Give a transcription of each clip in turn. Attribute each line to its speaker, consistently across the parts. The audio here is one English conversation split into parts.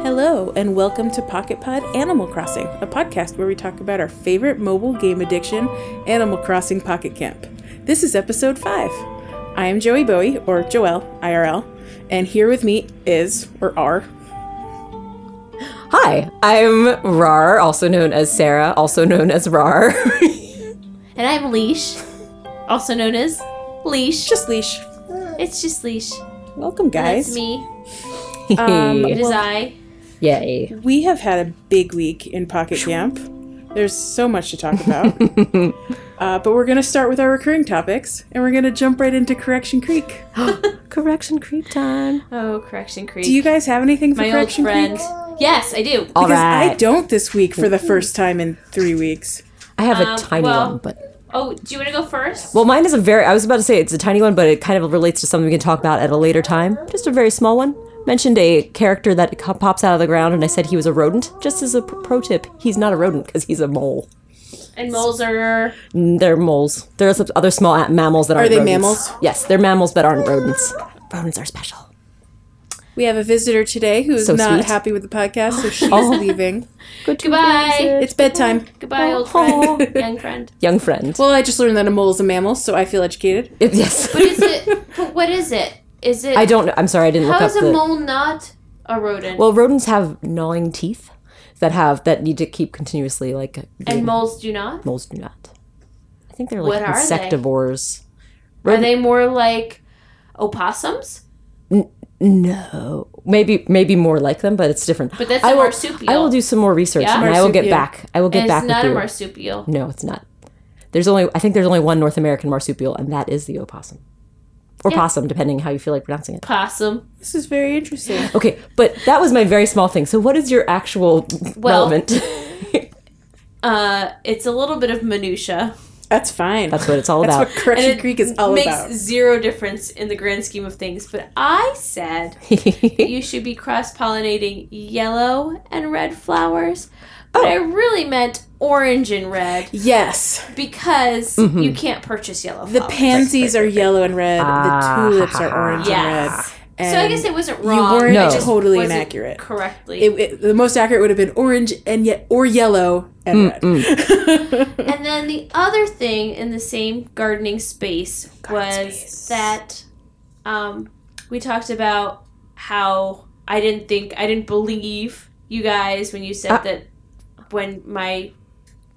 Speaker 1: Hello, and welcome to Pocket Pod Animal Crossing, a podcast where we talk about our favorite mobile game addiction, Animal Crossing Pocket Camp. This is episode 5. I am Joey Bowie, or Joelle, IRL, and here with me is, or are,
Speaker 2: Hi, I'm Rar, also known as Sarah, also known as Rar.
Speaker 3: And I'm Leash, also known as Leash.
Speaker 1: just Leash.
Speaker 3: it's just Leash.
Speaker 1: Welcome, guys.
Speaker 3: That's me.
Speaker 2: Oh.
Speaker 1: Um,
Speaker 3: It is I.
Speaker 2: Yay.
Speaker 1: We have had a big week in Pocket Camp. There's so much to talk about. uh, but we're going to start with our recurring topics, and we're going to jump right into Correction Creek.
Speaker 2: Correction creep time.
Speaker 3: Oh, Correction Creek.
Speaker 1: Do you guys have anything for
Speaker 3: My old
Speaker 1: Correction
Speaker 3: friend.
Speaker 1: Creek?
Speaker 3: Yes, I do.
Speaker 2: All
Speaker 1: Because I
Speaker 2: right.
Speaker 1: don't this week for the first time in three weeks.
Speaker 2: I have a
Speaker 3: Um,
Speaker 2: tiny
Speaker 3: well-
Speaker 2: one, but.
Speaker 3: Oh, do you want to go first?
Speaker 2: Well, mine is a very. I was about to say it's a tiny one, but it kind of relates to something we can talk about at a later time. Just a very small one. Mentioned a character that co- pops out of the ground, and I said he was a rodent. Just as a p- pro tip, he's not a rodent because he's a mole.
Speaker 3: and moles are.
Speaker 2: They're moles. There are some other small a- mammals that aren't
Speaker 1: they
Speaker 2: rodents.
Speaker 1: mammals?
Speaker 2: Yes, they're mammals but aren't rodents. Rodents are special.
Speaker 1: We have a visitor today who is
Speaker 2: So
Speaker 1: not
Speaker 2: sweet. Oh.
Speaker 1: happy with the podcast, so she's leaving.
Speaker 3: Goodbye.
Speaker 1: It's bedtime.
Speaker 3: Goodbye,
Speaker 2: Oh.
Speaker 3: old friend. Young friend.
Speaker 2: Young friend.
Speaker 1: Well, I just learned that a mole is a mammal, so I feel educated.
Speaker 2: yes.
Speaker 3: But is it. But what is it? Is it.
Speaker 2: I don't know. I'm sorry, I didn't look
Speaker 3: How
Speaker 2: up
Speaker 3: is a
Speaker 2: the.
Speaker 3: mole not a rodent?
Speaker 2: well, rodents have gnawing teeth that have that need to keep continuously like.
Speaker 3: and
Speaker 2: doing-
Speaker 3: moles do not?
Speaker 2: moles do not. I think they're
Speaker 3: What
Speaker 2: like
Speaker 3: are they?
Speaker 2: insectivores.
Speaker 3: Are they more like opossums?
Speaker 2: No, Oh, maybe maybe more like them, but it's different.
Speaker 3: But that's
Speaker 2: I
Speaker 3: a
Speaker 2: will,
Speaker 3: marsupial.
Speaker 2: I will do some more research
Speaker 3: Yeah?
Speaker 2: and I will get
Speaker 1: Marsupial.
Speaker 2: back. I will get
Speaker 3: And
Speaker 2: back.
Speaker 3: it's not
Speaker 2: with
Speaker 3: a
Speaker 2: you.
Speaker 3: marsupial.
Speaker 2: No, it's not. There's only I think there's only one North American marsupial, and that is the opossum, or
Speaker 3: Yeah.
Speaker 2: possum, depending how you feel like pronouncing it.
Speaker 3: Possum.
Speaker 1: This is very interesting.
Speaker 2: Okay, but that was my very small thing. So, what is your actual
Speaker 3: Well-
Speaker 2: relevant?
Speaker 3: Uh, it's a little bit of minutia.
Speaker 1: That's fine.
Speaker 2: That's what it's all
Speaker 1: That's
Speaker 2: about.
Speaker 1: what Correction Creek is all
Speaker 3: makes
Speaker 1: about.
Speaker 3: zero difference in the grand scheme of things. But I said that you should be cross pollinating yellow and red flowers. But
Speaker 1: Oh.
Speaker 3: I really meant orange and red
Speaker 1: Yes,
Speaker 3: because you can't purchase yellow
Speaker 1: mm-hmm.
Speaker 2: Oh,
Speaker 1: the
Speaker 3: flowers.
Speaker 1: pansies are yellow and red.
Speaker 2: Ah,
Speaker 1: the tulips are orange
Speaker 3: yes.
Speaker 1: and red.
Speaker 3: so I guess it wasn't wrong.
Speaker 1: weren't
Speaker 3: I
Speaker 2: No.
Speaker 3: just
Speaker 1: totally
Speaker 3: wasn't
Speaker 1: inaccurate.
Speaker 3: correctly.
Speaker 1: it, it- the most accurate would have been orange and yet or yellow and
Speaker 2: Mm,
Speaker 1: red.
Speaker 3: and then the other thing in the same gardening space was
Speaker 1: space.
Speaker 3: that um, we talked about how I didn't think I didn't believe you guys when you said
Speaker 2: Ah.
Speaker 3: that when my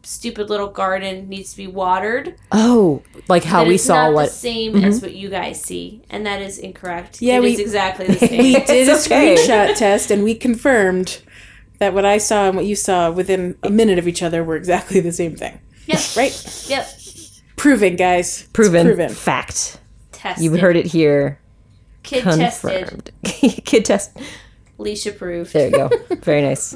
Speaker 3: stupid little garden needs to be watered.
Speaker 2: oh, like how
Speaker 3: that
Speaker 2: we
Speaker 3: it's
Speaker 2: saw
Speaker 3: not
Speaker 2: what Mm-hmm.
Speaker 3: the same as what you guys see, and that is incorrect.
Speaker 1: Yeah,
Speaker 3: Yeah, it
Speaker 1: we-
Speaker 3: is exactly the same.
Speaker 1: we did
Speaker 2: It's okay.
Speaker 1: a screenshot test and we confirmed that what I saw and what you saw within a minute of each other were exactly the same thing.
Speaker 3: yep,
Speaker 1: Right?
Speaker 3: yep.
Speaker 1: Proven, guys. It's
Speaker 2: proven,
Speaker 1: proven.
Speaker 2: fact.
Speaker 3: Test.
Speaker 2: You heard it here.
Speaker 3: Kid tested.
Speaker 2: Confirmed. Kid test.
Speaker 3: Leash approved.
Speaker 2: There you go. Very nice.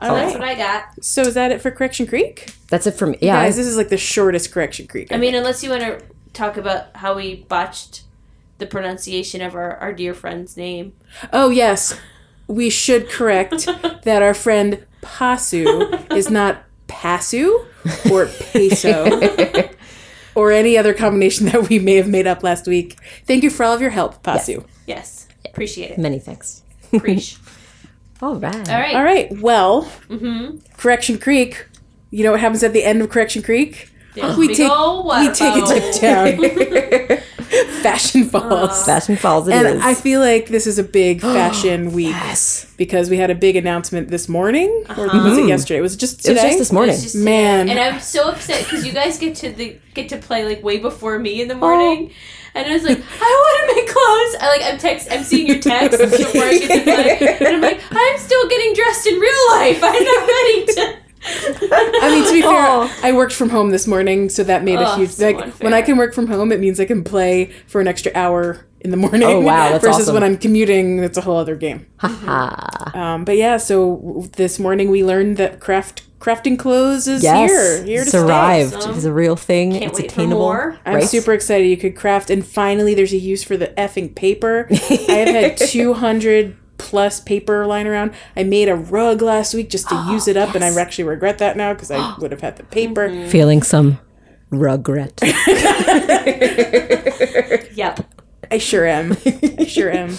Speaker 1: All
Speaker 3: That's
Speaker 1: right.
Speaker 3: what I got.
Speaker 1: So is that it for Correction Creek?
Speaker 2: That's it for me. Yeah.
Speaker 1: Guys, this is like the shortest Correction Creek.
Speaker 3: I mean, unless you want to talk about how we botched the pronunciation of our, our dear friend's name.
Speaker 1: oh yes. We should correct that our friend Pasu is not Pasu or Peso or any other combination that we may have made up last week. Thank you for all of your help, Pasu.
Speaker 3: Yes. Appreciate it.
Speaker 2: Many thanks.
Speaker 3: Preach.
Speaker 2: All right.
Speaker 3: All right.
Speaker 1: All right. Well,
Speaker 2: Mm-hmm.
Speaker 1: Correction Creek. You know what happens at the end of Correction Creek?
Speaker 3: There's
Speaker 1: We
Speaker 3: big
Speaker 1: take-
Speaker 3: ol'
Speaker 1: We
Speaker 3: water
Speaker 1: take
Speaker 3: bottle.
Speaker 1: it to town. fashion falls.
Speaker 2: Fashion falls. It Uh, is. Oh,
Speaker 1: and I feel like this is a big fashion week
Speaker 2: yes.
Speaker 1: because we had a big announcement this morning. Or was it yesterday? Was it just
Speaker 2: Mm-hmm. It was
Speaker 1: today?
Speaker 2: just this morning.
Speaker 3: It's just-
Speaker 1: Man.
Speaker 3: And I'm so upset because you guys get to the get to play like way before me
Speaker 1: Oh.
Speaker 3: in the morning, and I was like, I want to make clothes. I like I'm text. I'm seeing your text before I get to play, and I'm like, I'm still getting dressed in real life. I'm not ready to.
Speaker 1: I mean, to be fair,
Speaker 2: Oh.
Speaker 1: I worked from home this morning, so that made a
Speaker 3: Oh,
Speaker 1: huge.
Speaker 3: so
Speaker 1: Like,
Speaker 3: unfair.
Speaker 1: when I can work from home, it means I can play for an extra hour in the morning.
Speaker 2: Oh, wow, that's
Speaker 1: versus
Speaker 2: awesome.
Speaker 1: when I'm commuting, that's a whole other game.
Speaker 3: Mm-hmm.
Speaker 1: Um, but yeah, so w- this morning we learned that craft crafting clothes is
Speaker 2: Yes.
Speaker 1: here, here to
Speaker 2: it's
Speaker 1: stay.
Speaker 2: arrived.
Speaker 3: so-
Speaker 2: It's a real thing.
Speaker 3: Can't
Speaker 2: it's
Speaker 3: wait for
Speaker 2: attainable.
Speaker 3: more.
Speaker 1: I'm
Speaker 2: right?
Speaker 1: super excited. You could craft, and finally, there's a use for the effing paper. I have had 200 plus paper lying around. I made a rug last week just to use it up, and I actually regret that now because I would have had the
Speaker 3: Mm-hmm.
Speaker 1: paper.
Speaker 2: Feeling some regret.
Speaker 3: Yep.
Speaker 1: I sure am. I sure am.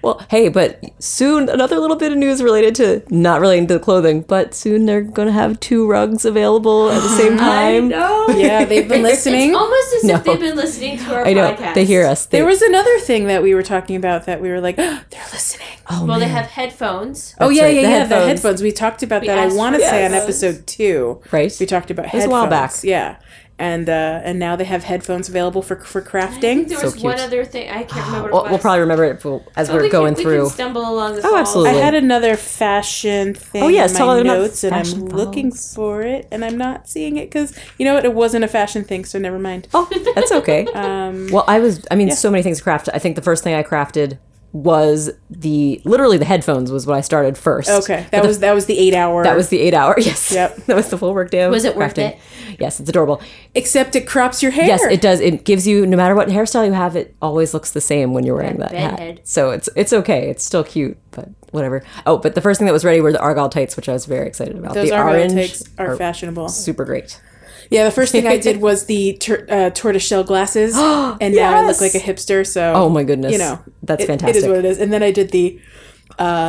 Speaker 2: Well, hey, but soon another little bit of news related to not relating to the clothing, but soon they're gonna have two rugs available at the same time.
Speaker 3: No.
Speaker 1: Yeah, they've been listening.
Speaker 3: It's almost as
Speaker 2: No.
Speaker 3: if they've been listening to our
Speaker 2: I know
Speaker 3: podcast.
Speaker 2: they hear us. They,
Speaker 1: There was another thing that we were talking about that we were like, they're listening.
Speaker 2: oh,
Speaker 3: Well, they
Speaker 2: man.
Speaker 3: have headphones.
Speaker 1: oh yeah, yeah,
Speaker 2: right, the
Speaker 1: yeah. The
Speaker 2: headphones.
Speaker 1: headphones. We talked about
Speaker 3: We
Speaker 1: that. I
Speaker 3: asked
Speaker 1: want to
Speaker 3: for
Speaker 1: say on
Speaker 3: headphones.
Speaker 1: episode two.
Speaker 2: Right.
Speaker 1: We talked about
Speaker 2: was
Speaker 1: headphones.
Speaker 2: a while back.
Speaker 1: Yeah, and uh, and now they have headphones available for for
Speaker 3: I think
Speaker 1: crafting.
Speaker 3: there
Speaker 2: So
Speaker 3: was one
Speaker 2: cute.
Speaker 3: other thing. I can't remember
Speaker 2: We'll,
Speaker 3: what it was.
Speaker 2: we'll probably remember it for- as
Speaker 3: But
Speaker 2: we're
Speaker 3: we
Speaker 2: going
Speaker 3: can,
Speaker 2: through.
Speaker 3: We can stumble along the
Speaker 2: Oh,
Speaker 3: falls.
Speaker 1: I
Speaker 2: absolutely.
Speaker 1: had another fashion thing
Speaker 2: Oh, yes,
Speaker 1: in
Speaker 2: tell
Speaker 1: my
Speaker 2: them about
Speaker 1: notes, and I'm
Speaker 2: fashion
Speaker 1: looking
Speaker 2: phones.
Speaker 1: for it, and I'm not seeing it because you know what? It wasn't a fashion thing, so never mind.
Speaker 2: oh, that's okay.
Speaker 1: Um,
Speaker 2: Well, I was. I mean, so many things crafted. I think the first thing I crafted was the literally the headphones was what I started first.
Speaker 1: okay, that was that was the eight hour.
Speaker 2: That was the eight hour. Yes.
Speaker 1: Yep.
Speaker 2: that was the full work day. of
Speaker 3: Was it worth
Speaker 2: crafting.
Speaker 3: it?
Speaker 2: Yes, it's adorable.
Speaker 1: except it crops your hair.
Speaker 2: Yes, it does. It gives you no matter what hairstyle you have, it always looks the same when you're wearing
Speaker 3: That
Speaker 2: that hat.
Speaker 3: bedhead.
Speaker 2: So it's it's okay. It's still cute, but whatever. Oh, but the first thing that was ready were the argyle tights, which I was very excited about.
Speaker 1: Those
Speaker 2: the
Speaker 1: Argo
Speaker 2: orange
Speaker 1: takes are
Speaker 2: are
Speaker 1: fashionable.
Speaker 2: super great.
Speaker 1: Yeah, the first thing I did was the tur- uh, tortoiseshell glasses, and now I look
Speaker 2: Yes!
Speaker 1: like a hipster. So,
Speaker 2: Oh my goodness.
Speaker 1: you know, it-
Speaker 2: That's
Speaker 1: It is
Speaker 2: fantastic.
Speaker 1: what it is. And then I did the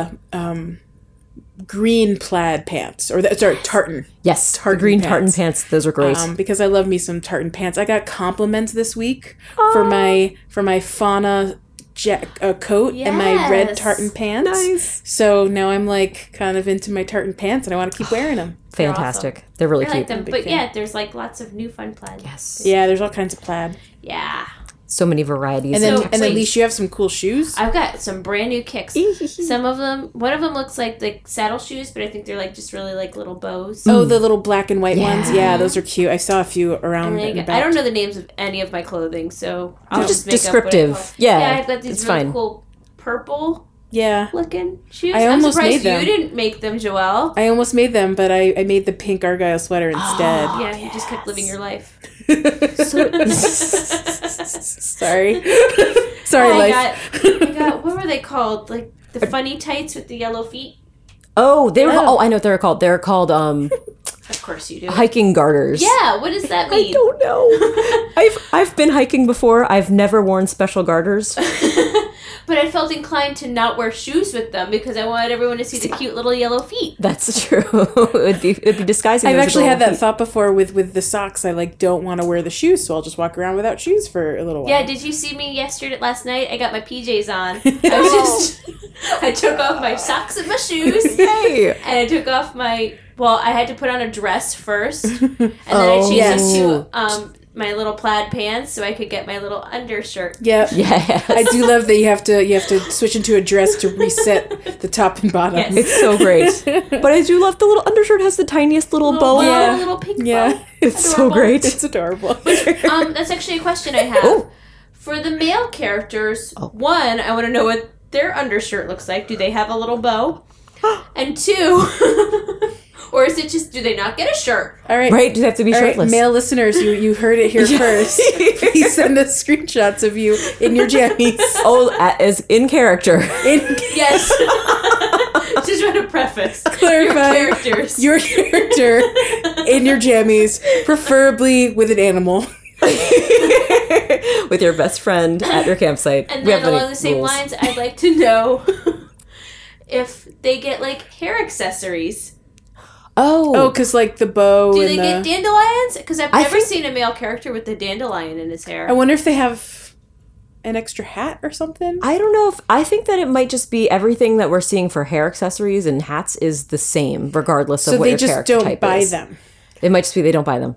Speaker 1: uh, um, green plaid pants, or the, sorry, tartan,
Speaker 2: Yes, the
Speaker 1: Tartan
Speaker 2: green
Speaker 1: pants.
Speaker 2: tartan pants. Those were great.
Speaker 1: um, because I love me some tartan pants. I got compliments this week for my for my fauna jack uh, coat and my red
Speaker 3: Yes.
Speaker 1: tartan pants.
Speaker 2: Nice.
Speaker 1: So now I'm like kind of into my tartan pants, and I want to keep wearing them.
Speaker 2: fantastic. They're really
Speaker 3: I
Speaker 2: cute.
Speaker 3: like them,
Speaker 1: Big
Speaker 3: but
Speaker 1: fan.
Speaker 3: yeah, there's like lots of new fun plans.
Speaker 2: Yes.
Speaker 1: Yeah, there's all kinds of plaid,
Speaker 3: Yeah.
Speaker 2: So many varieties.
Speaker 1: and then
Speaker 3: So
Speaker 1: and then
Speaker 3: wait.
Speaker 1: least you have some cool shoes.
Speaker 3: I've got some brand new kicks. some of them, one of them looks like the saddle shoes, but I think they're like just really like little bows.
Speaker 1: Oh, the little black and white
Speaker 2: Yeah.
Speaker 1: ones. Yeah, those are cute. I saw a few around.
Speaker 3: And then I
Speaker 1: and
Speaker 3: got-
Speaker 1: about.
Speaker 3: I don't know the names of any of my clothing, so I'll
Speaker 2: Just
Speaker 3: make up what I
Speaker 2: descriptive.
Speaker 3: call it.
Speaker 2: Yeah,
Speaker 3: yeah. I've got these
Speaker 2: it's
Speaker 3: really
Speaker 2: fine.
Speaker 3: cool purple
Speaker 1: Yeah,
Speaker 3: looking shoes.
Speaker 1: I
Speaker 3: I'm
Speaker 1: almost
Speaker 3: surprised
Speaker 1: made them.
Speaker 3: you didn't make them, Joelle.
Speaker 1: I almost made them, but I, I made the pink argyle sweater instead.
Speaker 3: yeah,
Speaker 2: Oh,
Speaker 3: you just kept living your life.
Speaker 1: Sorry, sorry,
Speaker 2: Oh,
Speaker 3: I
Speaker 1: life.
Speaker 3: got, I got, what were they called? Like the funny tights with the yellow feet.
Speaker 2: oh, they were.
Speaker 1: Oh.
Speaker 2: Oh. I know what they're called. They're called um,
Speaker 3: Of course you do.
Speaker 2: hiking garters.
Speaker 3: yeah, what does that mean?
Speaker 2: I don't know. I've I've been hiking before. I've never worn special garters.
Speaker 3: but I felt inclined to not wear shoes with them because I wanted everyone to see the cute little yellow feet.
Speaker 2: That's true. it would be, it'd be disguising.
Speaker 1: I've
Speaker 2: those
Speaker 1: actually had
Speaker 2: adorable
Speaker 1: that thought before with with the socks. I like don't want to wear the shoes, so I'll just walk around without shoes for a little while.
Speaker 3: Yeah, did you see me yesterday last night? I got my PJs on. I was just I took off my socks and my shoes.
Speaker 2: feet. Oh. Yay!
Speaker 3: And I took off my well, I had to put on a dress first. And then I
Speaker 2: Oh.
Speaker 3: changed
Speaker 1: Yes.
Speaker 3: into um my little plaid pants so I could get my little undershirt.
Speaker 1: yeah.
Speaker 2: Yes.
Speaker 1: I do love that you have to you have to switch into a dress to reset the top and bottom.
Speaker 3: Yes.
Speaker 2: it's so great. But I do love the little undershirt has the tiniest little, bow.
Speaker 3: Little,
Speaker 1: bow. Yeah.
Speaker 3: little pink bow.
Speaker 1: Yeah,
Speaker 2: It's so
Speaker 3: Adorable.
Speaker 2: great.
Speaker 1: it's adorable.
Speaker 3: Um, that's actually a question I have.
Speaker 2: Oh.
Speaker 3: For the male characters,
Speaker 1: Oh.
Speaker 3: one, I want to know what their undershirt looks like. Do they have a little bow? and two, or is it just do they not get a shirt?
Speaker 1: All right,
Speaker 2: Right? Do they have to be
Speaker 1: All right,
Speaker 2: shirtless?
Speaker 1: male listeners, you, you heard it here first. Please send us screenshots of you in your jammies.
Speaker 2: Oh, a- as in character.
Speaker 1: In
Speaker 3: Yes. just want to preface
Speaker 1: clarify
Speaker 3: characters.
Speaker 1: your character in your jammies, preferably with an animal.
Speaker 2: with your best friend at your campsite.
Speaker 3: and
Speaker 2: We have
Speaker 3: then
Speaker 2: many
Speaker 3: along the same
Speaker 2: rules.
Speaker 3: lines, I'd like to know if they get like hair accessories.
Speaker 2: Oh,
Speaker 1: Oh, because like the bow
Speaker 3: Do
Speaker 1: and
Speaker 3: they
Speaker 1: the.
Speaker 3: get dandelions? Because I've
Speaker 2: I
Speaker 3: never
Speaker 2: think-
Speaker 3: seen a male character with a dandelion in his hair.
Speaker 1: I wonder if they have an extra hat or something.
Speaker 2: I don't know if I think that it might just be everything that we're seeing for hair accessories and hats is the same, regardless of
Speaker 1: So
Speaker 2: what
Speaker 1: they
Speaker 2: your
Speaker 1: just
Speaker 2: character
Speaker 1: don't
Speaker 2: type
Speaker 1: buy
Speaker 2: is.
Speaker 1: them.
Speaker 2: It might just be they don't buy them.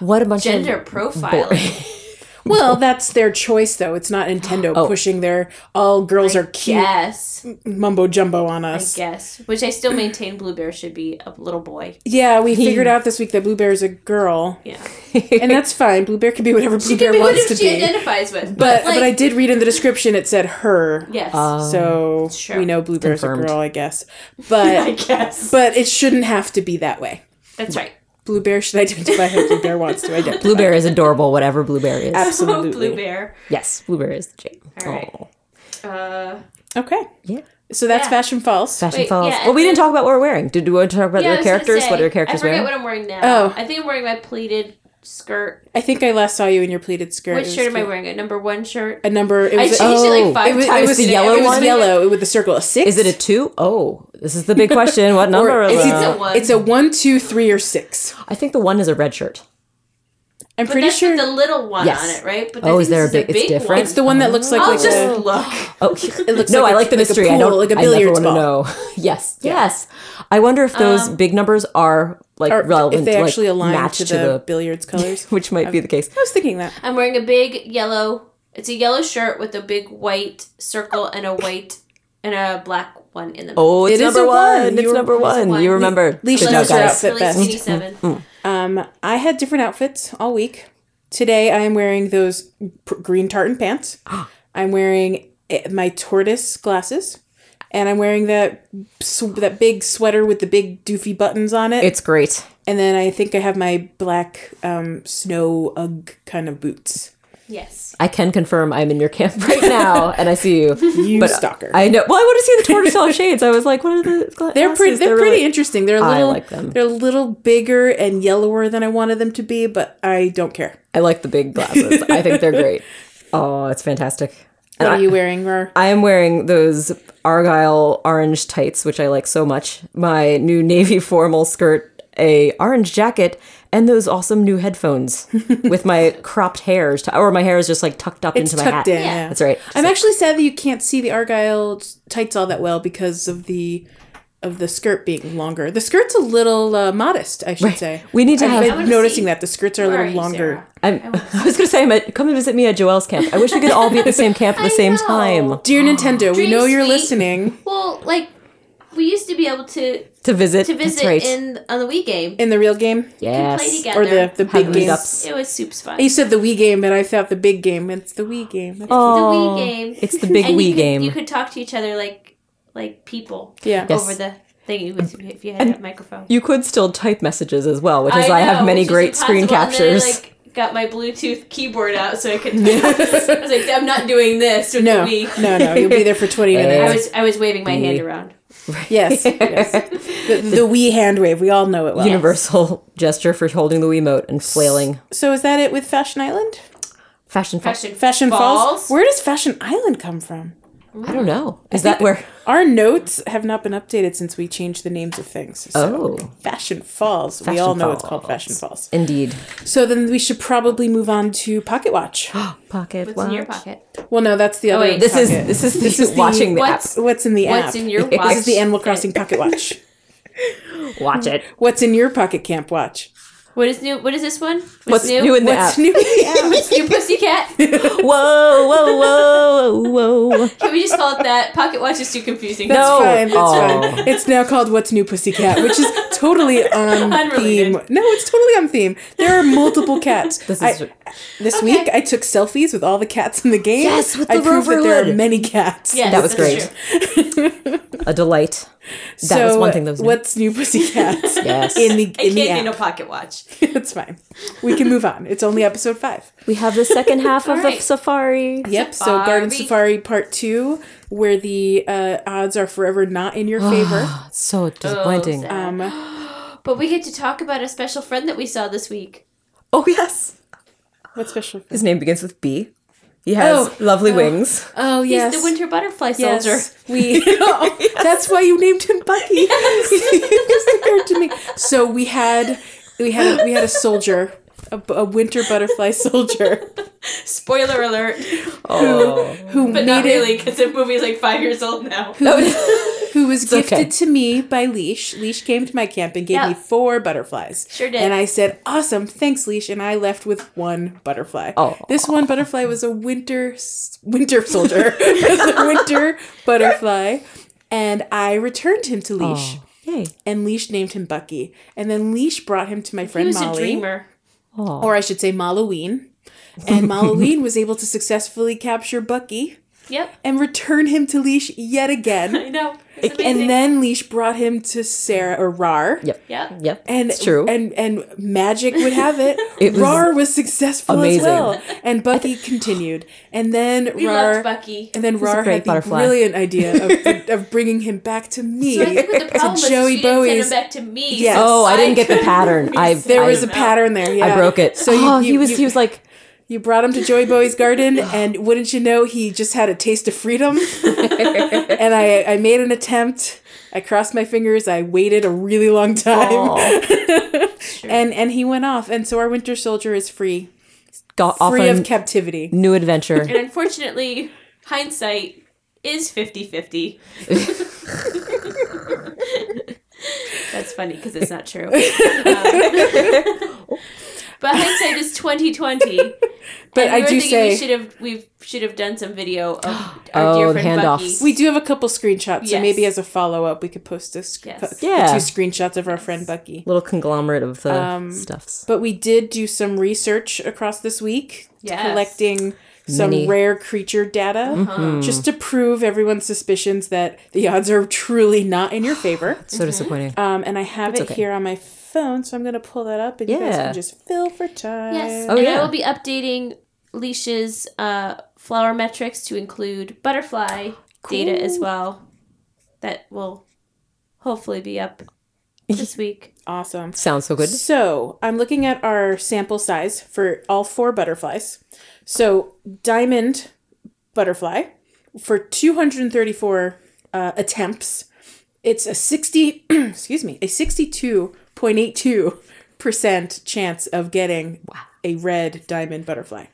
Speaker 2: What a bunch
Speaker 3: Gender
Speaker 2: of
Speaker 3: profiling.
Speaker 1: Well, that's their choice, though. It's not Nintendo pushing their all girls are cute
Speaker 3: Yes,
Speaker 1: mumbo jumbo on us.
Speaker 3: yes. Which I still maintain Blue Bear should be a little boy.
Speaker 1: Yeah, we figured out this week that Blue Bear is a girl,
Speaker 3: Yeah.
Speaker 1: and that's fine. Blue Bear can be whatever Blue Bear
Speaker 3: What
Speaker 1: wants
Speaker 3: if
Speaker 1: to
Speaker 3: she
Speaker 1: be.
Speaker 3: identifies with?
Speaker 1: But
Speaker 3: like,
Speaker 1: but I did uh, read in the description it said her.
Speaker 3: Yes.
Speaker 1: So
Speaker 3: Sure.
Speaker 1: Um, we know Blue Bear's a
Speaker 2: Confirmed.
Speaker 1: girl, I guess.
Speaker 3: I
Speaker 1: But
Speaker 3: guess.
Speaker 1: but it shouldn't have to be that way.
Speaker 3: That's right.
Speaker 1: Blue Bear should identify how Blue Bear wants to identify.
Speaker 2: Blue Bear is adorable, whatever Blue Bear is.
Speaker 1: Absolutely.
Speaker 3: Blue Bear.
Speaker 2: yes, Blue Bear is the jam.
Speaker 3: All right.
Speaker 2: Oh,
Speaker 3: Uh,
Speaker 1: Okay.
Speaker 2: yeah.
Speaker 1: So that's
Speaker 3: Yeah.
Speaker 1: fashion false.
Speaker 2: Fashion
Speaker 3: Wait,
Speaker 2: falls.
Speaker 3: yeah,
Speaker 2: well, we
Speaker 3: and
Speaker 2: didn't
Speaker 3: then-
Speaker 2: talk about what we're wearing. Did we want to talk about
Speaker 3: yeah, I
Speaker 2: their
Speaker 3: was gonna
Speaker 2: characters?
Speaker 3: say,
Speaker 2: what are their characters
Speaker 3: I forget
Speaker 2: wearing?
Speaker 3: what I'm wearing now.
Speaker 1: Oh.
Speaker 3: I think I'm wearing my pleated skirt.
Speaker 1: I think I last saw you in your pleated skirt. It
Speaker 3: Which
Speaker 1: was
Speaker 3: shirt am I
Speaker 1: cute.
Speaker 3: wearing? A number one shirt.
Speaker 1: A number. It
Speaker 3: I
Speaker 1: was. a-
Speaker 3: changed it
Speaker 2: oh,
Speaker 3: like five
Speaker 1: it was,
Speaker 3: times.
Speaker 1: it was
Speaker 2: the
Speaker 1: an-
Speaker 2: yellow
Speaker 1: it was
Speaker 2: one?
Speaker 1: yellow with the circle. A six.
Speaker 2: Is it a two? Oh, this is the big question. What
Speaker 1: Or-
Speaker 2: number is
Speaker 1: it's,
Speaker 2: it?
Speaker 3: It's
Speaker 1: a
Speaker 3: a one.
Speaker 1: It's a one, two, three, or six.
Speaker 2: I think the one is a red shirt.
Speaker 1: I'm
Speaker 3: But
Speaker 1: pretty
Speaker 3: that's
Speaker 1: sure
Speaker 3: with the little one
Speaker 2: Yes.
Speaker 3: on it, right? But
Speaker 2: Oh, is there a big-
Speaker 3: big?
Speaker 2: it's different?
Speaker 3: one.
Speaker 1: it's the one that looks like
Speaker 3: Oh. I'll
Speaker 1: like
Speaker 3: just
Speaker 1: a,
Speaker 3: look.
Speaker 2: Oh,
Speaker 1: looks
Speaker 2: no,
Speaker 1: like
Speaker 2: I
Speaker 1: a-
Speaker 2: like the
Speaker 1: like a
Speaker 2: mystery. I
Speaker 1: pool,
Speaker 2: don't
Speaker 1: like a
Speaker 2: I never
Speaker 1: billiards
Speaker 2: wanna
Speaker 1: ball.
Speaker 2: Know. yes, yes. I wonder if those big numbers are like
Speaker 1: or
Speaker 2: relevant,
Speaker 1: if they
Speaker 2: like,
Speaker 1: actually align
Speaker 2: match
Speaker 1: to, the, billiards colors. I
Speaker 2: which might be the case.
Speaker 1: was thinking that.
Speaker 3: I'm wearing a big yellow. It's a yellow shirt with a big white circle and a white and a black one in the middle.
Speaker 2: Oh, it's
Speaker 1: It is
Speaker 2: number
Speaker 1: a
Speaker 2: one.
Speaker 1: one.
Speaker 2: It's
Speaker 1: You're-
Speaker 2: number one.
Speaker 3: one.
Speaker 2: You remember?
Speaker 1: Leash
Speaker 2: Good
Speaker 1: is
Speaker 2: job,
Speaker 1: your
Speaker 2: guys. Mm.
Speaker 1: outfit best.
Speaker 3: Really seven.
Speaker 1: Um, I had different outfits all week. Today I am wearing those pr- green tartan pants. I'm wearing eh, my tortoise glasses, and I'm wearing that sw- that big sweater with the big doofy buttons on it.
Speaker 2: It's great.
Speaker 1: and then I think I have my black um, snow UGG kind of boots.
Speaker 3: Yes.
Speaker 2: I can confirm I'm in your camp right now, and I see you.
Speaker 1: You
Speaker 2: But uh,
Speaker 1: stalker.
Speaker 2: I know. Well, I want to see the tortoiseshell shades. I was like, what are the? gla-
Speaker 1: They're pretty.
Speaker 2: glasses?
Speaker 1: They're,
Speaker 2: really-
Speaker 1: pretty interesting. They're a
Speaker 2: I
Speaker 1: little.
Speaker 2: like them.
Speaker 1: They're a little bigger and yellower than I wanted them to be, but I don't care.
Speaker 2: I like the big glasses. I think they're great. Oh, it's fantastic.
Speaker 1: What
Speaker 2: And
Speaker 1: are
Speaker 2: I,
Speaker 1: you wearing, Rar?
Speaker 2: I am wearing those argyle orange tights, which I like so much. My new navy formal skirt, a orange jacket, and those awesome new headphones with my cropped hairs, to, or my hair is just like tucked up
Speaker 1: It's
Speaker 2: into my
Speaker 1: tucked
Speaker 2: hat.
Speaker 1: in. Yeah.
Speaker 2: That's right.
Speaker 1: I'm actually sad that you can't see the argyle tights all that well because of the of the skirt being longer. The skirt's a little uh, modest, I should say.
Speaker 2: We need to
Speaker 1: I've
Speaker 2: have- I
Speaker 1: been
Speaker 3: wanna
Speaker 1: noticing
Speaker 3: see.
Speaker 1: that the skirts are a
Speaker 3: Where
Speaker 1: little
Speaker 3: are you,
Speaker 1: longer.
Speaker 3: Sarah?
Speaker 2: I'm, I was going to say, I'm at, come and visit me at Joelle's camp. I wish we could all be at the same camp at the
Speaker 3: I
Speaker 2: same
Speaker 3: know.
Speaker 2: time
Speaker 1: Dear Nintendo, we
Speaker 3: Dream
Speaker 1: know you're
Speaker 3: suite.
Speaker 1: listening
Speaker 3: Well, like we used to be able to
Speaker 2: to visit.
Speaker 3: to visit
Speaker 2: That's right.
Speaker 3: in on the Wii game.
Speaker 1: in the real game.
Speaker 3: and
Speaker 2: yes.
Speaker 3: Play together.
Speaker 1: Or the the
Speaker 2: Have
Speaker 1: big game.
Speaker 2: meetups.
Speaker 3: It was soups fun.
Speaker 1: You said the Wii game, but I thought the big game. It's the Wii game.
Speaker 3: the
Speaker 2: Oh,
Speaker 3: Wii game.
Speaker 2: It's the big
Speaker 3: and
Speaker 2: Wii
Speaker 3: you could,
Speaker 2: game.
Speaker 3: You could talk to each other like like people
Speaker 1: Yeah.
Speaker 2: Yes.
Speaker 3: over the thing you would- if you had a microphone.
Speaker 2: you could still type messages as well, which is I, have
Speaker 3: know,
Speaker 2: many
Speaker 3: which is
Speaker 2: great screen
Speaker 3: impossible, and then I,
Speaker 2: captures.
Speaker 3: like, got my Bluetooth keyboard out so I could. I was like, I'm not doing this with
Speaker 1: No,
Speaker 3: the Wii.
Speaker 1: no, no. You'll be there for 20 minutes.
Speaker 3: I was I was waving my hand around.
Speaker 1: Yes, yes. The, the Wii hand wave. We all know it well.
Speaker 2: universal gesture for holding the Wiimote and flailing.
Speaker 1: So is that it with Fashion Island?
Speaker 2: Fashion, fa-
Speaker 3: Fashion,
Speaker 1: Fashion Falls.
Speaker 3: Falls.
Speaker 1: Where does Fashion Island come from?
Speaker 2: I don't know. Is that where?
Speaker 1: Our notes have not been updated since we changed the names of things. So
Speaker 2: Oh.
Speaker 1: Fashion Falls. we all know it's called
Speaker 2: Falls.
Speaker 1: Fashion Falls.
Speaker 2: Indeed.
Speaker 1: So then we should probably move on to Pocket Watch.
Speaker 2: Pocket.
Speaker 3: What's in your pocket?
Speaker 1: Well, no, that's the other.
Speaker 3: Oh, wait.
Speaker 2: This is
Speaker 1: pocket.
Speaker 2: this is this
Speaker 1: is
Speaker 2: is
Speaker 1: the-
Speaker 2: watching the app.
Speaker 3: What's
Speaker 1: what's in the app.
Speaker 3: what's in your
Speaker 2: This
Speaker 3: watch?
Speaker 1: This is the Animal Crossing Pocket Watch.
Speaker 2: Watch it.
Speaker 1: What's in your Pocket Camp Watch?
Speaker 3: What is new? What is this one? What's,
Speaker 2: What's
Speaker 3: new?
Speaker 2: new in the
Speaker 1: What's
Speaker 2: app?
Speaker 1: new? in the app?
Speaker 3: What's new, pussycat?
Speaker 2: Whoa, whoa, whoa, whoa.
Speaker 3: Can we just call it that? Pocket watch is too confusing.
Speaker 1: That's
Speaker 2: No.
Speaker 1: fine. That's
Speaker 2: Oh.
Speaker 1: fine. It's now called What's New Pussycat, which is totally on
Speaker 3: Unrelated.
Speaker 1: theme. No, it's totally on theme. There are multiple cats.
Speaker 2: This
Speaker 1: I-
Speaker 2: is
Speaker 1: this week, I took selfies with all the cats in the game.
Speaker 2: Yes, with
Speaker 1: I
Speaker 2: the
Speaker 1: proved
Speaker 2: rover
Speaker 1: that there are
Speaker 2: hood.
Speaker 1: many cats.
Speaker 3: Yes,
Speaker 2: That was
Speaker 3: that's
Speaker 2: great.
Speaker 3: true.
Speaker 2: a delight. That
Speaker 1: so
Speaker 2: was one thing that was new.
Speaker 1: What's New Pussycat?
Speaker 2: Yes.
Speaker 1: In the,
Speaker 3: I
Speaker 1: in the
Speaker 3: can't do no
Speaker 1: app.
Speaker 3: pocket watch.
Speaker 1: it's fine. We can move on. It's only episode five.
Speaker 2: We have the second half of the
Speaker 3: Alright.
Speaker 2: safari.
Speaker 1: Yep. So Garden Safari Part Two, where the uh, odds are forever not in your favor.
Speaker 2: So
Speaker 1: Oh,
Speaker 2: disappointing.
Speaker 3: Oh, sad.
Speaker 1: um,
Speaker 3: But we get to talk about a special friend that we saw this week.
Speaker 2: oh yes.
Speaker 1: what special?
Speaker 2: His name begins with B. He has
Speaker 1: Oh.
Speaker 2: lovely wings.
Speaker 1: Oh
Speaker 3: He's
Speaker 1: yes.
Speaker 3: the winter butterfly
Speaker 1: Yes,
Speaker 3: soldier.
Speaker 1: we. Oh, That's why you named him Bucky. Just occurred to me. So we had, we had, we had a soldier, a, bu- a winter butterfly soldier,
Speaker 3: Spoiler alert.
Speaker 2: Oh.
Speaker 1: who made
Speaker 3: But not
Speaker 1: it,
Speaker 3: really, because the movie's like five years old now.
Speaker 1: who was gifted
Speaker 2: okay.
Speaker 1: to me by Leash. Leash came to my camp and gave
Speaker 3: Yeah.
Speaker 1: me four butterflies.
Speaker 3: Sure did.
Speaker 1: And I said, "Awesome, thanks, Leash." And I left with one butterfly.
Speaker 2: Oh.
Speaker 1: this one butterfly was a winter s- winter soldier, It was a winter butterfly, and I returned him to Leash.
Speaker 2: Yay.
Speaker 1: and Leash named him Bucky. And then Leash brought him to my
Speaker 3: He
Speaker 1: friend
Speaker 3: was
Speaker 1: Molly,
Speaker 3: a dreamer.
Speaker 2: Oh.
Speaker 1: or I should say Halloween. And Halloween was able to successfully capture Bucky
Speaker 3: Yep.
Speaker 1: and return him to Leash yet again.
Speaker 3: I know.
Speaker 2: It-
Speaker 3: It's amazing.
Speaker 1: and then Leash brought him to Sarah or Rar.
Speaker 2: Yep.
Speaker 3: Yep.
Speaker 2: Yep.
Speaker 1: And
Speaker 2: it's true.
Speaker 1: And and magic would have it.
Speaker 2: It was
Speaker 1: Rar was successful
Speaker 2: amazing.
Speaker 1: as well. And Bucky continued. And then
Speaker 3: we
Speaker 1: Rar
Speaker 3: loved Bucky.
Speaker 1: and then
Speaker 2: was a
Speaker 1: Rar
Speaker 2: great
Speaker 1: had the
Speaker 2: butterfly.
Speaker 1: brilliant idea of, of bringing him back to me.
Speaker 3: So I think what the problem
Speaker 1: to
Speaker 3: was
Speaker 1: Joey
Speaker 3: she didn't send
Speaker 1: Bowie's.
Speaker 3: him back to me.
Speaker 1: Yes.
Speaker 3: so
Speaker 2: Oh, I didn't get the
Speaker 3: couldn't
Speaker 2: pattern. I-
Speaker 3: resist
Speaker 1: There was a
Speaker 3: him.
Speaker 1: pattern there. Yeah.
Speaker 2: I broke it.
Speaker 1: So you,
Speaker 2: oh,
Speaker 1: you,
Speaker 2: he was
Speaker 1: you,
Speaker 2: he was like
Speaker 1: you brought him to Joey Bowie's garden, and wouldn't you know, he just had a taste of freedom. and I, I made an attempt. I crossed my fingers. I waited a really long time,
Speaker 2: oh,
Speaker 1: and and he went off. And so our Winter Soldier is free,
Speaker 2: got off on
Speaker 1: free of
Speaker 2: a
Speaker 1: captivity.
Speaker 2: new adventure.
Speaker 1: Oh.
Speaker 3: And unfortunately, hindsight is 50 50. That's funny because it's not true. Um, but hindsight is 2020.
Speaker 1: But I do
Speaker 3: we
Speaker 1: say
Speaker 3: should have we should have done some video of our
Speaker 2: Oh,
Speaker 3: dear
Speaker 2: the
Speaker 3: friend Bucky.
Speaker 2: handoffs.
Speaker 1: we do have a couple screenshots, so
Speaker 3: Yes.
Speaker 1: maybe as a follow up, we could post a sc-
Speaker 3: Yes.
Speaker 1: po- the
Speaker 2: Yeah.
Speaker 1: two screenshots of our friend Bucky.
Speaker 2: Little conglomerate of the
Speaker 1: Um,
Speaker 2: stuffs.
Speaker 1: But we did do some research across this week,
Speaker 3: Yes.
Speaker 1: collecting some
Speaker 2: Many.
Speaker 1: rare creature data
Speaker 3: Mm-hmm.
Speaker 1: just to prove everyone's suspicions that the odds are truly not in your favor.
Speaker 2: So disappointing.
Speaker 1: Um, and I have it
Speaker 2: okay.
Speaker 1: here on my phone, so I'm going to pull that up and you guys
Speaker 2: Yeah.
Speaker 1: can just fill for time.
Speaker 3: Yes,
Speaker 2: Oh,
Speaker 3: and
Speaker 2: yeah.
Speaker 3: I will be updating Leisha's uh, flower metrics to include butterfly data as well. That will hopefully be up this week.
Speaker 1: Awesome.
Speaker 2: Sounds so good.
Speaker 1: So I'm looking at our sample size for all four butterflies. So diamond butterfly for 234 uh, attempts, it's a 60. excuse me, a 62.82 percent chance of getting a red diamond butterfly.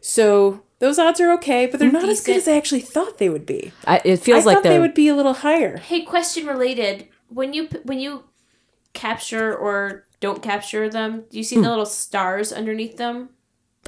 Speaker 1: So those odds are okay, but they're not as good as
Speaker 3: Decent.
Speaker 1: I actually thought they would be.
Speaker 2: I, it
Speaker 1: I
Speaker 2: feels like
Speaker 1: thought they
Speaker 2: the
Speaker 1: would be a little higher.
Speaker 3: Hey, question related: when you p- when you capture or don't capture them, do you see
Speaker 1: Hmm.
Speaker 3: the little stars underneath them?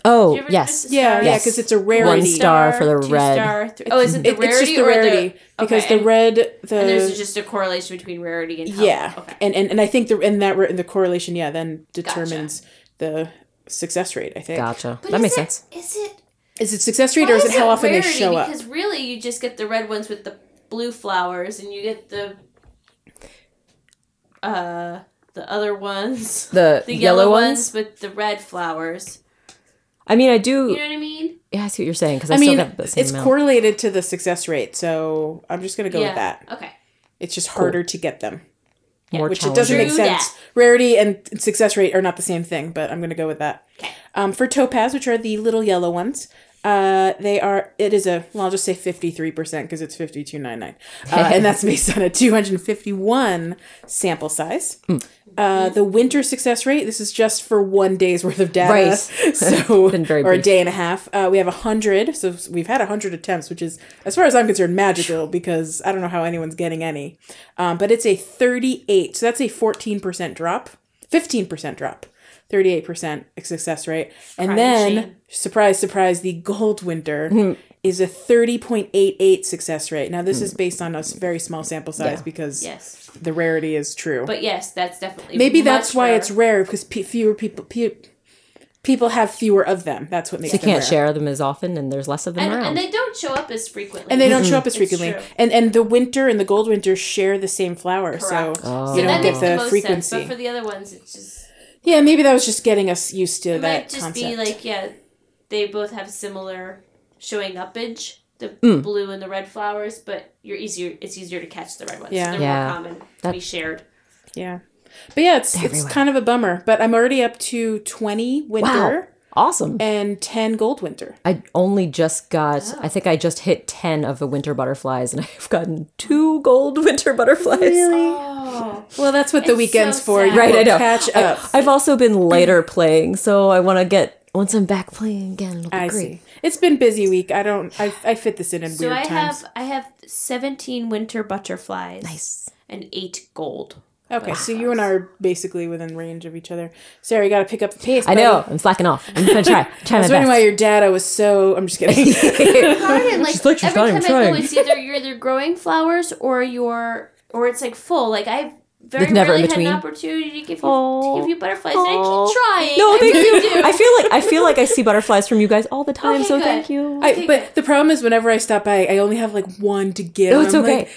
Speaker 2: oh
Speaker 3: Do you ever
Speaker 2: yes,
Speaker 3: notice the
Speaker 1: Yeah, yeah,
Speaker 3: stars?
Speaker 1: because it's a rarity.
Speaker 2: One star. for the
Speaker 3: two
Speaker 2: red.
Speaker 3: Star, three. Oh, is it the
Speaker 1: It-
Speaker 3: rarity
Speaker 1: it's just the
Speaker 3: or
Speaker 1: rarity because
Speaker 3: okay,
Speaker 1: the red the
Speaker 3: And there's just a correlation between rarity and health.
Speaker 1: Yeah,
Speaker 3: Okay.
Speaker 1: and, and and I think the and that re- the correlation, yeah, then determines the success rate. I think
Speaker 2: gotcha.
Speaker 3: But
Speaker 2: that
Speaker 3: is
Speaker 2: makes
Speaker 3: it-
Speaker 2: sense.
Speaker 3: Is it
Speaker 1: is it success rate or is it how often they show up?
Speaker 3: Because really, you just get the red ones with the blue flowers, and you get the uh the other ones,
Speaker 2: The,
Speaker 3: the
Speaker 2: yellow, ones.
Speaker 3: with the red flowers.
Speaker 2: I mean, I do.
Speaker 3: You know what I mean?
Speaker 2: yeah, I see what you're saying because I,
Speaker 1: I mean,
Speaker 2: still got the same
Speaker 1: it's
Speaker 2: amount.
Speaker 1: correlated to the success rate, so I'm just gonna go
Speaker 3: yeah.
Speaker 1: with that.
Speaker 3: Okay.
Speaker 1: It's just harder to get them,
Speaker 2: More
Speaker 1: which it doesn't make
Speaker 2: challenging.
Speaker 3: True
Speaker 1: sense.
Speaker 3: that.
Speaker 1: Rarity and success rate are not the same thing, but I'm gonna go with that. Um, for topaz, which are the little yellow ones. Uh, they are. It is a. Well, I'll just say fifty three percent because it's fifty two nine nine, uh, and that's based on a two hundred fifty one sample size.
Speaker 2: Hmm.
Speaker 1: Uh, the winter success rate. This is just for one day's worth of data,
Speaker 2: Right.
Speaker 1: so
Speaker 2: Been very
Speaker 1: or a
Speaker 2: brief.
Speaker 1: day and a half. Uh, we have hundred, so we've had hundred attempts, which is, as far as I'm concerned, magical because I don't know how anyone's getting any. Um, but it's a thirty eight, so that's a fourteen percent drop, fifteen percent drop, thirty eight percent success rate, and then
Speaker 3: shame.
Speaker 1: surprise, surprise, the gold winter. Is a 30.88 success rate. Now, this is
Speaker 2: Hmm.
Speaker 1: based on a s- very small sample size because
Speaker 3: Yes.
Speaker 1: the rarity is true.
Speaker 3: But yes, that's definitely
Speaker 1: Maybe
Speaker 3: much
Speaker 1: that's why
Speaker 3: rarer.
Speaker 1: it's rare because pe- fewer people pe- people have fewer of them. That's what makes
Speaker 2: You
Speaker 1: them
Speaker 2: can't
Speaker 1: rare.
Speaker 2: share them as often, and there's less of them
Speaker 3: and,
Speaker 2: around.
Speaker 3: and they don't show up as frequently. Mm-hmm.
Speaker 1: And they don't show up as
Speaker 3: It's
Speaker 1: frequently.
Speaker 3: true.
Speaker 1: And and the winter and the gold winter share the same flower,
Speaker 3: Correct.
Speaker 1: so
Speaker 2: Oh.
Speaker 1: you
Speaker 3: So
Speaker 1: don't
Speaker 3: that
Speaker 1: get
Speaker 3: makes the,
Speaker 1: the
Speaker 3: most
Speaker 1: frequency.
Speaker 3: sense. But for the other ones, it's just
Speaker 1: yeah, maybe that was just getting us used to
Speaker 3: it
Speaker 1: that
Speaker 3: might just
Speaker 1: concept.
Speaker 3: be like yeah they both have similar showing upage the
Speaker 2: Hmm.
Speaker 3: blue and the red flowers but you're easier it's easier to catch the red ones
Speaker 1: Yeah.
Speaker 3: they're
Speaker 2: Yeah.
Speaker 3: more common to
Speaker 2: That-
Speaker 3: be shared
Speaker 1: yeah. But yeah, it's it's
Speaker 2: everywhere.
Speaker 1: kind of a bummer. But I'm already up to twenty winter
Speaker 2: wow, awesome!
Speaker 1: and ten gold winter.
Speaker 2: I only just got.
Speaker 1: Oh.
Speaker 2: I think I just hit ten of the winter butterflies, and I've gotten two gold winter butterflies.
Speaker 3: oh
Speaker 1: Well, that's what the
Speaker 3: It's
Speaker 1: weekend's
Speaker 3: so
Speaker 1: for.
Speaker 3: sad.
Speaker 1: You
Speaker 2: Right,
Speaker 1: will
Speaker 2: I know.
Speaker 1: Catch
Speaker 2: I-
Speaker 1: up.
Speaker 2: I've also been later playing, so I want to get once I'm back playing again. It'll be
Speaker 1: I,
Speaker 2: great.
Speaker 1: see. It's been busy week. I don't. I, I fit this in in
Speaker 3: so
Speaker 1: weird
Speaker 3: i
Speaker 1: times.
Speaker 3: have i have 17 winter butterflies
Speaker 2: Nice.
Speaker 3: and eight gold
Speaker 1: Okay, so you and I are basically within range of each other. Sarah, you got to pick up the pace.
Speaker 2: I
Speaker 1: buddy.
Speaker 2: know. I'm slacking off. I'm gonna try.
Speaker 1: I
Speaker 2: Try my
Speaker 1: was wondering why
Speaker 2: best.
Speaker 1: your data was so. I'm just kidding.
Speaker 3: and like,
Speaker 2: like, she's
Speaker 3: every
Speaker 2: not even
Speaker 3: time I go
Speaker 2: trying.
Speaker 3: it's either you're either growing flowers or you're or it's like full like i've very
Speaker 2: Like, never in
Speaker 3: rarely had
Speaker 2: between?
Speaker 3: an opportunity to give you,
Speaker 2: Aw.
Speaker 3: to give you butterflies,
Speaker 2: Aw.
Speaker 3: and I keep trying.
Speaker 2: No,
Speaker 3: I
Speaker 2: thank
Speaker 3: really
Speaker 2: you.
Speaker 3: do.
Speaker 2: I feel like I feel like I see butterflies from you guys all the time.
Speaker 3: Okay,
Speaker 2: so
Speaker 3: good.
Speaker 2: thank you.
Speaker 1: I,
Speaker 3: Okay,
Speaker 1: but the problem is, whenever I stop by, I only have like one to give.
Speaker 2: No, Oh, it's
Speaker 1: I'm
Speaker 2: okay.
Speaker 1: Like,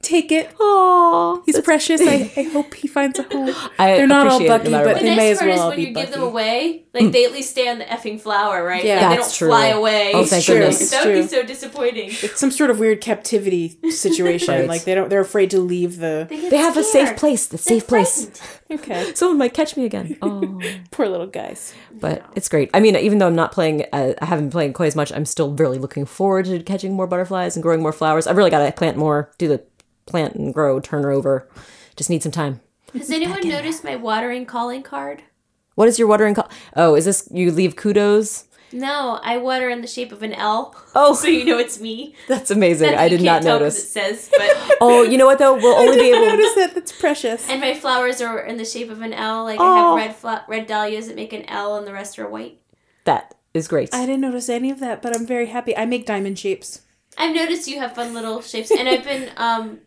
Speaker 1: Take it.
Speaker 2: Aw,
Speaker 1: He's
Speaker 2: that's-
Speaker 1: precious. I, I hope he finds a home.
Speaker 2: I
Speaker 1: They're not all
Speaker 2: appreciate
Speaker 1: Bucky,
Speaker 2: it no matter
Speaker 1: but
Speaker 2: what.
Speaker 3: the
Speaker 1: they
Speaker 3: nice
Speaker 1: may as
Speaker 3: part
Speaker 1: well
Speaker 3: is when
Speaker 1: be
Speaker 3: you give
Speaker 1: Bucky.
Speaker 3: them away, like they at least stay on the effing flower, right?
Speaker 1: Yeah.
Speaker 3: Like, they
Speaker 2: Hmm. That's
Speaker 3: don't
Speaker 2: true.
Speaker 3: fly away.
Speaker 2: Oh, thank
Speaker 1: It's true. goodness. It's
Speaker 3: That would
Speaker 1: true.
Speaker 3: be so disappointing.
Speaker 1: It's some sort of weird captivity situation.
Speaker 2: Right.
Speaker 1: Like they don't. They're afraid to leave the.
Speaker 3: get
Speaker 2: They have a safe
Speaker 3: scared.
Speaker 2: place. The
Speaker 3: They're
Speaker 2: safe place.
Speaker 3: frightened.
Speaker 1: Okay.
Speaker 2: Someone might catch me again. Oh,
Speaker 1: Poor little guys.
Speaker 2: but it's great. I mean, even though I'm not playing, uh, I haven't been playing quite as much. I'm still really looking forward to catching more butterflies and growing more flowers. I've really got to plant more, do the plant and grow, turn her over. Just need some time.
Speaker 3: Has anyone noticed my watering calling card?
Speaker 2: What is your watering call? Oh, is this you leave kudos?
Speaker 3: No, I water in the shape of an L.
Speaker 2: Oh.
Speaker 3: so you know it's me.
Speaker 2: That's amazing.
Speaker 3: That's-
Speaker 2: I
Speaker 3: you
Speaker 2: did not
Speaker 3: can't tell 'cause
Speaker 2: notice.
Speaker 3: It says, but
Speaker 2: Oh, you know what though? We'll only be able.
Speaker 1: Notice that. That's precious.
Speaker 3: and my flowers are in the shape of an L. Like
Speaker 2: Oh.
Speaker 3: I have red fla- red dahlias that make an L, and the rest are white.
Speaker 2: That is great.
Speaker 1: I didn't notice any of that, but I'm very happy. I make diamond shapes.
Speaker 3: I've noticed you have fun little shapes, and I've been um,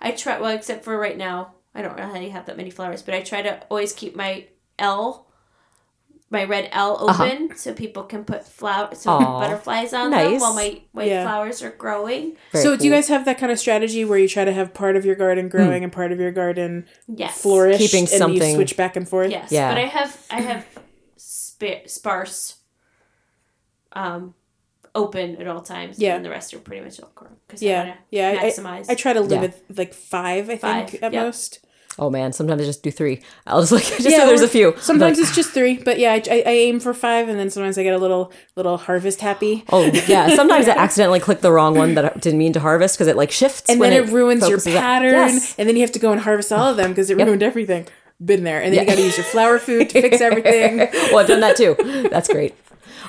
Speaker 3: I try well except for right now. I don't really have that many flowers, but I try to always keep my L, my red L open, so people can put flower, so
Speaker 2: Uh-huh. Aw,
Speaker 3: butterflies on them
Speaker 2: nice.
Speaker 3: while my white
Speaker 1: Yeah.
Speaker 3: flowers are growing.
Speaker 2: Very
Speaker 1: so, do you
Speaker 2: cool. Hmm.
Speaker 1: guys have that kind of strategy where you try to have part of your garden growing and part of your garden
Speaker 3: Yes,
Speaker 1: flourish,
Speaker 2: Keeping
Speaker 1: and
Speaker 2: something-
Speaker 1: you switch back and forth?
Speaker 3: Yes,
Speaker 2: Yeah.
Speaker 3: but I have I have spa- sparse, um, open at all times.
Speaker 1: Yeah.
Speaker 3: and the rest are pretty much all grown because I
Speaker 1: Yeah,
Speaker 3: want to
Speaker 1: yeah. I- I-
Speaker 3: maximize.
Speaker 1: I, try to
Speaker 2: Yeah.
Speaker 1: limit like five, I
Speaker 3: Five,
Speaker 1: think, at
Speaker 3: yeah.
Speaker 1: most.
Speaker 2: Oh man, sometimes I just do three. I'll just like just so
Speaker 1: or
Speaker 2: there's a few.
Speaker 1: Sometimes
Speaker 2: Like,
Speaker 1: it's just three, but yeah, I, I, I aim for five, and then sometimes I get a little little harvest happy,
Speaker 2: oh yeah. Sometimes I accidentally click the wrong one that I didn't mean to harvest because it like shifts
Speaker 1: and
Speaker 2: when
Speaker 1: then it, ruins your
Speaker 2: focuses out.
Speaker 1: pattern,
Speaker 2: Yes.
Speaker 1: and then you have to go and harvest all of them because it ruined everything. Been there, and then you
Speaker 2: Yeah.
Speaker 1: got to use your flower food to fix everything.
Speaker 2: well, I've done that too. That's great.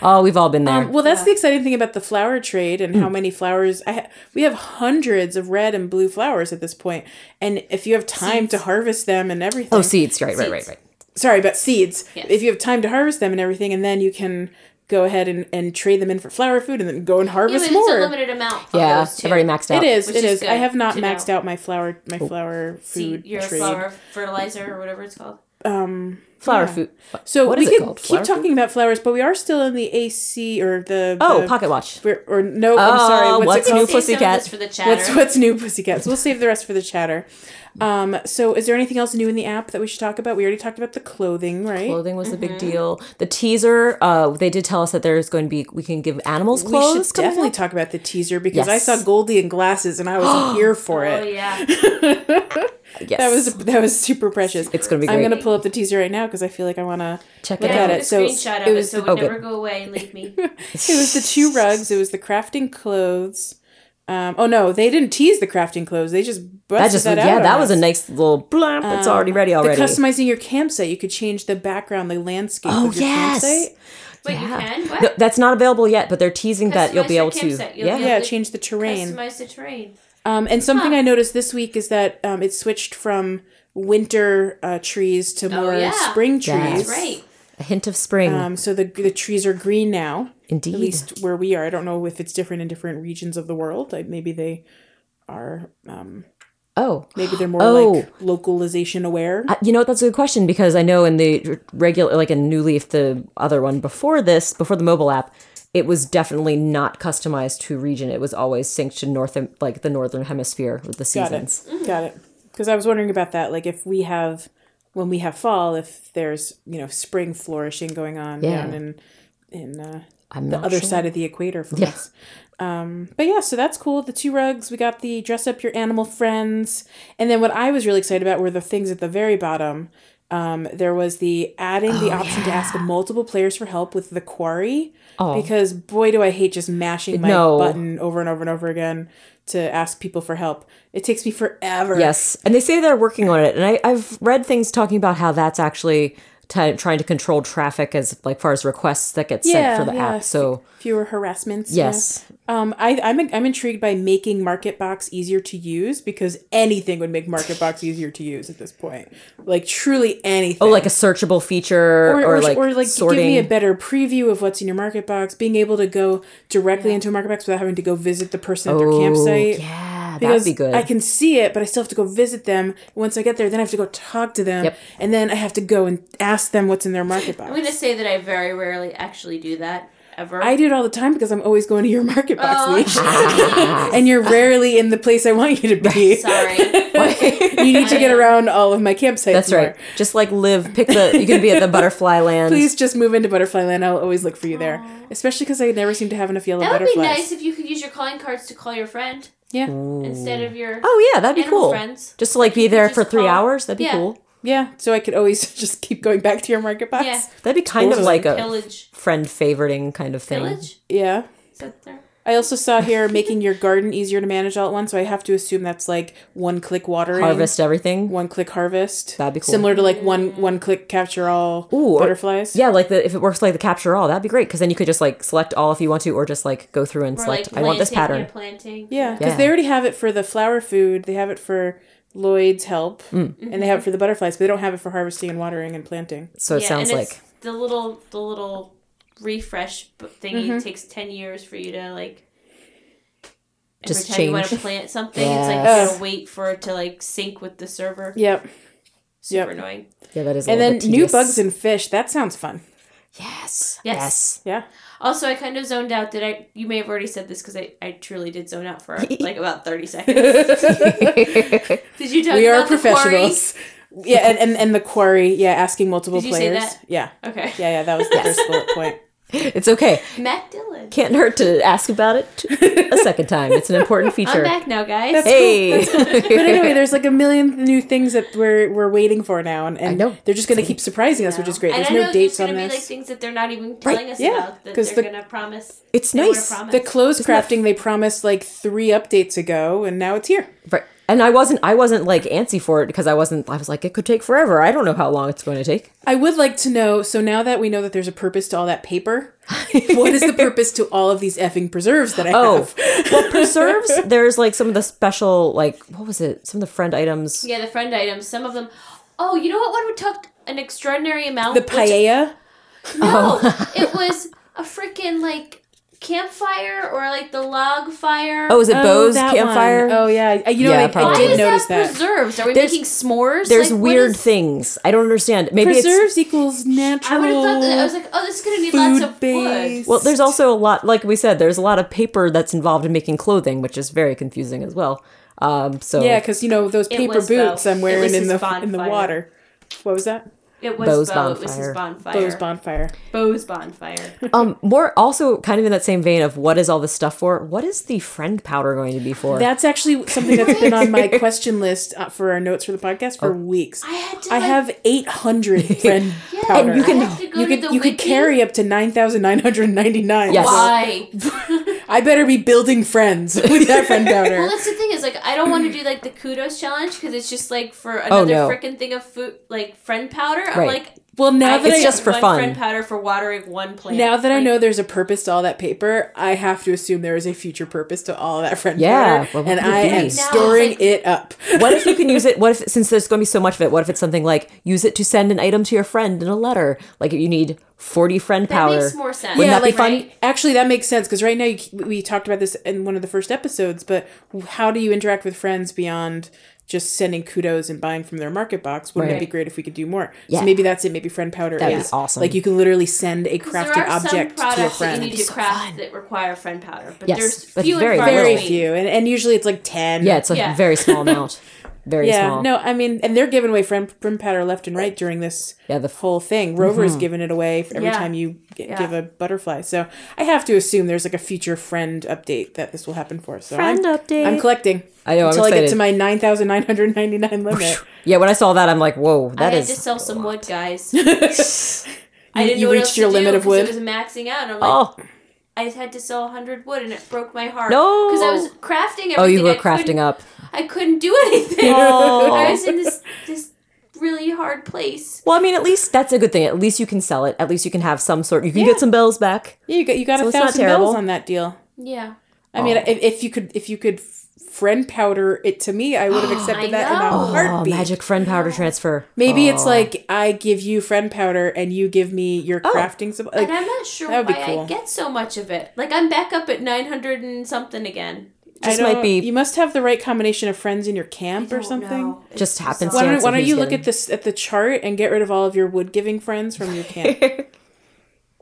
Speaker 2: Oh, we've all been there.
Speaker 1: Um, well, that's the exciting thing about the flower trade and
Speaker 2: Hmm.
Speaker 1: how many flowers I ha- we have hundreds of red and blue flowers at this point, and if you have time to harvest them and everything,
Speaker 2: oh, seeds. Right, right, right,
Speaker 3: Seeds.
Speaker 2: right.
Speaker 1: sorry about seeds
Speaker 3: Yes.
Speaker 1: if you have time to harvest them and everything and then you can go ahead and, and trade them in for flower food and then go and
Speaker 3: Yeah,
Speaker 1: harvest
Speaker 3: but it's a
Speaker 1: more
Speaker 3: limited amount. Of
Speaker 2: Yeah,
Speaker 3: those
Speaker 2: I've already
Speaker 3: too.
Speaker 2: maxed
Speaker 1: it
Speaker 2: out.
Speaker 1: is
Speaker 3: Which
Speaker 1: it
Speaker 3: is
Speaker 1: is i
Speaker 3: good
Speaker 1: have not
Speaker 3: to
Speaker 1: maxed
Speaker 3: know.
Speaker 1: out my flower my
Speaker 2: Oh.
Speaker 1: flower
Speaker 3: See,
Speaker 1: food
Speaker 3: your
Speaker 1: trade
Speaker 3: flower fertilizer or whatever it's called.
Speaker 1: um
Speaker 2: Flower
Speaker 1: yeah.
Speaker 2: food.
Speaker 1: so
Speaker 2: What
Speaker 1: we
Speaker 2: is it
Speaker 1: could
Speaker 2: called?
Speaker 1: keep
Speaker 2: Flower
Speaker 1: talking about flowers but we are still in the ac or the
Speaker 2: Oh,
Speaker 1: the-
Speaker 2: pocket watch.
Speaker 1: we're- or no i'm
Speaker 2: Oh,
Speaker 1: sorry what's,
Speaker 2: what's
Speaker 1: it called?
Speaker 2: new
Speaker 3: Save some of
Speaker 2: pussycat.
Speaker 3: this for the chatter.
Speaker 1: What's what's new, pussycats? We'll save the rest for the chatter. Um, so, is there anything else new in the app that we should talk about? We already talked about the clothing, right?
Speaker 2: Clothing was a big
Speaker 1: Mm-hmm.
Speaker 2: deal. The teaser. Uh, they did tell us that there's going to be we can give animals clothes.
Speaker 1: We should
Speaker 2: coming
Speaker 1: definitely
Speaker 2: up.
Speaker 1: talk about the teaser because
Speaker 2: Yes.
Speaker 1: I saw Goldie in glasses and I was here for
Speaker 3: oh
Speaker 1: it.
Speaker 3: yeah,
Speaker 2: Yes.
Speaker 1: That was that was super precious.
Speaker 2: It's gonna be
Speaker 1: I'm
Speaker 2: great.
Speaker 1: gonna pull up the teaser right now because I feel like I wanna.
Speaker 2: Check
Speaker 3: yeah.
Speaker 2: it
Speaker 1: Look
Speaker 3: I
Speaker 1: at
Speaker 2: out.
Speaker 3: have a
Speaker 1: it. So
Speaker 3: screenshot
Speaker 1: it
Speaker 3: of it,
Speaker 1: was-
Speaker 3: so it
Speaker 2: oh,
Speaker 3: would
Speaker 2: good.
Speaker 3: never go away and leave me.
Speaker 1: It was the two rugs. It was the crafting clothes. Um, oh no, they didn't tease the crafting clothes. They just busted
Speaker 2: That
Speaker 1: that,
Speaker 2: just
Speaker 1: out.
Speaker 2: yeah.
Speaker 1: on
Speaker 2: That was a
Speaker 1: us.
Speaker 2: nice little blimp. it's already ready
Speaker 1: Um, The
Speaker 2: already.
Speaker 1: customizing your campsite, you could change the background, the landscape
Speaker 2: Oh,
Speaker 1: of your
Speaker 2: yes.
Speaker 1: campsite.
Speaker 3: Wait, you can what?
Speaker 2: No, that's not available yet, but they're teasing that you'll
Speaker 3: Customize
Speaker 2: be
Speaker 3: your
Speaker 2: able to.
Speaker 3: campsite. You'll
Speaker 2: yeah.
Speaker 3: be able
Speaker 1: Yeah,
Speaker 3: the
Speaker 1: change the terrain.
Speaker 3: Customize the terrain.
Speaker 1: Um, and something I noticed this week is that um, it switched from winter uh, trees to more
Speaker 3: Oh, yeah.
Speaker 1: spring trees.
Speaker 2: That's
Speaker 3: That's right.
Speaker 2: A hint of spring,
Speaker 1: Um, so the the trees are green now,
Speaker 2: indeed.
Speaker 1: at least where we are. I don't know if it's different in different regions of the world. Like maybe they are. Um,
Speaker 2: oh,
Speaker 1: maybe they're more like localization aware.
Speaker 2: Uh, you know what? That's a good question because I know in the r- regular, like in New Leaf, the other one before this, before the mobile app, it was definitely not customized to region. It was always synced to north, like the northern hemisphere with the
Speaker 1: Got
Speaker 2: seasons.
Speaker 1: it. Got it. Because I was wondering about that. Like if we have when we have fall, if there's you know spring flourishing going on
Speaker 2: Yeah.
Speaker 1: down in in uh,
Speaker 2: I'm
Speaker 1: the
Speaker 2: not
Speaker 1: other
Speaker 2: sure.
Speaker 1: side of the equator from
Speaker 2: Yeah.
Speaker 1: us. Um, but yeah, so that's cool. The two rugs, we got the dress up your animal friends. And then what I was really excited about were the things at the very bottom. Um, there was the adding the option to ask multiple players for help with the quarry.
Speaker 2: Oh.
Speaker 1: Because boy, do I hate just mashing my
Speaker 2: No.
Speaker 1: button over and over and over again to ask people for help. It takes me forever.
Speaker 2: Yes, and they say they're working on it, and I, I've read things talking about how that's actually t- trying to control traffic as like far as requests that get
Speaker 1: Yeah,
Speaker 2: sent for the
Speaker 1: yeah.
Speaker 2: app. So
Speaker 1: Fewer harassments. you know?
Speaker 2: yes,
Speaker 1: Um, I, I'm I'm intrigued by making Market Box easier to use because anything would make Market Box easier to use at this point. Like truly anything.
Speaker 2: oh, like a searchable feature or, like sorting.
Speaker 1: give me a better preview of what's in your Market Box. Being able to go directly into a Market Box without having to go visit the person at their
Speaker 2: Oh,
Speaker 1: campsite.
Speaker 2: Yeah, That'd
Speaker 1: because
Speaker 2: be good.
Speaker 1: I can see it, but I still have to go visit them. Once I get there, then I have to go talk to them,
Speaker 2: Yep.
Speaker 1: and then I have to go and ask them what's in their market box.
Speaker 3: I'm gonna say that I very rarely actually do that ever.
Speaker 1: I do it all the time because I'm always going to your market box,
Speaker 3: Oh.
Speaker 1: Leash. and you're rarely in the place I want you to be.
Speaker 3: Sorry.
Speaker 1: you need to get around all of my campsites.
Speaker 2: That's
Speaker 1: more.
Speaker 2: right. Just like live, pick the. You can be at the butterfly land.
Speaker 1: Please just move into Butterfly Land. I'll always look for you there, especially because I never seem to have enough yellow
Speaker 3: that would be
Speaker 1: butterflies.
Speaker 3: nice if you could use your calling cards to call your friend
Speaker 1: Yeah,
Speaker 3: instead of your
Speaker 2: Oh yeah, that'd be
Speaker 3: animal
Speaker 2: cool.
Speaker 3: friends.
Speaker 2: Just to like be there
Speaker 3: just
Speaker 2: for three
Speaker 3: call.
Speaker 2: hours. That'd be
Speaker 3: Yeah.
Speaker 2: cool.
Speaker 1: yeah. So I could always just keep going back to your market box.
Speaker 3: Yeah.
Speaker 2: That'd be kind of
Speaker 1: Totally.
Speaker 2: like a
Speaker 3: Pillage.
Speaker 2: friend favoriting kind of thing.
Speaker 3: Pillage?
Speaker 1: Yeah.
Speaker 3: Is that there?
Speaker 1: I also saw here making your garden easier to manage all at once. So I have to assume that's like one click watering,
Speaker 2: Harvest everything.
Speaker 1: one click harvest.
Speaker 2: That'd be cool.
Speaker 1: Similar to like one one click capture all
Speaker 2: Ooh, or-
Speaker 1: butterflies.
Speaker 2: Yeah, like the, if it works like the capture all, that'd be great because then you could just like select all if you want to, or just like go through and
Speaker 3: Or
Speaker 2: select.
Speaker 3: like
Speaker 2: I want this
Speaker 3: planting,
Speaker 2: pattern.
Speaker 3: yeah, planting.
Speaker 1: Yeah, because
Speaker 2: Yeah.
Speaker 1: they already have it for the flower food. They have it for Lloyd's help,
Speaker 2: Mm.
Speaker 1: and they have
Speaker 3: Mm-hmm.
Speaker 1: it for the butterflies, but they don't have it for harvesting and watering and planting.
Speaker 2: So it
Speaker 3: Yeah,
Speaker 2: sounds
Speaker 3: and
Speaker 2: like
Speaker 3: it's the little the little refresh b- thingy
Speaker 1: Mm-hmm.
Speaker 3: takes ten years for you to like. Every
Speaker 2: Just
Speaker 3: time you want to
Speaker 2: change.
Speaker 3: plant something, it's like you
Speaker 1: Yes.
Speaker 3: gotta wait for it to like sync with the server.
Speaker 1: Yep.
Speaker 3: Super
Speaker 1: Yep.
Speaker 3: annoying.
Speaker 2: yeah, that is. A
Speaker 1: And
Speaker 2: little
Speaker 1: then
Speaker 2: bit
Speaker 1: new
Speaker 2: tedious.
Speaker 1: bugs and fish. That sounds fun.
Speaker 2: Yes.
Speaker 3: Yes.
Speaker 2: Yes.
Speaker 1: Yeah.
Speaker 3: Also, I kind of zoned out. Did I? You may have already said this because I, I truly did zone out for like about thirty seconds. Did you talk
Speaker 1: we
Speaker 3: about
Speaker 1: are professionals. Yeah, and, and, and the quarry. Yeah, asking multiple
Speaker 3: Did you say
Speaker 1: players.
Speaker 3: that?
Speaker 1: Yeah.
Speaker 3: The quarry? Okay.
Speaker 1: Yeah, yeah, that was the first bullet point.
Speaker 2: it's okay.
Speaker 3: Matt Dillon.
Speaker 2: Can't hurt to ask about it a second time. It's an important
Speaker 3: I'm
Speaker 2: feature.
Speaker 3: back now, guys.
Speaker 2: Hey.
Speaker 1: But anyway, there's like a million new things that we're we're waiting for now, and, and
Speaker 2: know.
Speaker 1: they're just going to keep surprising us, which is great.
Speaker 3: And
Speaker 1: There's
Speaker 3: I know
Speaker 1: no dates
Speaker 3: there's
Speaker 1: on
Speaker 3: gonna be like
Speaker 1: this.
Speaker 3: things that they're not even telling us
Speaker 1: yeah,
Speaker 3: about that
Speaker 1: 'cause
Speaker 3: they're
Speaker 1: the-
Speaker 3: gonna promise.
Speaker 2: it's
Speaker 3: they wanna
Speaker 2: nice.
Speaker 3: promise.
Speaker 1: the clothes
Speaker 2: that-
Speaker 1: crafting they promised like three updates ago, and now it's here.
Speaker 2: Right. And I wasn't. I wasn't like antsy for it because I wasn't. I was like, it could take forever. I don't know how long it's going to take.
Speaker 1: I would like to know. So now that we know that there's a purpose to all that paper, what is the purpose to all of these effing preserves that I
Speaker 2: Oh,
Speaker 1: have?
Speaker 2: well, preserves. There's like some of the special, like what was it? Some of the friend items.
Speaker 3: Yeah, the friend items. Some of them. Oh, you know what? One we talked an extraordinary amount.
Speaker 1: The Oh.
Speaker 3: which-
Speaker 1: paella.
Speaker 3: No, it was a freaking like campfire or like the log fire.
Speaker 2: Oh, is it Bo's
Speaker 1: that one.
Speaker 2: campfire?
Speaker 1: Oh yeah, I- you know
Speaker 2: Yeah,
Speaker 1: what? I- I,
Speaker 2: probably.
Speaker 3: Why
Speaker 1: did
Speaker 3: is
Speaker 1: notice
Speaker 3: that
Speaker 1: that.
Speaker 3: preserves? Are we
Speaker 2: There's-
Speaker 3: making s'mores?
Speaker 2: There's
Speaker 3: Like, what
Speaker 2: weird
Speaker 3: is-
Speaker 2: things. I don't understand. Maybe it's
Speaker 1: Preserves equals natural.
Speaker 3: I would have thought that I was like, oh, this is gonna need lots of wood.
Speaker 1: food-based.
Speaker 2: well. There's also a lot, like we said, there's a lot of paper that's involved in making clothing, which is very confusing as well. Um, so
Speaker 1: Yeah, because you know those paper
Speaker 3: was
Speaker 1: boots
Speaker 3: Bo.
Speaker 1: I'm
Speaker 3: It
Speaker 1: wearing
Speaker 3: was
Speaker 1: in
Speaker 3: his
Speaker 1: the in the
Speaker 3: bonfire.
Speaker 1: water. What was that?
Speaker 3: It was
Speaker 2: Bo's
Speaker 3: Bo. It was his bonfire.
Speaker 1: Bo's bonfire.
Speaker 3: Bo's bonfire.
Speaker 2: um, more also kind of in that same vein of what is all this stuff for? What is the friend powder going to be for?
Speaker 1: That's actually something that's been on my question list uh, for our notes for the podcast
Speaker 2: Oh.
Speaker 1: for weeks.
Speaker 3: I had to.
Speaker 1: I
Speaker 3: like,
Speaker 1: have 800 friend
Speaker 3: Yeah,
Speaker 1: powder.
Speaker 2: And you can-
Speaker 3: I had to go
Speaker 1: you
Speaker 3: to
Speaker 1: could
Speaker 3: the
Speaker 1: you could
Speaker 3: wiki.
Speaker 1: carry up to nine thousand nine hundred ninety nine.
Speaker 2: Yes.
Speaker 3: Why?
Speaker 1: I better be building friends with that friend powder.
Speaker 3: Well, that's the thing is like I don't want to do like the kudos challenge because it's just like for
Speaker 1: Oh,
Speaker 3: another
Speaker 2: no.
Speaker 3: frickin' thing of food like friend powder. I'm
Speaker 2: Right.
Speaker 3: like
Speaker 1: Well, now
Speaker 3: I
Speaker 1: that
Speaker 2: It's
Speaker 1: I
Speaker 2: just for
Speaker 3: one
Speaker 2: fun.
Speaker 3: Friend powder for watering one plant.
Speaker 1: now that I
Speaker 3: Like,
Speaker 1: know there's a purpose to all that paper, I have to assume there is a future purpose to all that friend
Speaker 2: Yeah,
Speaker 1: powder,
Speaker 2: well, what
Speaker 1: and
Speaker 2: could it
Speaker 1: I am
Speaker 2: be?
Speaker 3: Now,
Speaker 1: storing
Speaker 3: like-
Speaker 1: it up.
Speaker 2: what if you can use it? What if since there's going to be so much of it? What if it's something like use it to send an item to your friend in a letter? Like you need forty friend
Speaker 3: that
Speaker 2: powder.
Speaker 3: makes more sense.
Speaker 2: Wouldn't
Speaker 1: Yeah,
Speaker 2: that be
Speaker 1: like-
Speaker 2: fun?
Speaker 3: right?
Speaker 1: Actually, that makes sense because right now you, we talked about this in one of the first episodes. But how do you interact with friends beyond just sending kudos and buying from their market box? Wouldn't
Speaker 2: Right.
Speaker 1: it be great if we could do more?
Speaker 2: Yeah.
Speaker 1: So maybe that's it. Maybe friend powder
Speaker 2: That'd be
Speaker 1: is
Speaker 2: awesome.
Speaker 1: Like you can literally send a
Speaker 3: 'Cause
Speaker 1: crafted object to a
Speaker 3: that
Speaker 1: friend.
Speaker 3: you need to craft that require friend powder, but
Speaker 2: Yes,
Speaker 3: there's
Speaker 2: but
Speaker 3: few
Speaker 2: very
Speaker 3: and far
Speaker 2: little.
Speaker 1: Very
Speaker 3: between.
Speaker 1: few, and, and usually it's like ten.
Speaker 2: Yeah, it's a
Speaker 3: Yeah.
Speaker 2: very small amount. Very
Speaker 1: yeah.
Speaker 2: small.
Speaker 1: No, I mean, and they're giving away friend friend powder left and right during this
Speaker 2: Yeah, the Mm-hmm.
Speaker 1: whole thing. Rover is giving it away for every
Speaker 3: Yeah.
Speaker 1: time you g-
Speaker 3: Yeah.
Speaker 1: give a butterfly. So I have to assume there's like a future friend update that this will happen for. So
Speaker 2: Friend
Speaker 1: I'm,
Speaker 2: update.
Speaker 1: I'm collecting.
Speaker 2: I know, I'm
Speaker 1: until I get to
Speaker 2: excited.
Speaker 1: my nine thousand nine hundred ninety nine limit.
Speaker 2: Yeah, when I saw that, I'm like, whoa,
Speaker 3: I
Speaker 2: that
Speaker 3: had
Speaker 2: is.
Speaker 3: to sell some wood, guys. I
Speaker 1: You-
Speaker 3: didn't
Speaker 1: you
Speaker 3: know what
Speaker 1: reached
Speaker 3: else
Speaker 1: your
Speaker 3: to
Speaker 1: limit
Speaker 3: do
Speaker 1: of
Speaker 3: 'cause
Speaker 1: wood?
Speaker 3: It was maxing out. I'm like,
Speaker 2: Oh,
Speaker 3: I had to sell 100 wood, and it broke my heart.
Speaker 2: No.
Speaker 3: because I was crafting. Everything.
Speaker 2: oh, you were
Speaker 3: I couldn't-
Speaker 2: crafting up.
Speaker 3: I couldn't do anything.
Speaker 2: Oh.
Speaker 3: I was in this this really hard place.
Speaker 2: Well, I mean, at least that's a good thing. At least you can sell it. At least you can have some sort. You can get some bells back.
Speaker 1: Yeah, you got you got
Speaker 2: So
Speaker 1: a
Speaker 2: it's not
Speaker 1: thousand bells
Speaker 2: terrible. Oh.
Speaker 1: on that deal.
Speaker 3: Yeah.
Speaker 1: I mean, if, if you could, if you could friend powder it to me, I would have
Speaker 3: I
Speaker 1: accepted that in a
Speaker 3: know.
Speaker 2: Oh,
Speaker 1: heartbeat.
Speaker 2: magic friend powder transfer. Oh.
Speaker 1: Maybe it's like I give you friend powder and you give me your crafting. supp- like,
Speaker 3: Oh, And I'm not sure
Speaker 1: that
Speaker 3: why
Speaker 1: would be cool.
Speaker 3: I get so much of it. Like I'm back up at 900 and something again.
Speaker 1: I
Speaker 2: Just might
Speaker 1: don't-
Speaker 2: be-
Speaker 1: You must have the right combination of friends in your camp or something.
Speaker 2: Just happens.
Speaker 1: Why don't, why don't
Speaker 2: who's
Speaker 1: you look at
Speaker 2: getting-
Speaker 1: this at the chart and get rid of all of your wood giving friends from your camp?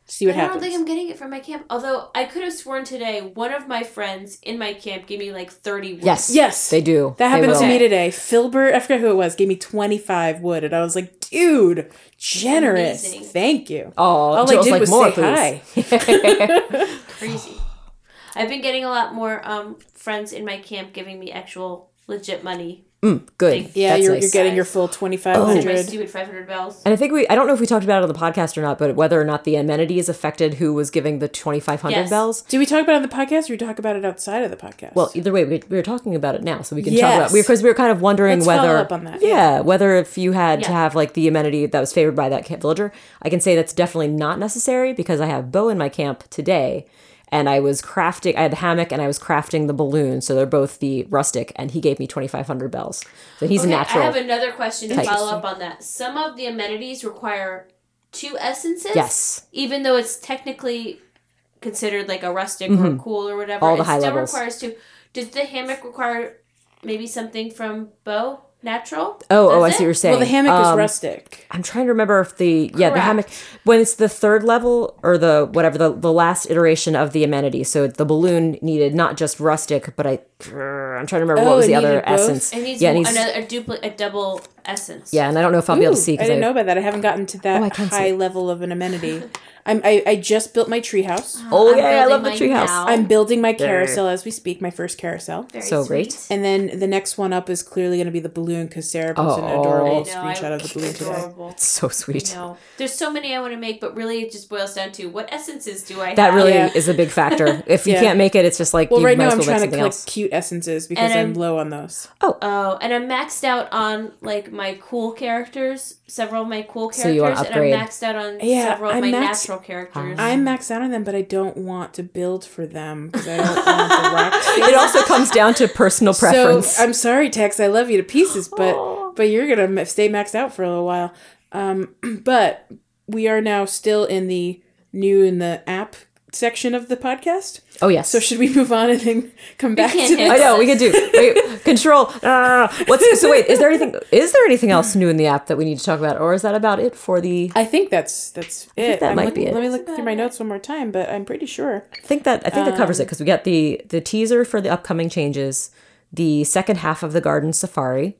Speaker 1: See what
Speaker 3: I don't
Speaker 1: happens.
Speaker 3: think I'm getting it from my camp. Although I could have sworn today one of my friends in my camp gave me like 30 words.
Speaker 2: Yes.
Speaker 1: Yes.
Speaker 2: They do.
Speaker 1: that happened to
Speaker 2: will.
Speaker 1: me today. Filbert, I forgot who it was, gave me 25 wood, and I was like, dude, generous.
Speaker 3: Amazing.
Speaker 1: Thank you.
Speaker 2: Oh,
Speaker 1: all I
Speaker 2: Joel's
Speaker 1: did
Speaker 2: like,
Speaker 1: was
Speaker 2: more,
Speaker 1: say hi.
Speaker 2: please.
Speaker 3: Crazy. I've been getting a lot more um, friends in my camp giving me actual legit money.
Speaker 2: Mm, Good.
Speaker 1: Yeah,
Speaker 2: That's
Speaker 1: you're,
Speaker 2: nice. Oh.
Speaker 1: you're getting your full
Speaker 3: Instead of My
Speaker 1: 2,500.
Speaker 3: stupid 500 bells.
Speaker 2: And I think we, I don't know if we talked about it on the podcast or not, but whether or not the amenities affected who was giving the 2,500
Speaker 3: Yes.
Speaker 2: bells.
Speaker 1: Do we talk about it on the podcast or we talk about it outside of the podcast?
Speaker 2: Well, either way, we, we were talking about it now, so we can talk about
Speaker 1: Yes.
Speaker 2: it. Because we were kind of wondering
Speaker 1: Let's
Speaker 2: whether.
Speaker 1: follow up on that,
Speaker 2: Yeah, whether if you had to
Speaker 3: Yeah.
Speaker 2: have like the amenity that was favored by that camp villager. I can say that's definitely not necessary because I have Bo in my camp today. And I was crafting, I had the hammock and I was crafting the balloon. So they're both the rustic, and he gave me 2,500 bells. So he's
Speaker 3: Okay,
Speaker 2: a natural.
Speaker 3: I have another question to
Speaker 2: Type.
Speaker 3: follow up on that. Some of the amenities require two essences.
Speaker 2: Yes.
Speaker 3: Even though it's technically considered like a rustic or cool or whatever,
Speaker 2: Mm-hmm. All the
Speaker 3: it
Speaker 2: high
Speaker 3: still
Speaker 2: levels.
Speaker 3: requires two. Does the hammock require maybe something from Bo natural?
Speaker 2: oh, oh, I
Speaker 3: Does
Speaker 2: see what
Speaker 3: it?
Speaker 2: you're saying.
Speaker 1: well, the hammock is
Speaker 2: Um,
Speaker 1: rustic.
Speaker 2: I'm trying to remember if the yeah the
Speaker 3: Correct.
Speaker 2: hammock when it's the third level or the whatever the, the last iteration of the amenity. So the balloon needed not just rustic, but I I'm trying to remember
Speaker 1: Oh,
Speaker 2: what was
Speaker 1: it
Speaker 2: the other
Speaker 1: needed both?
Speaker 2: essence.
Speaker 3: It needs
Speaker 2: yeah,
Speaker 3: mo-
Speaker 2: needs-
Speaker 3: another a dupli- a double essence.
Speaker 2: yeah, and I don't know if I'll be able to
Speaker 1: Ooh,
Speaker 2: see
Speaker 1: I
Speaker 2: because I,
Speaker 1: didn't know about that. I haven't gotten to
Speaker 2: Oh, I
Speaker 1: that
Speaker 2: can see.
Speaker 1: high level of an amenity. I'm, I, I just built my treehouse.
Speaker 2: oh
Speaker 3: I'm
Speaker 2: yeah, I
Speaker 3: building
Speaker 2: love the
Speaker 3: mine
Speaker 2: treehouse.
Speaker 3: now.
Speaker 1: I'm building my carousel as we speak, my first carousel.
Speaker 3: Very
Speaker 2: So great.
Speaker 3: sweet.
Speaker 1: And then the next one up is clearly going to be the balloon because Sarah posted an
Speaker 2: Oh.
Speaker 3: I
Speaker 1: adorable
Speaker 3: know, I-
Speaker 1: screenshot of the balloon today.
Speaker 3: adorable.
Speaker 2: So sweet.
Speaker 3: No, there's so many I want to make, but really it just boils down to what essences do I
Speaker 2: That
Speaker 3: have?
Speaker 2: really
Speaker 1: Yeah.
Speaker 2: is a big factor. If you
Speaker 1: Yeah.
Speaker 2: can't make it, it's just like
Speaker 1: Well,
Speaker 2: you
Speaker 1: right
Speaker 2: might
Speaker 1: now
Speaker 2: as
Speaker 1: I'm
Speaker 2: well make
Speaker 1: trying to
Speaker 2: something
Speaker 1: collect
Speaker 2: else.
Speaker 1: cute essences because
Speaker 3: And
Speaker 1: I'm
Speaker 3: I'm-
Speaker 1: low on those.
Speaker 3: Oh, and I'm maxed out on like my cool characters, several of my cool characters,
Speaker 2: So you wanna upgrade.
Speaker 3: and I'm maxed out on
Speaker 1: Yeah,
Speaker 3: several of
Speaker 1: I'm
Speaker 3: my
Speaker 1: maxed-
Speaker 3: natural characters.
Speaker 1: I'm maxed out on them, but I don't want to build for them because I don't want the rock. to-
Speaker 2: It also comes down to personal preference.
Speaker 1: So I'm sorry, Tex. I love you to pieces, but but you're gonna ma- stay maxed out for a little while. Um, but we are now still in the new in the app section of the podcast.
Speaker 2: oh yes.
Speaker 1: So should we move on and then come back
Speaker 3: can't
Speaker 1: to this?
Speaker 2: I know we can do wait, control. Ah, what's so? Wait, is there anything? Is there anything else new in the app that we need to talk about, or is that about it for the?
Speaker 1: I think that's that's it.
Speaker 2: that
Speaker 1: I'm
Speaker 2: might
Speaker 1: looking-
Speaker 2: be it.
Speaker 1: Let me look through my notes one more time, but I'm pretty sure.
Speaker 2: I think that I think that covers it because we got the the teaser for the upcoming changes, the second half of the garden safari,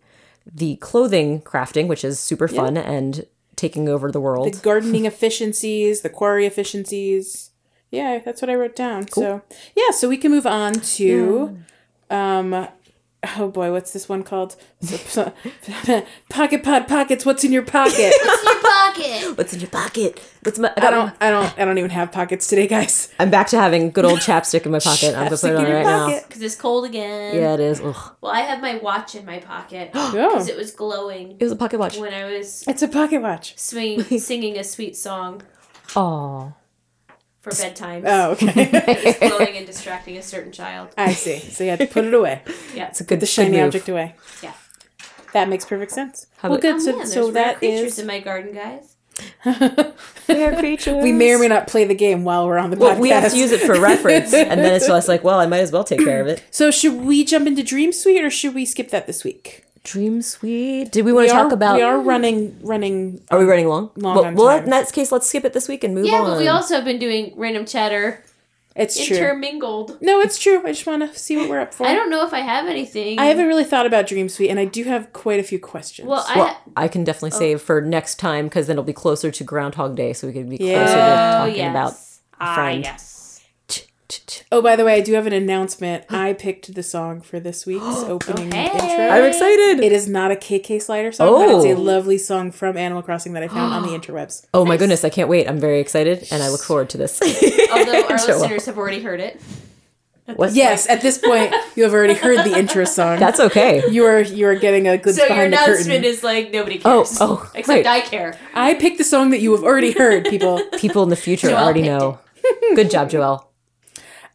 Speaker 2: the clothing crafting, which is super fun and taking over the
Speaker 1: The
Speaker 2: world.
Speaker 1: gardening efficiencies, the quarry efficiencies. Yeah, that's what I wrote down. So yeah, so we can move on to, um, oh boy, what's this one called? pocket pod pockets. What's in your pocket?
Speaker 3: pocket.
Speaker 2: What's in your pocket? What's my? I
Speaker 1: I
Speaker 2: got,
Speaker 1: don't. I don't. I don't even have pockets today, guys.
Speaker 2: I'm back to having good old chapstick in my pocket. I'm gonna put
Speaker 1: Stick
Speaker 2: it
Speaker 1: in
Speaker 2: on
Speaker 1: your
Speaker 2: right
Speaker 1: pocket.
Speaker 3: Because it's cold again.
Speaker 2: now. Yeah, it is. Ugh.
Speaker 3: Well, I have my watch in my pocket
Speaker 1: Oh,
Speaker 3: because it was glowing
Speaker 2: It was a pocket watch.
Speaker 3: when I was
Speaker 1: it's a pocket watch.
Speaker 3: swinging, singing a sweet song
Speaker 2: Oh,
Speaker 3: for bedtime.
Speaker 1: Oh, okay.
Speaker 3: It was glowing and distracting a certain child.
Speaker 1: I see. So you had to put it away.
Speaker 3: Yeah.
Speaker 2: it's a good
Speaker 1: The
Speaker 2: good
Speaker 1: shiny
Speaker 2: move.
Speaker 1: object away.
Speaker 3: Yeah.
Speaker 1: That makes perfect sense. well,
Speaker 2: about-
Speaker 1: good.
Speaker 3: Oh,
Speaker 1: so
Speaker 3: man,
Speaker 1: so
Speaker 3: there's rare
Speaker 1: that
Speaker 3: creatures
Speaker 1: is
Speaker 3: in my garden, guys.
Speaker 2: Rare creatures.
Speaker 1: We may or may not play the game while we're on the
Speaker 2: Well,
Speaker 1: podcast.
Speaker 2: we have to use it for reference, and then it's just like, well, I might as well take care of it.
Speaker 1: so should we jump into Dream Suite or should we skip that this week?
Speaker 2: Dream Suite. Did we want to
Speaker 1: are,
Speaker 2: talk about?
Speaker 1: we are running running
Speaker 2: are we running long?
Speaker 1: Long
Speaker 2: well,
Speaker 1: on
Speaker 2: well,
Speaker 1: time.
Speaker 2: in that case, let's skip it this week and move
Speaker 3: Yeah,
Speaker 2: on.
Speaker 3: but we also have been doing random chatter,
Speaker 1: it's true.
Speaker 3: intermingled.
Speaker 1: no, it's true. I just want to see what we're up for.
Speaker 3: I don't know if I have anything.
Speaker 1: I haven't really thought about Dream Suite and I do have quite a few questions.
Speaker 3: Well, I. Oh.
Speaker 2: Well, I can definitely save for next time because then it'll be closer to Groundhog Day, so we could be closer
Speaker 1: Yeah.
Speaker 3: Oh,
Speaker 2: to talking about. friend.
Speaker 3: Ah, yes.
Speaker 2: Ch- ch- ch-
Speaker 1: oh, by the way, I do have an announcement. I picked the song for this week's opening
Speaker 3: Okay.
Speaker 1: intro.
Speaker 2: I'm excited.
Speaker 1: It is not a KK Slider song, but it's a
Speaker 2: Oh.
Speaker 1: lovely song from Animal Crossing that I found on the interwebs.
Speaker 2: oh my goodness, I can't wait! I'm very excited, and I look forward to this.
Speaker 3: Although our
Speaker 2: Joel.
Speaker 3: listeners have already heard it.
Speaker 2: What?
Speaker 1: Yes, at this point, you have already heard the intro song.
Speaker 2: that's okay.
Speaker 1: you are you are getting a good
Speaker 3: So your
Speaker 1: behind the curtain.
Speaker 3: announcement is like nobody cares.
Speaker 2: oh, right.
Speaker 3: Except I care.
Speaker 1: I picked the song that you have already heard, people.
Speaker 2: People in the future
Speaker 3: Joelle
Speaker 2: already
Speaker 3: picked
Speaker 2: know. Good job, Joel.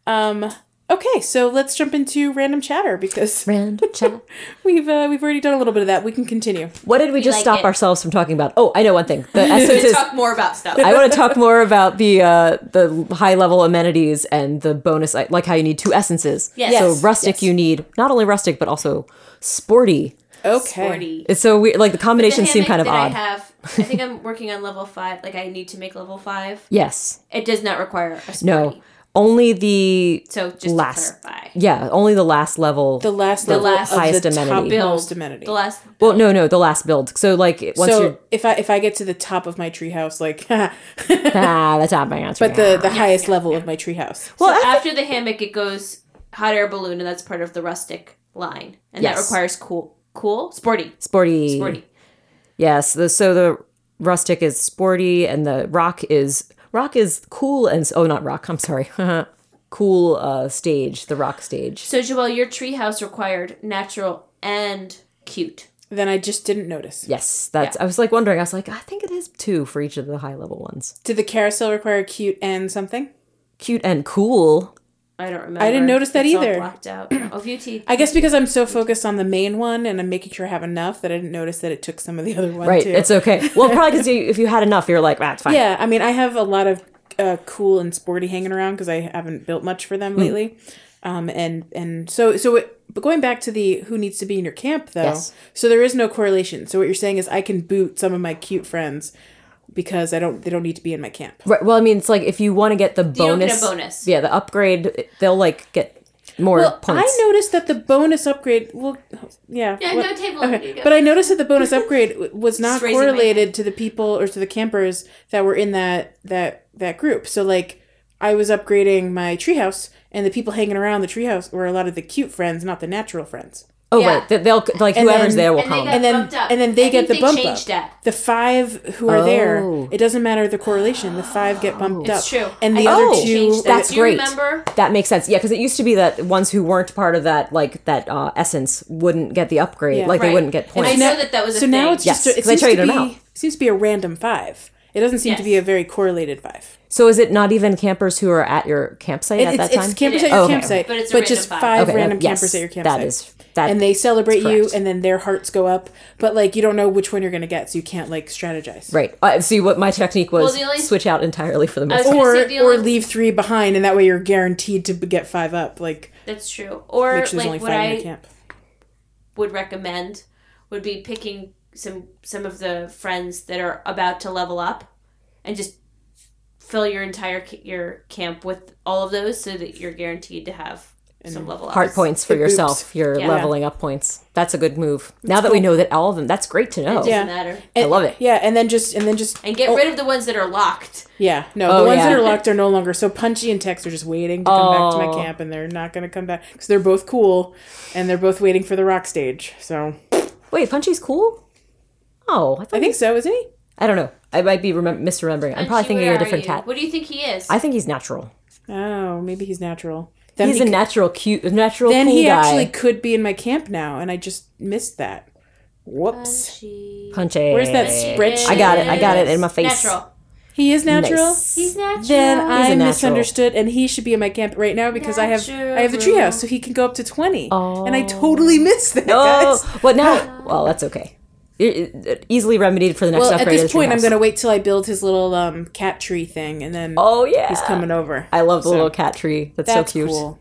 Speaker 1: Um, Okay, so let's jump into random chatter because
Speaker 2: Random chat.
Speaker 1: we've uh, we've already done a little bit of that. We can continue.
Speaker 2: What did we just
Speaker 3: like
Speaker 2: stop
Speaker 3: it.
Speaker 2: ourselves from talking about? Oh, I know one thing. The essence
Speaker 3: to
Speaker 2: is
Speaker 3: talk more about stuff.
Speaker 2: I want to talk more about the uh, the high level amenities and the bonus, I- like how you need two essences.
Speaker 3: Yes.
Speaker 2: So
Speaker 3: Yes,
Speaker 2: rustic, you need not only rustic but also sporty.
Speaker 1: Okay.
Speaker 3: Forty.
Speaker 2: It's so weird. Like the
Speaker 3: The
Speaker 2: combinations seem kind of
Speaker 3: hammock that
Speaker 2: odd.
Speaker 3: I have, I think I'm working on level five. Like I need to make level five.
Speaker 2: yes.
Speaker 3: It does not require a sporty.
Speaker 2: No. Only the
Speaker 3: So just
Speaker 2: Last-
Speaker 3: to clarify,
Speaker 2: yeah. Only the last level.
Speaker 1: The last level
Speaker 3: last
Speaker 1: of
Speaker 2: highest
Speaker 1: the
Speaker 2: amenity.
Speaker 1: topmost
Speaker 3: build
Speaker 1: amenity.
Speaker 3: the last.
Speaker 2: well, no, no, the last build. So like once you're
Speaker 1: so if I if I get to the top of my treehouse, like
Speaker 2: ah, that's not my answer.
Speaker 1: but the the highest level of my treehouse.
Speaker 2: well,
Speaker 3: so
Speaker 2: I-
Speaker 3: after the hammock, it goes hot air balloon, and that's part of the rustic line, and that
Speaker 2: Yes.
Speaker 3: requires cool, cool, sporty,
Speaker 2: sporty.
Speaker 3: sporty.
Speaker 2: Yes. The, so the rustic is sporty, and the rock is rock is cool and s- oh, not rock. I'm sorry. cool uh, stage, the rock stage.
Speaker 3: So Joelle, your treehouse required natural and cute.
Speaker 1: Then I just didn't notice.
Speaker 2: Yes, that's. I was like wondering. I was like, I think it is two for each of the high level ones.
Speaker 1: Did the carousel require cute and something?
Speaker 2: Cute and cool.
Speaker 3: I don't remember.
Speaker 1: didn't notice that
Speaker 3: It's all
Speaker 1: either.
Speaker 3: Blocked out. Oh, beauty.
Speaker 1: I guess because I'm so focused on the main one and I'm making sure I have enough that I didn't notice that it took some of the other one
Speaker 2: Right.
Speaker 1: too.
Speaker 2: It's okay. Well, probably because you, if you had enough, you're like, ah, it's fine.
Speaker 1: Yeah, I mean, I have a lot of uh, cool and sporty hanging around because I haven't built much for them
Speaker 2: Hmm.
Speaker 1: lately. Um, and and so so it, but going back to the who needs to be in your camp though,
Speaker 2: Yes.
Speaker 1: so there is no correlation. So what you're saying is I can boot some of my cute friends because I don't they don't need to be in my camp.
Speaker 2: Right. Well, I mean, it's like if you want to get the
Speaker 3: don't get
Speaker 2: bonus,
Speaker 3: a bonus.
Speaker 2: Yeah, the upgrade, they'll like get more
Speaker 1: Well,
Speaker 2: points.
Speaker 1: I noticed that the bonus upgrade. Well, yeah.
Speaker 3: Yeah,
Speaker 1: what-
Speaker 3: no table. You
Speaker 1: Okay.
Speaker 3: go.
Speaker 1: But I noticed that the bonus upgrade w- was not
Speaker 3: Just raising my
Speaker 1: correlated to the people or to the campers that were in that that that group. So like I was upgrading my treehouse and the people hanging around the treehouse were a lot of the cute friends, not the natural friends.
Speaker 2: oh
Speaker 3: Yeah.
Speaker 2: right, they- they'll like
Speaker 1: And
Speaker 2: whoever's
Speaker 1: then-
Speaker 2: there will
Speaker 3: and they
Speaker 2: come.
Speaker 3: got-
Speaker 1: And then
Speaker 3: bumped up.
Speaker 1: and then they
Speaker 3: I
Speaker 1: get
Speaker 3: think
Speaker 1: the
Speaker 3: they
Speaker 1: bump
Speaker 3: changed
Speaker 1: up.
Speaker 3: that.
Speaker 1: The five who are there,
Speaker 2: Oh.
Speaker 1: it doesn't matter the correlation. The five get bumped up.
Speaker 3: It's true.
Speaker 1: And the
Speaker 3: I
Speaker 1: other
Speaker 2: think they
Speaker 1: two
Speaker 3: changed that.
Speaker 2: That's
Speaker 3: Do you
Speaker 2: great.
Speaker 3: remember-
Speaker 2: That makes sense. Yeah, because it used to be that ones who weren't part of that, like that uh, essence, wouldn't get the upgrade.
Speaker 1: Yeah.
Speaker 2: Like
Speaker 3: Right.
Speaker 2: they wouldn't get
Speaker 3: And I
Speaker 2: points.
Speaker 3: know that that was a
Speaker 1: so now
Speaker 3: thing.
Speaker 1: it's
Speaker 2: Yes,
Speaker 1: just a, it
Speaker 2: 'cause I
Speaker 1: seems to
Speaker 2: traded
Speaker 1: be
Speaker 2: 'em
Speaker 1: seems to be a random five. It doesn't seem to
Speaker 3: Yes.
Speaker 1: be a very correlated five.
Speaker 2: so is it not even campers who are at your campsite
Speaker 1: It-
Speaker 2: at
Speaker 1: it's,
Speaker 2: that time?
Speaker 1: it's campers
Speaker 3: It
Speaker 1: at
Speaker 3: is.
Speaker 1: your
Speaker 2: Oh, okay.
Speaker 1: campsite, but,
Speaker 3: But it's a random
Speaker 1: just
Speaker 3: five.
Speaker 1: five
Speaker 2: Okay,
Speaker 1: random
Speaker 2: that- yes,
Speaker 1: campers at your campsite.
Speaker 2: that is- that
Speaker 1: and they celebrate you,
Speaker 2: correct.
Speaker 1: and then their hearts go up. But like you don't know which one you're gonna get, so you can't like strategize.
Speaker 2: Right. Uh, see what my technique was:
Speaker 3: Well, the only-
Speaker 2: switch out entirely for the most.
Speaker 3: was-
Speaker 2: part.
Speaker 3: gonna
Speaker 1: Or
Speaker 3: say the
Speaker 1: or
Speaker 3: only-
Speaker 1: leave three behind, and that way you're guaranteed to b- get five up. Like
Speaker 3: That's true. Or
Speaker 1: make sure there's only
Speaker 3: like what
Speaker 1: five in
Speaker 3: I
Speaker 1: your camp.
Speaker 3: would recommend would be picking some some of the friends that are about to level up, and just fill your entire ca- your camp with all of those so that you're guaranteed to have some level ups.
Speaker 2: Heart points for
Speaker 1: the boobs.
Speaker 2: yourself. Your
Speaker 3: Yeah.
Speaker 2: leveling up points. That's a good move. now that we know that all of them, that's great to know.
Speaker 3: Doesn't
Speaker 1: Yeah.
Speaker 3: matter.
Speaker 2: I
Speaker 1: And-
Speaker 2: love it.
Speaker 1: Yeah, and then just and then just
Speaker 3: And get
Speaker 1: oh,
Speaker 3: rid of the ones that are locked.
Speaker 1: Yeah, no, the
Speaker 2: Oh,
Speaker 1: ones that
Speaker 2: yeah.
Speaker 1: are locked are no longer. So Punchy and Tex are just waiting to come back to my
Speaker 2: Oh.
Speaker 1: camp, and they're not gonna come back because they're both cool, and they're both waiting for the rock stage. So
Speaker 2: Wait, Punchy's cool. Oh, I, thought,
Speaker 1: I think so, isn't he?
Speaker 2: I don't know. I might be remem- misremembering. I'm probably
Speaker 3: Punchy,
Speaker 2: thinking
Speaker 3: where
Speaker 2: of a
Speaker 3: are
Speaker 2: different
Speaker 3: you?
Speaker 2: cat.
Speaker 3: What do you think he is?
Speaker 2: I think he's natural.
Speaker 1: Oh, maybe he's natural. Then
Speaker 2: He's
Speaker 1: he
Speaker 2: a natural, cute, natural
Speaker 1: then
Speaker 2: cool
Speaker 1: he
Speaker 2: guy.
Speaker 1: actually could be in my camp now, and I just missed that. Whoops.
Speaker 3: Punchy.
Speaker 2: Punchy.
Speaker 1: Where's that spreadsheet?
Speaker 2: I got it. I got it in my face.
Speaker 3: Natural.
Speaker 1: He is natural.
Speaker 2: Nice.
Speaker 3: He's natural.
Speaker 1: Then I
Speaker 2: natural.
Speaker 1: misunderstood, and he should be in my camp right now because I have I have the
Speaker 3: Natural.
Speaker 1: treehouse, so he can go up to twenty, and I totally missed that, guys.
Speaker 2: Oh, well now, well that's okay. It- it- easily remedied for the next
Speaker 1: Well, at
Speaker 2: upgrade.
Speaker 1: this
Speaker 2: is your
Speaker 1: point, I'm
Speaker 2: house.
Speaker 1: gonna wait till I build his little um, cat tree thing, and then
Speaker 2: Oh yeah,
Speaker 1: he's coming over.
Speaker 2: I love the little cat tree. That's,
Speaker 1: That's
Speaker 2: so cute.
Speaker 1: cool.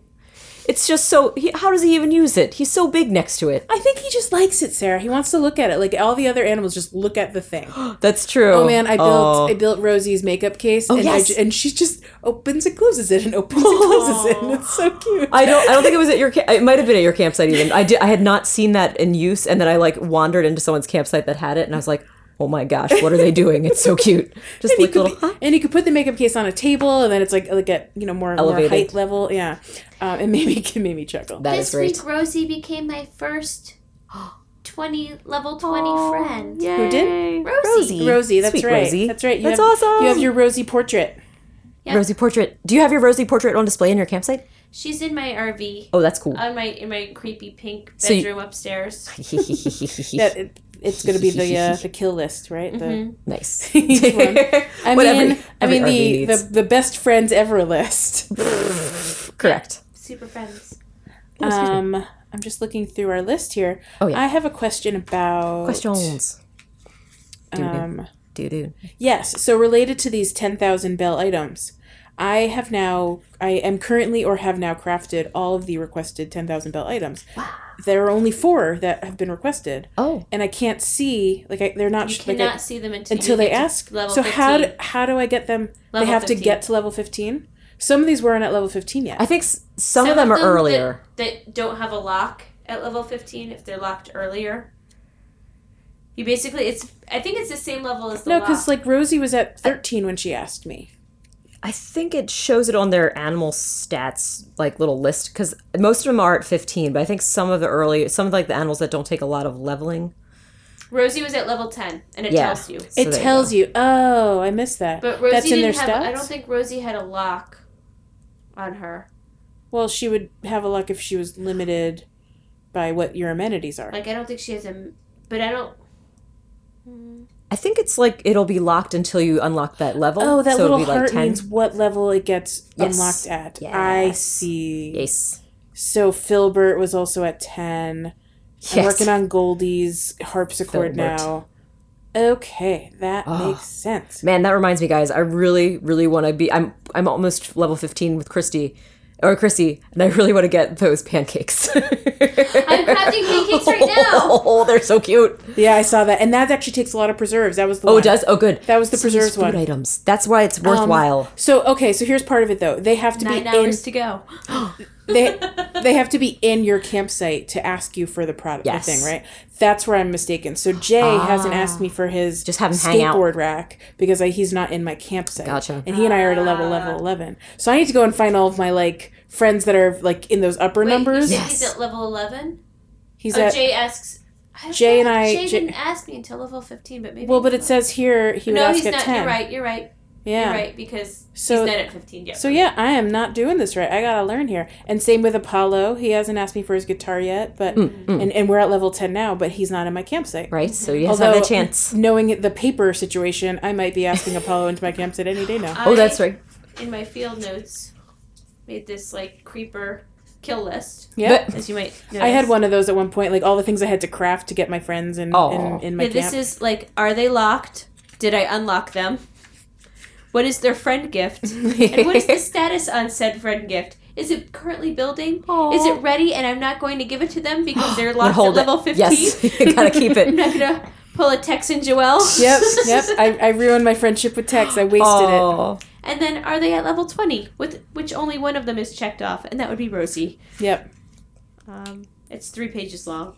Speaker 2: It's just so. He, how does he even use it? He's so big next to it.
Speaker 1: I think he just likes it, Sarah. He wants to look at it like all the other animals. Just look at the thing.
Speaker 2: That's true.
Speaker 1: Oh man, I built
Speaker 2: Oh.
Speaker 1: I built Rosie's makeup case, and
Speaker 2: yes.
Speaker 1: I ju- and she just opens and closes it, and opens and closes it, and it's so cute.
Speaker 2: I don't. I don't think it was at your. Ca- it might have been at your campsite even. I did. I had not seen that in use, and then I like wandered into someone's campsite that had it, and I was like, "Oh my gosh, what are they doing? It's so cute." Just
Speaker 1: and,
Speaker 2: like
Speaker 1: you could
Speaker 2: little.
Speaker 1: be- and you could put the makeup case on a table, and then it's like like at you know more, more
Speaker 2: Elevated.
Speaker 1: height level, yeah. Um, it made me it made me chuckle.
Speaker 2: That is
Speaker 4: This
Speaker 2: great.
Speaker 4: week, Rosie became my first 20 level 20
Speaker 2: Oh,
Speaker 4: friend.
Speaker 1: Who did
Speaker 4: Rosie.
Speaker 1: Rosie? That's
Speaker 2: Sweet
Speaker 1: right.
Speaker 2: Rosie.
Speaker 1: That's right. You
Speaker 2: That's
Speaker 1: have,
Speaker 2: awesome.
Speaker 1: You have your Rosie portrait.
Speaker 2: Rosie portrait. Do you have your Rosie portrait on display in your campsite?
Speaker 3: She's in my RV.
Speaker 2: Oh, that's
Speaker 1: Uh,
Speaker 2: cool.
Speaker 3: On my in my creepy pink
Speaker 2: So you-
Speaker 3: bedroom upstairs.
Speaker 1: Yeah, it, it's gonna be the uh, the kill list, right? The-
Speaker 2: nice.
Speaker 1: one. I mean,
Speaker 2: Whatever-
Speaker 1: I
Speaker 2: Mm-hmm. every
Speaker 1: mean
Speaker 2: RV
Speaker 1: the, the
Speaker 2: needs.
Speaker 1: the best friends ever list.
Speaker 2: correct.
Speaker 3: Super friends.
Speaker 1: Um, I'm just looking through our list here.
Speaker 2: Oh, yeah.
Speaker 1: I have a question about
Speaker 2: Questions.
Speaker 1: Um,
Speaker 2: Doo doo.
Speaker 1: yes, so related to these ten thousand bell items, I have now, I am currently or have now crafted all of the requested ten thousand bell items. There are only four that have been requested,
Speaker 2: Oh.
Speaker 1: and I can't see like I, they're not
Speaker 3: You
Speaker 1: sh- like, I-
Speaker 3: cannot see them until,
Speaker 1: until
Speaker 3: you
Speaker 1: they
Speaker 3: get to
Speaker 1: ask.
Speaker 3: Level
Speaker 1: so
Speaker 3: 15.
Speaker 1: how do, how do I get them? they
Speaker 3: Level
Speaker 1: have to
Speaker 3: 15.
Speaker 1: get to level fifteen. Some of these weren't at level fifteen yet.
Speaker 2: I think s- some, of them are
Speaker 3: that-
Speaker 2: earlier.
Speaker 3: That, don't have a lock at level 15 if they're locked earlier. You basically, it's. I think it's the same level as the
Speaker 1: no,
Speaker 3: lock.
Speaker 1: because like Rosie was at thirteen when she asked me.
Speaker 2: I think it shows it on their animal stats like little list because most of them are at 15, but I think some of the early, some of like the animals that don't take a lot of leveling.
Speaker 3: Rosie was at level 10, and it
Speaker 2: Yeah.
Speaker 3: tells you.
Speaker 2: So
Speaker 1: it
Speaker 2: there you
Speaker 1: tells you. Oh, I missed that.
Speaker 3: But Rosie
Speaker 1: That's in
Speaker 3: didn't
Speaker 1: their
Speaker 3: have. I
Speaker 1: stats?
Speaker 3: don't think Rosie had a lock on her.
Speaker 1: well, she would have a luck if she was limited by what your amenities are.
Speaker 3: Like I don't think she has a. But I don't.
Speaker 2: I think it's like it'll be locked until you unlock that level.
Speaker 1: oh, that
Speaker 2: so
Speaker 1: little
Speaker 2: it'll be like
Speaker 1: heart
Speaker 2: 10.
Speaker 1: means what level it gets
Speaker 2: Yes.
Speaker 1: unlocked at. I
Speaker 2: Yes.
Speaker 1: see.
Speaker 2: Yes.
Speaker 1: So Filbert was also at ten. I'm
Speaker 2: Yes.
Speaker 1: working on Goldie's harpsichord
Speaker 2: Filbert.
Speaker 1: now. Okay, that
Speaker 2: Oh.
Speaker 1: makes sense.
Speaker 2: Man, that reminds me, guys. I really, really want to be. I'm I'm almost level 15 with Christy, or Chrissy, and I really want to get those pancakes.
Speaker 3: I'm crafting pancakes right now.
Speaker 2: oh, they're so cute.
Speaker 1: Yeah, I saw that, and that actually takes a lot of preserves. That was the
Speaker 2: Oh,
Speaker 1: one.
Speaker 2: it does. Oh, good.
Speaker 1: That was the
Speaker 2: So
Speaker 1: preserves
Speaker 2: these food
Speaker 1: one. Um,
Speaker 2: items. That's why it's worthwhile.
Speaker 1: So okay, so here's part of it though. They have to
Speaker 3: Nine
Speaker 1: be
Speaker 3: hours
Speaker 1: in
Speaker 3: to go.
Speaker 1: they they have to be in your campsite to ask you for the product the
Speaker 2: Yes.
Speaker 1: thing, right? That's where I'm mistaken. So Jay hasn't asked me for his
Speaker 2: Ah. Just have him hang out.
Speaker 1: skateboard rack because I, he's not in my campsite.
Speaker 2: Gotcha. Ah.
Speaker 1: And he and I are at a level level eleven. So I need to go and find all of my like friends that are like in those upper
Speaker 3: Wait,
Speaker 1: numbers.
Speaker 3: You said he's at level 11.
Speaker 1: He's
Speaker 3: oh,
Speaker 1: at
Speaker 3: Jay asks. I don't
Speaker 1: Jay and
Speaker 3: know if
Speaker 1: I-
Speaker 3: Jay,
Speaker 1: Jay-
Speaker 3: didn't ask me until level 15, but maybe.
Speaker 1: well, but it says here he would
Speaker 3: No,
Speaker 1: ask
Speaker 3: he's
Speaker 1: at
Speaker 3: not.
Speaker 1: ten.
Speaker 3: You're right. You're right.
Speaker 1: Yeah.
Speaker 3: You're right because
Speaker 1: So-
Speaker 3: he's not at 15 yet.
Speaker 1: So yeah, I am not doing this right. I gotta learn here. And same with Apollo. He hasn't asked me for his guitar yet, but
Speaker 2: Mm,
Speaker 1: and, and we're at level ten now, but he's not in my campsite.
Speaker 2: Right, so you have to have a chance.
Speaker 1: Knowing the paper situation, I might be asking Apollo into my campsite any day now.
Speaker 3: I,
Speaker 2: Oh, that's right.
Speaker 3: In my field notes, made this like creeper kill list,
Speaker 1: Yeah.
Speaker 2: But-
Speaker 3: as you might. Notice.
Speaker 1: I had one of those at one point, like all the things I had to craft to get my friends in,
Speaker 2: Aw.
Speaker 1: in, in my
Speaker 3: Yeah, this
Speaker 1: camp.
Speaker 3: is like, are they locked? Did I unlock them? What is their friend gift? And what is the status on said friend gift? Is it currently building? Is it ready and I'm not going to give it to them because they're
Speaker 2: But
Speaker 3: locked at
Speaker 2: hold
Speaker 3: level
Speaker 2: it.
Speaker 3: 15?
Speaker 2: Yes, you gotta keep
Speaker 3: I'm
Speaker 2: it.
Speaker 3: not going to pull a Tex and Joelle.
Speaker 1: Yep, yep. I, I ruined my friendship with Tex. I wasted
Speaker 2: Oh,
Speaker 3: And then are they at level 20? With Which only one of them is checked off, and that would be Rosie.
Speaker 1: it. Yep.
Speaker 3: Um, it's three pages long.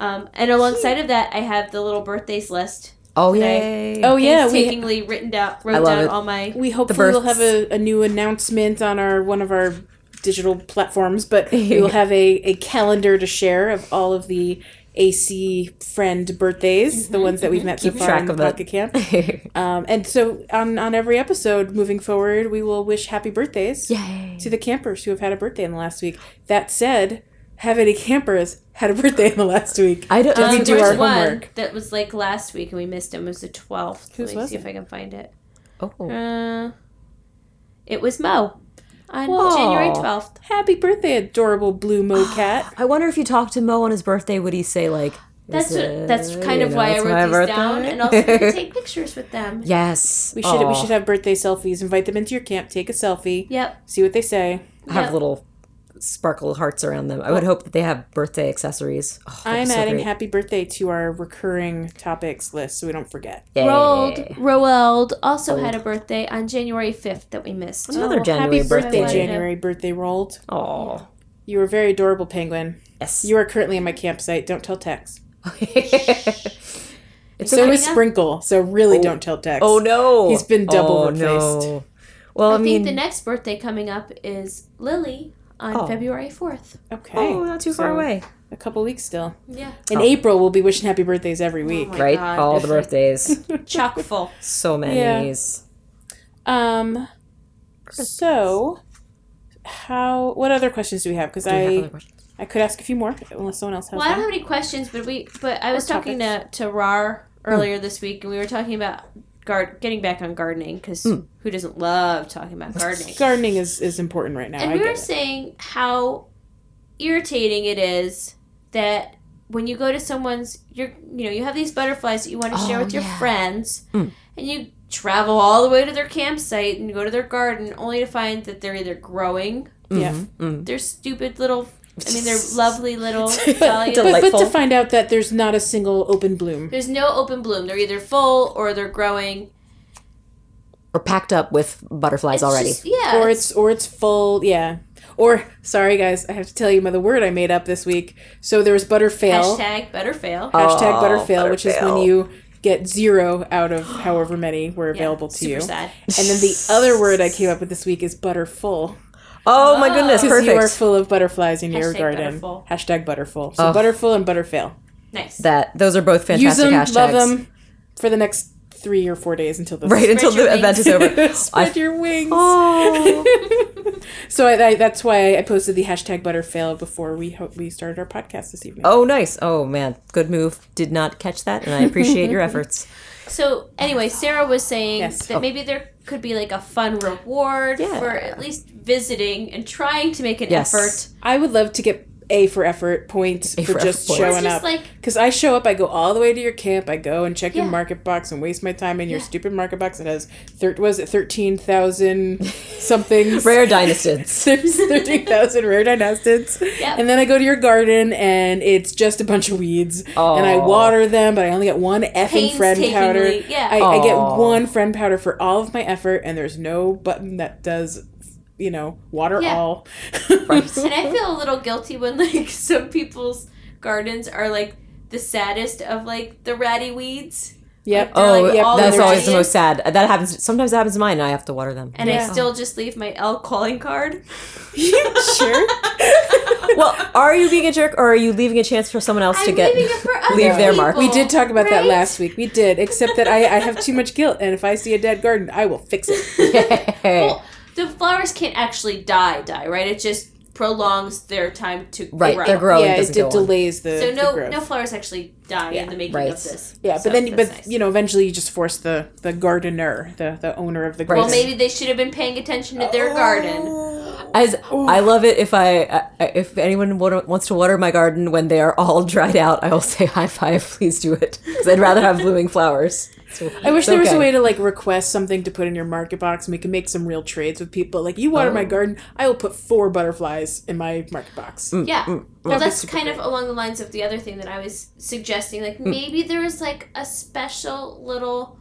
Speaker 3: Um, and alongside of that, I have the little birthdays list.
Speaker 2: oh
Speaker 3: Today.
Speaker 2: yay!
Speaker 1: Oh yeah, we
Speaker 3: painstakingly written down,
Speaker 2: I
Speaker 3: wrote
Speaker 2: love
Speaker 3: down
Speaker 2: it.
Speaker 3: all my
Speaker 1: we hopefully will have
Speaker 2: births.
Speaker 1: a, a new announcement on our one of our digital platforms, but we will have a, a calendar to share of all of the AC friend birthdays,
Speaker 3: Mm-hmm,
Speaker 1: the ones that we've met so
Speaker 2: Keep
Speaker 1: far
Speaker 2: track
Speaker 1: in the
Speaker 2: of it.
Speaker 1: Pocket Camp. Um, and so on, on every episode moving forward, we will wish happy birthdays
Speaker 2: yay!
Speaker 1: to the campers who have had a birthday in the last week. That said, have any campers had a birthday in the last week?
Speaker 2: I don't.
Speaker 1: Did we
Speaker 3: Um,
Speaker 1: do
Speaker 3: there
Speaker 1: our
Speaker 3: was one
Speaker 1: homework?
Speaker 3: That was like last week, and we missed him. It was the twelfth.
Speaker 1: Whose
Speaker 3: Let me
Speaker 1: was
Speaker 3: see
Speaker 1: it?
Speaker 3: if I can find it.
Speaker 2: oh.
Speaker 3: Uh, it was Mo on
Speaker 1: Aw.
Speaker 3: January twelfth.
Speaker 1: Happy birthday, adorable blue mo cat.
Speaker 2: I wonder if you talked to Mo on his birthday, would he say like?
Speaker 3: That's
Speaker 2: "Is
Speaker 3: what,
Speaker 2: it-
Speaker 3: that's kind
Speaker 2: you
Speaker 3: of
Speaker 2: know,
Speaker 3: why I
Speaker 2: it's
Speaker 3: wrote
Speaker 2: my
Speaker 3: these
Speaker 2: birthday?"
Speaker 3: down, and also we could take pictures with them.
Speaker 2: yes,
Speaker 1: We should we
Speaker 2: Aw.
Speaker 1: should have birthday selfies. Invite them into your camp. Take a selfie.
Speaker 3: Yep.
Speaker 1: See what they say.
Speaker 2: have
Speaker 3: yep.
Speaker 2: little sparkle hearts around them. I would hope that they have birthday accessories. Oh, that'd be
Speaker 1: I'm
Speaker 2: so
Speaker 1: adding
Speaker 2: great.
Speaker 1: happy birthday to our recurring topics list so we don't forget.
Speaker 2: Yay.
Speaker 3: Roald Roald also had a birthday on January fifth that we missed.
Speaker 2: Another
Speaker 1: Oh,
Speaker 2: January
Speaker 1: happy
Speaker 2: birthday.
Speaker 1: birthday,
Speaker 3: Wanted to-
Speaker 1: January birthday rolled.
Speaker 2: Oh
Speaker 1: You were a very adorable penguin.
Speaker 2: yes.
Speaker 1: You are currently in my campsite. Don't tell Tex.
Speaker 2: it's
Speaker 1: So
Speaker 2: okay.
Speaker 1: is Sprinkle. So really don't tell Tex.
Speaker 2: Oh no!
Speaker 1: He's been double
Speaker 2: oh, No. Well, I,
Speaker 3: I,
Speaker 2: mean,
Speaker 3: think the next birthday coming up is Lily on
Speaker 2: Oh.
Speaker 3: February fourth.
Speaker 1: Okay.
Speaker 2: oh, not too far
Speaker 1: So,
Speaker 2: away,
Speaker 1: A couple weeks still.
Speaker 3: Yeah.
Speaker 1: In
Speaker 2: Oh.
Speaker 1: April, we'll be wishing happy birthdays every week.
Speaker 3: my
Speaker 2: right?
Speaker 3: God,
Speaker 2: All the
Speaker 3: it's like-
Speaker 2: birthdays,
Speaker 3: Chock full.
Speaker 2: so
Speaker 1: Yeah.
Speaker 2: many.
Speaker 1: Um. So, how? What other questions do we have? Because I I could ask a few more unless someone else has.
Speaker 3: Well, I don't
Speaker 1: one. Hmm.
Speaker 3: have any questions, but we but I was talking to to Rar earlier this week, and we were talking about guard getting back on gardening because
Speaker 1: Hmm.
Speaker 3: who doesn't love talking about gardening?
Speaker 1: Gardening is, is important right now.
Speaker 3: And
Speaker 1: I
Speaker 3: we
Speaker 1: get
Speaker 3: were
Speaker 1: it.
Speaker 3: saying how irritating it is that when you go to someone's, you're you know you have these butterflies that you want to share
Speaker 2: Oh,
Speaker 3: with your
Speaker 2: yeah.
Speaker 3: friends,
Speaker 1: Hmm.
Speaker 3: and you travel all the way to their campsite and go to their garden only to find that they're either growing
Speaker 1: Yeah.
Speaker 2: Mm-hmm. Mm.
Speaker 3: their stupid little. I mean, they're lovely little. dahlias.
Speaker 2: Delight-
Speaker 1: But, but to
Speaker 2: Delightful.
Speaker 1: find out that there's not a single open bloom.
Speaker 3: There's no open bloom. They're either full or they're growing.
Speaker 2: Or packed up with butterflies
Speaker 3: It's
Speaker 2: already.
Speaker 3: just- yeah.
Speaker 1: Or it's or it's full, yeah. Or sorry guys, I have to tell you about the word I made up this week. So there was butterfail.
Speaker 3: hashtag better fail.
Speaker 1: hashtag
Speaker 2: Oh,
Speaker 1: butterfail, which is when
Speaker 2: butterfail.
Speaker 1: you get zero out of however many were available to
Speaker 3: Super
Speaker 1: you.
Speaker 3: sad.
Speaker 1: And then the other word I came up with this week is butterful.
Speaker 2: oh my goodness,
Speaker 1: Because you are
Speaker 2: perfect.
Speaker 1: full of butterflies in your
Speaker 3: Hashtag
Speaker 1: garden.
Speaker 3: butterful.
Speaker 1: Hashtag butterful. So butterful and butterfail.
Speaker 3: Nice.
Speaker 2: That those are both fantastic
Speaker 1: Use them,
Speaker 2: hashtags.
Speaker 1: love them for the next three or four days until the
Speaker 2: Right until
Speaker 3: your
Speaker 2: the event
Speaker 3: wings.
Speaker 2: is over.
Speaker 1: Spread
Speaker 2: I-
Speaker 1: your wings.
Speaker 2: oh,
Speaker 1: So I, I, that's why I posted the hashtag butterfail before we ho- we started our podcast this evening.
Speaker 2: oh, nice. Oh man, good move. Did not catch that, and I appreciate your efforts.
Speaker 3: So anyway, Sarah was saying
Speaker 1: Yes.
Speaker 3: that maybe there could be like a fun reward
Speaker 2: Yeah.
Speaker 3: for at least visiting and trying to make an
Speaker 2: Yes.
Speaker 3: effort.
Speaker 1: I would love to get a for effort points
Speaker 2: A
Speaker 1: for,
Speaker 2: for
Speaker 1: just
Speaker 2: effort.
Speaker 3: Or
Speaker 1: showing
Speaker 3: it's just
Speaker 1: up.
Speaker 3: like
Speaker 1: Because I show up, I go all the way to your camp, I go and check your
Speaker 3: Yeah.
Speaker 1: market box and waste my time in your stupid market box that has, thir- was it 13,000 something?
Speaker 2: Rare dynasties.
Speaker 1: There's 13,000 rare dynastids.
Speaker 3: Yep.
Speaker 1: And then I go to your garden and it's just a bunch of weeds. And I
Speaker 2: Aw.
Speaker 1: water them, but I only get one effing friend powder.
Speaker 3: Painstakingly, yeah.
Speaker 1: I, I get
Speaker 2: Aw.
Speaker 1: one friend powder for all of my effort, and there's no button that does, you know, water
Speaker 3: Yeah.
Speaker 1: all.
Speaker 3: and I feel a little guilty when like some people's gardens are like the saddest of like the ratty weeds.
Speaker 1: Yep.
Speaker 3: They're,
Speaker 2: Oh,
Speaker 3: like, all
Speaker 2: that's
Speaker 1: the
Speaker 2: always the
Speaker 3: radiant.
Speaker 2: most sad. That happens. Sometimes it happens to mine, and I have to water them.
Speaker 3: And
Speaker 1: Yeah.
Speaker 3: I still just leave my L calling card.
Speaker 1: sure.
Speaker 2: well, are you being a jerk, or are you leaving a chance for someone else to
Speaker 3: I'm
Speaker 2: get?
Speaker 3: leaving it for other
Speaker 2: leave their
Speaker 3: people,
Speaker 2: mark.
Speaker 1: We did talk about that
Speaker 3: right?
Speaker 1: last week. We did, except that I, I have too much guilt, and if I see a dead garden, I will fix it.
Speaker 3: Well, the flowers can't actually die, die, right? It just prolongs their time to
Speaker 2: right,
Speaker 3: grow.
Speaker 2: they're growing.
Speaker 1: yeah, it
Speaker 2: doesn't
Speaker 1: did
Speaker 2: go on.
Speaker 1: delays the,
Speaker 3: So
Speaker 1: the
Speaker 3: no,
Speaker 1: growth.
Speaker 3: no flowers actually die in the making
Speaker 2: right.
Speaker 3: of this.
Speaker 1: yeah,
Speaker 3: So
Speaker 1: but then,
Speaker 3: that's
Speaker 1: but
Speaker 3: nice.
Speaker 1: you know, eventually you just force the the gardener, the the owner of the garden.
Speaker 3: Well, maybe they should have been paying attention to their garden.
Speaker 2: As I love it if I I- if anyone wa- wants to water my garden when they are all dried out, I will say high five. Please do it because I'd rather have blooming flowers. So-
Speaker 1: I wish
Speaker 2: it's
Speaker 1: there was a
Speaker 2: okay.
Speaker 1: way to like request something to put in your market box, and we can make some real trades with people. Like, you
Speaker 2: Oh.
Speaker 1: water my garden, I will put four butterflies in my market box.
Speaker 2: Mm.
Speaker 3: Yeah. Well,
Speaker 1: That'd be
Speaker 3: that's
Speaker 1: super
Speaker 3: kind of along the lines of the other thing that I was suggesting. Like
Speaker 1: Hmm.
Speaker 3: maybe there was like a special little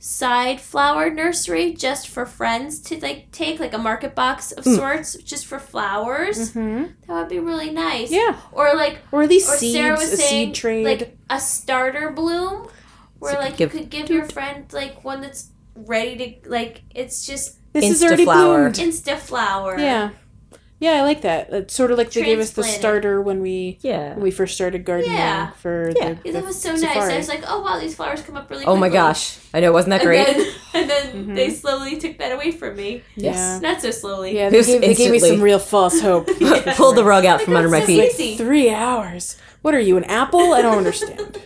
Speaker 3: side flower nursery just for friends to like take, like a market box
Speaker 1: Hmm.
Speaker 3: of sorts, just for flowers. That would be really nice.
Speaker 1: Mm-hmm. Yeah.
Speaker 3: Or like
Speaker 1: Or at least
Speaker 3: or
Speaker 1: seeds,
Speaker 3: Sarah
Speaker 1: a
Speaker 3: was saying,
Speaker 1: seed trade.
Speaker 3: like a starter bloom, where
Speaker 2: So you
Speaker 3: like
Speaker 2: give-
Speaker 3: you could give your friend like one that's ready to like it's just
Speaker 1: this is
Speaker 2: Insta
Speaker 1: already
Speaker 2: flower.
Speaker 1: bloomed.
Speaker 3: insta flower.
Speaker 1: Yeah. Yeah, I like that. It's sort of like they gave us the
Speaker 3: Transplanted.
Speaker 1: starter when we
Speaker 2: Yeah.
Speaker 1: when we first started gardening
Speaker 3: Yeah.
Speaker 1: for
Speaker 2: Yeah.
Speaker 1: the,
Speaker 3: Yeah,
Speaker 1: the
Speaker 3: that was so nice.
Speaker 1: safari.
Speaker 3: I was like, oh wow, these flowers come up really.
Speaker 2: Oh my
Speaker 3: quickly.
Speaker 2: gosh! I know, wasn't that
Speaker 3: And
Speaker 2: great?
Speaker 3: then, and then they slowly took that away from me.
Speaker 2: Yes.
Speaker 1: Mm-hmm. Yeah.
Speaker 3: Not so slowly.
Speaker 1: Yeah, they
Speaker 2: Just
Speaker 1: gave, they gave me
Speaker 2: instantly.
Speaker 1: some real false hope.
Speaker 2: Pulled the rug out from under my
Speaker 3: so
Speaker 2: feet.
Speaker 3: sweet. Easy.
Speaker 1: Three hours. What are you, an apple? I don't understand.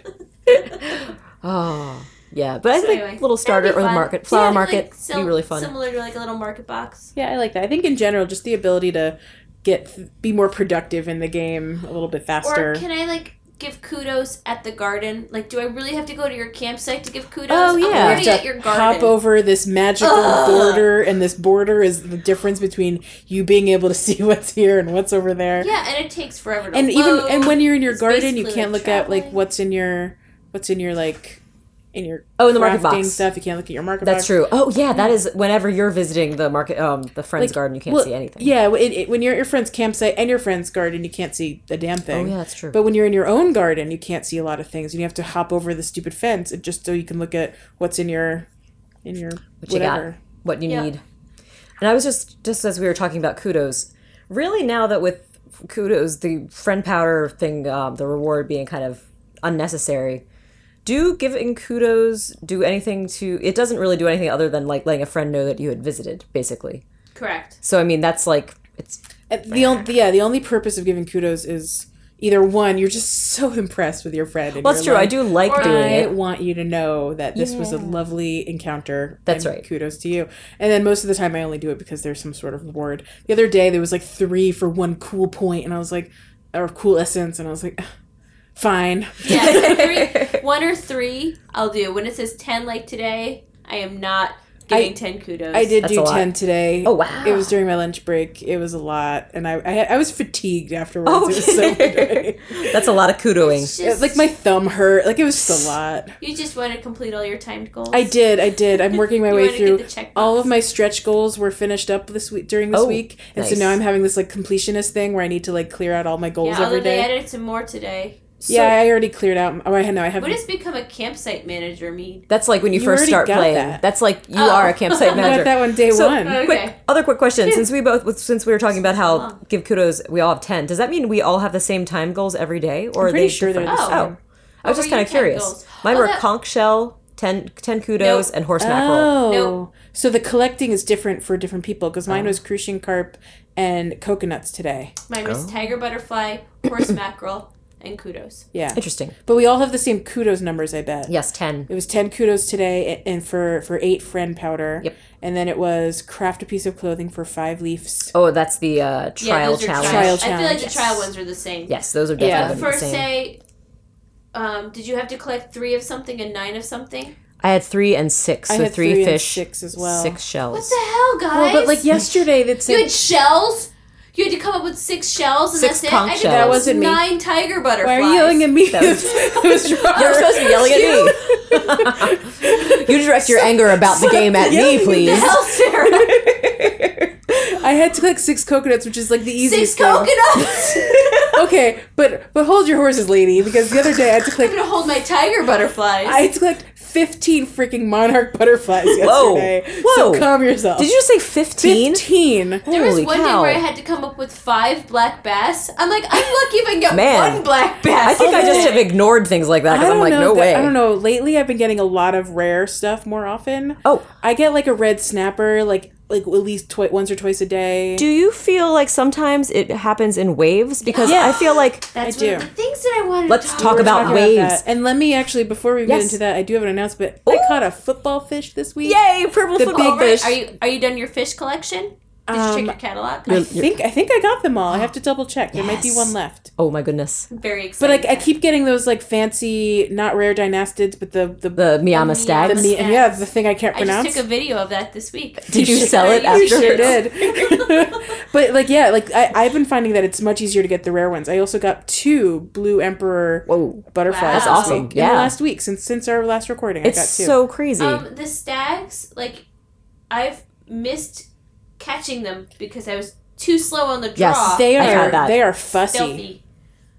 Speaker 2: Oh, yeah. But I
Speaker 3: So
Speaker 2: think
Speaker 3: anyway,
Speaker 2: little
Speaker 3: that'd
Speaker 2: starter
Speaker 3: be
Speaker 2: or the
Speaker 3: fun.
Speaker 2: market flower
Speaker 3: Yeah, like
Speaker 2: market would
Speaker 3: sim-
Speaker 2: be really fun.
Speaker 3: Similar to like a little market box.
Speaker 1: yeah, I like that. I think in general, just the ability to get be more productive in the game a little bit faster.
Speaker 3: Or can I like give kudos at the garden? Like, do I really have to go to your campsite to give kudos?
Speaker 2: Oh, yeah.
Speaker 3: I'm already
Speaker 1: to
Speaker 3: at your garden.
Speaker 1: Hop over this magical
Speaker 3: Ugh.
Speaker 1: border, and this border is the difference between you being able to see what's here and what's over there.
Speaker 3: Yeah, and it takes forever. To
Speaker 1: and even
Speaker 3: load.
Speaker 1: and when you're in your
Speaker 3: It's
Speaker 1: garden you
Speaker 3: basically
Speaker 1: can't
Speaker 3: like
Speaker 1: look at like
Speaker 3: traveling.
Speaker 1: what's in your what's in your like in your
Speaker 2: Oh, in the market
Speaker 1: crafting
Speaker 2: box.
Speaker 1: stuff you can't look at your market
Speaker 2: That's
Speaker 1: box
Speaker 2: true. Oh yeah, that is whenever you're visiting the market, um, the friend's
Speaker 1: Like,
Speaker 2: garden, you can't
Speaker 1: well,
Speaker 2: see anything.
Speaker 1: yeah it, it, when you're at your friend's campsite and your friend's garden you can't see a damn thing
Speaker 2: Oh, yeah, that's true.
Speaker 1: but when you're in your own garden you can't see a lot of things and you have to hop over the stupid fence and just so you can look at what's in your in your
Speaker 2: what you got,
Speaker 1: whatever
Speaker 2: what you
Speaker 3: Yeah.
Speaker 2: need. And I was just just as we were talking about kudos, really now that with kudos, the friend powder thing, um, the reward being kind of unnecessary. Do giving kudos do anything to? It doesn't really do anything other than like letting a friend know that you had visited, basically.
Speaker 3: correct.
Speaker 2: So I mean, that's like it's
Speaker 1: Uh, the only yeah the only purpose of giving kudos is either one, you're just so impressed with your friend. And
Speaker 2: Well, that's
Speaker 1: you're
Speaker 2: true. I
Speaker 1: like,
Speaker 2: do like
Speaker 3: Or
Speaker 2: doing
Speaker 1: I
Speaker 2: it.
Speaker 1: want you to know that this was a lovely encounter.
Speaker 2: That's
Speaker 1: and
Speaker 2: right.
Speaker 1: Kudos to you. And then most of the time, I only do it because there's some sort of reward. The other day, there was like three for one cool point, and I was like, or cool essence, and I was like, fine.
Speaker 3: Yeah,
Speaker 2: three-
Speaker 3: one or three, I'll do. When it says ten, like today, I am not getting ten kudos.
Speaker 1: I did
Speaker 2: That's
Speaker 1: do
Speaker 2: a lot.
Speaker 1: ten today.
Speaker 2: Oh, wow.
Speaker 1: It was during my lunch break. It was a lot, and I I, had, I was fatigued afterwards.
Speaker 2: Oh,
Speaker 1: It was so annoying.
Speaker 2: That's a lot of kudoing.
Speaker 3: It's
Speaker 1: It was like
Speaker 3: Just,
Speaker 1: my thumb hurt. Like it was just a lot.
Speaker 3: you just want to complete all your timed goals.
Speaker 1: I did. I did. I'm working my
Speaker 3: You
Speaker 1: way
Speaker 3: wanna get
Speaker 1: through.
Speaker 3: the checkbox.
Speaker 1: All of my stretch goals were finished up this week during this
Speaker 2: Oh,
Speaker 1: week, and so
Speaker 2: nice.
Speaker 1: now I'm having this like completionist thing where I need to like clear out all my goals
Speaker 3: Yeah, although
Speaker 1: every
Speaker 3: they
Speaker 1: day.
Speaker 3: added some more today.
Speaker 1: yeah, I already cleared out. Oh, I know. I
Speaker 3: What
Speaker 1: haven't.
Speaker 3: does become a campsite manager mean?
Speaker 2: That's like when you,
Speaker 1: You
Speaker 2: first
Speaker 1: already
Speaker 2: start
Speaker 1: got
Speaker 2: playing.
Speaker 1: that.
Speaker 2: That's like you
Speaker 3: Oh.
Speaker 2: are a campsite
Speaker 3: I
Speaker 1: I got
Speaker 2: manager.
Speaker 1: that one day
Speaker 2: So- uh,
Speaker 1: one.
Speaker 3: Okay.
Speaker 2: Quick, other quick question. Since we both, since we were talking about how give kudos, we all have ten. Does that mean we all have the same time goals every day, or are
Speaker 1: pretty
Speaker 2: they
Speaker 1: sure they're
Speaker 2: different?
Speaker 1: the
Speaker 3: same.
Speaker 2: Oh, I was
Speaker 3: What
Speaker 2: just
Speaker 3: were
Speaker 2: kind
Speaker 3: your
Speaker 2: of
Speaker 3: 10
Speaker 2: curious.
Speaker 3: goals?
Speaker 2: Mine
Speaker 3: Oh,
Speaker 2: were
Speaker 3: that-
Speaker 2: conch shell, 10, 10 kudos,
Speaker 3: Nope.
Speaker 2: and horse mackerel.
Speaker 1: Oh,
Speaker 3: Nope.
Speaker 1: so the collecting is different for different people because
Speaker 2: Oh.
Speaker 1: mine was crucian carp and coconuts today.
Speaker 3: Mine was tiger butterfly, horse mackerel, and kudos.
Speaker 1: Yeah,
Speaker 2: Interesting.
Speaker 1: but we all have the same kudos numbers. I bet.
Speaker 2: Yes, ten.
Speaker 1: It was ten kudos today, a- and for for eight friend powder.
Speaker 2: Yep.
Speaker 1: And then it was craft a piece of clothing for five leafs.
Speaker 2: Oh, that's the uh, trial
Speaker 3: those are
Speaker 2: challenge.
Speaker 1: trial.
Speaker 3: I feel like the
Speaker 1: challenges.
Speaker 3: trial ones are the same.
Speaker 2: Yes, those are
Speaker 1: Yeah.
Speaker 2: definitely the
Speaker 3: First,
Speaker 2: same.
Speaker 3: say, um, did you have to collect three of something and nine of something?
Speaker 2: I had three and six, so
Speaker 1: I had
Speaker 2: three,
Speaker 1: three and
Speaker 2: fish,
Speaker 1: six as well.
Speaker 2: six shells.
Speaker 3: What the hell, guys?
Speaker 1: Well, but like yesterday, that's
Speaker 3: you had shells. You had to come up with six shells, and
Speaker 2: Six
Speaker 3: that's it.
Speaker 2: conch
Speaker 3: I did
Speaker 2: shells. That
Speaker 1: wasn't me.
Speaker 3: nine tiger butterflies.
Speaker 1: Why are you yelling at me?
Speaker 2: You're supposed to be yelling at me. you direct your anger about the game at me, please.
Speaker 3: Hell, Oh, Sarah,
Speaker 1: I had to collect six coconuts, which is like the easiest
Speaker 3: six
Speaker 1: thing.
Speaker 3: coconuts.
Speaker 1: Okay, but but hold your horses, lady, because the other day I had to
Speaker 3: I'm
Speaker 1: collect
Speaker 3: gonna hold my tiger butterflies.
Speaker 1: I had to collect fifteen freaking monarch butterflies
Speaker 2: Whoa.
Speaker 1: yesterday.
Speaker 2: Whoa.
Speaker 1: So calm yourself.
Speaker 2: Did you just say 15?
Speaker 1: fifteen?
Speaker 3: there was
Speaker 2: Holy
Speaker 3: one day
Speaker 2: cow.
Speaker 3: where I had to come up with five black bass. I'm like, I'm lucky if I can get
Speaker 2: Man.
Speaker 3: one black bass.
Speaker 2: I think I just have ignored things like that
Speaker 1: I
Speaker 2: because
Speaker 1: don't
Speaker 2: I'm like,
Speaker 1: know
Speaker 2: no
Speaker 1: that-
Speaker 2: way.
Speaker 1: I don't know. Lately, I've been getting a lot of rare stuff more often.
Speaker 2: Oh.
Speaker 1: I get like a red snapper, like like at least twi- once or twice a day.
Speaker 2: Do you feel like sometimes it happens in waves? Because
Speaker 1: Yeah.
Speaker 2: I feel like
Speaker 3: That's
Speaker 1: I
Speaker 3: one of
Speaker 1: do.
Speaker 3: the things that I wanted
Speaker 2: Let's
Speaker 3: to
Speaker 2: talk
Speaker 3: about.
Speaker 2: about
Speaker 1: Talking that.
Speaker 2: waves.
Speaker 1: And let me actually, before we get
Speaker 2: Yes.
Speaker 1: into that, I do have an announcement. I
Speaker 2: Ooh.
Speaker 1: caught a football fish this week.
Speaker 2: yay, purple
Speaker 1: The
Speaker 2: football
Speaker 1: big fish.
Speaker 3: Are you are you done your fish collection? Did you
Speaker 1: Um,
Speaker 3: check your catalog?
Speaker 1: I
Speaker 3: I'm
Speaker 1: think I think I got them all. I have to double check. There might be
Speaker 2: Yes.
Speaker 1: one left.
Speaker 2: Oh my goodness,
Speaker 3: very excited.
Speaker 1: But like I keep getting those like fancy, not rare dynastids, but the the
Speaker 2: the Miyama
Speaker 1: the
Speaker 2: stags.
Speaker 1: me-
Speaker 3: Stags.
Speaker 1: yeah the thing I can't
Speaker 3: I
Speaker 1: pronounce.
Speaker 3: just took a video of that this week.
Speaker 2: Did you
Speaker 1: should-
Speaker 2: sell it
Speaker 1: you
Speaker 2: afterwards?
Speaker 1: sure did. but like yeah, like I, I've been finding that it's much easier to get the rare ones. I also got two blue emperor
Speaker 2: Whoa.
Speaker 1: butterflies.
Speaker 3: Wow. That's
Speaker 1: this
Speaker 2: awesome.
Speaker 1: week. In
Speaker 2: Yeah.
Speaker 1: the last week since since our last recording, I
Speaker 2: It's
Speaker 1: got two.
Speaker 2: so crazy.
Speaker 3: Um, the stags, like I've missed catching them because I was too slow on the draw.
Speaker 2: Yes,
Speaker 1: they
Speaker 2: I've had
Speaker 1: are
Speaker 2: that.
Speaker 1: they are fussy.
Speaker 3: stealthy.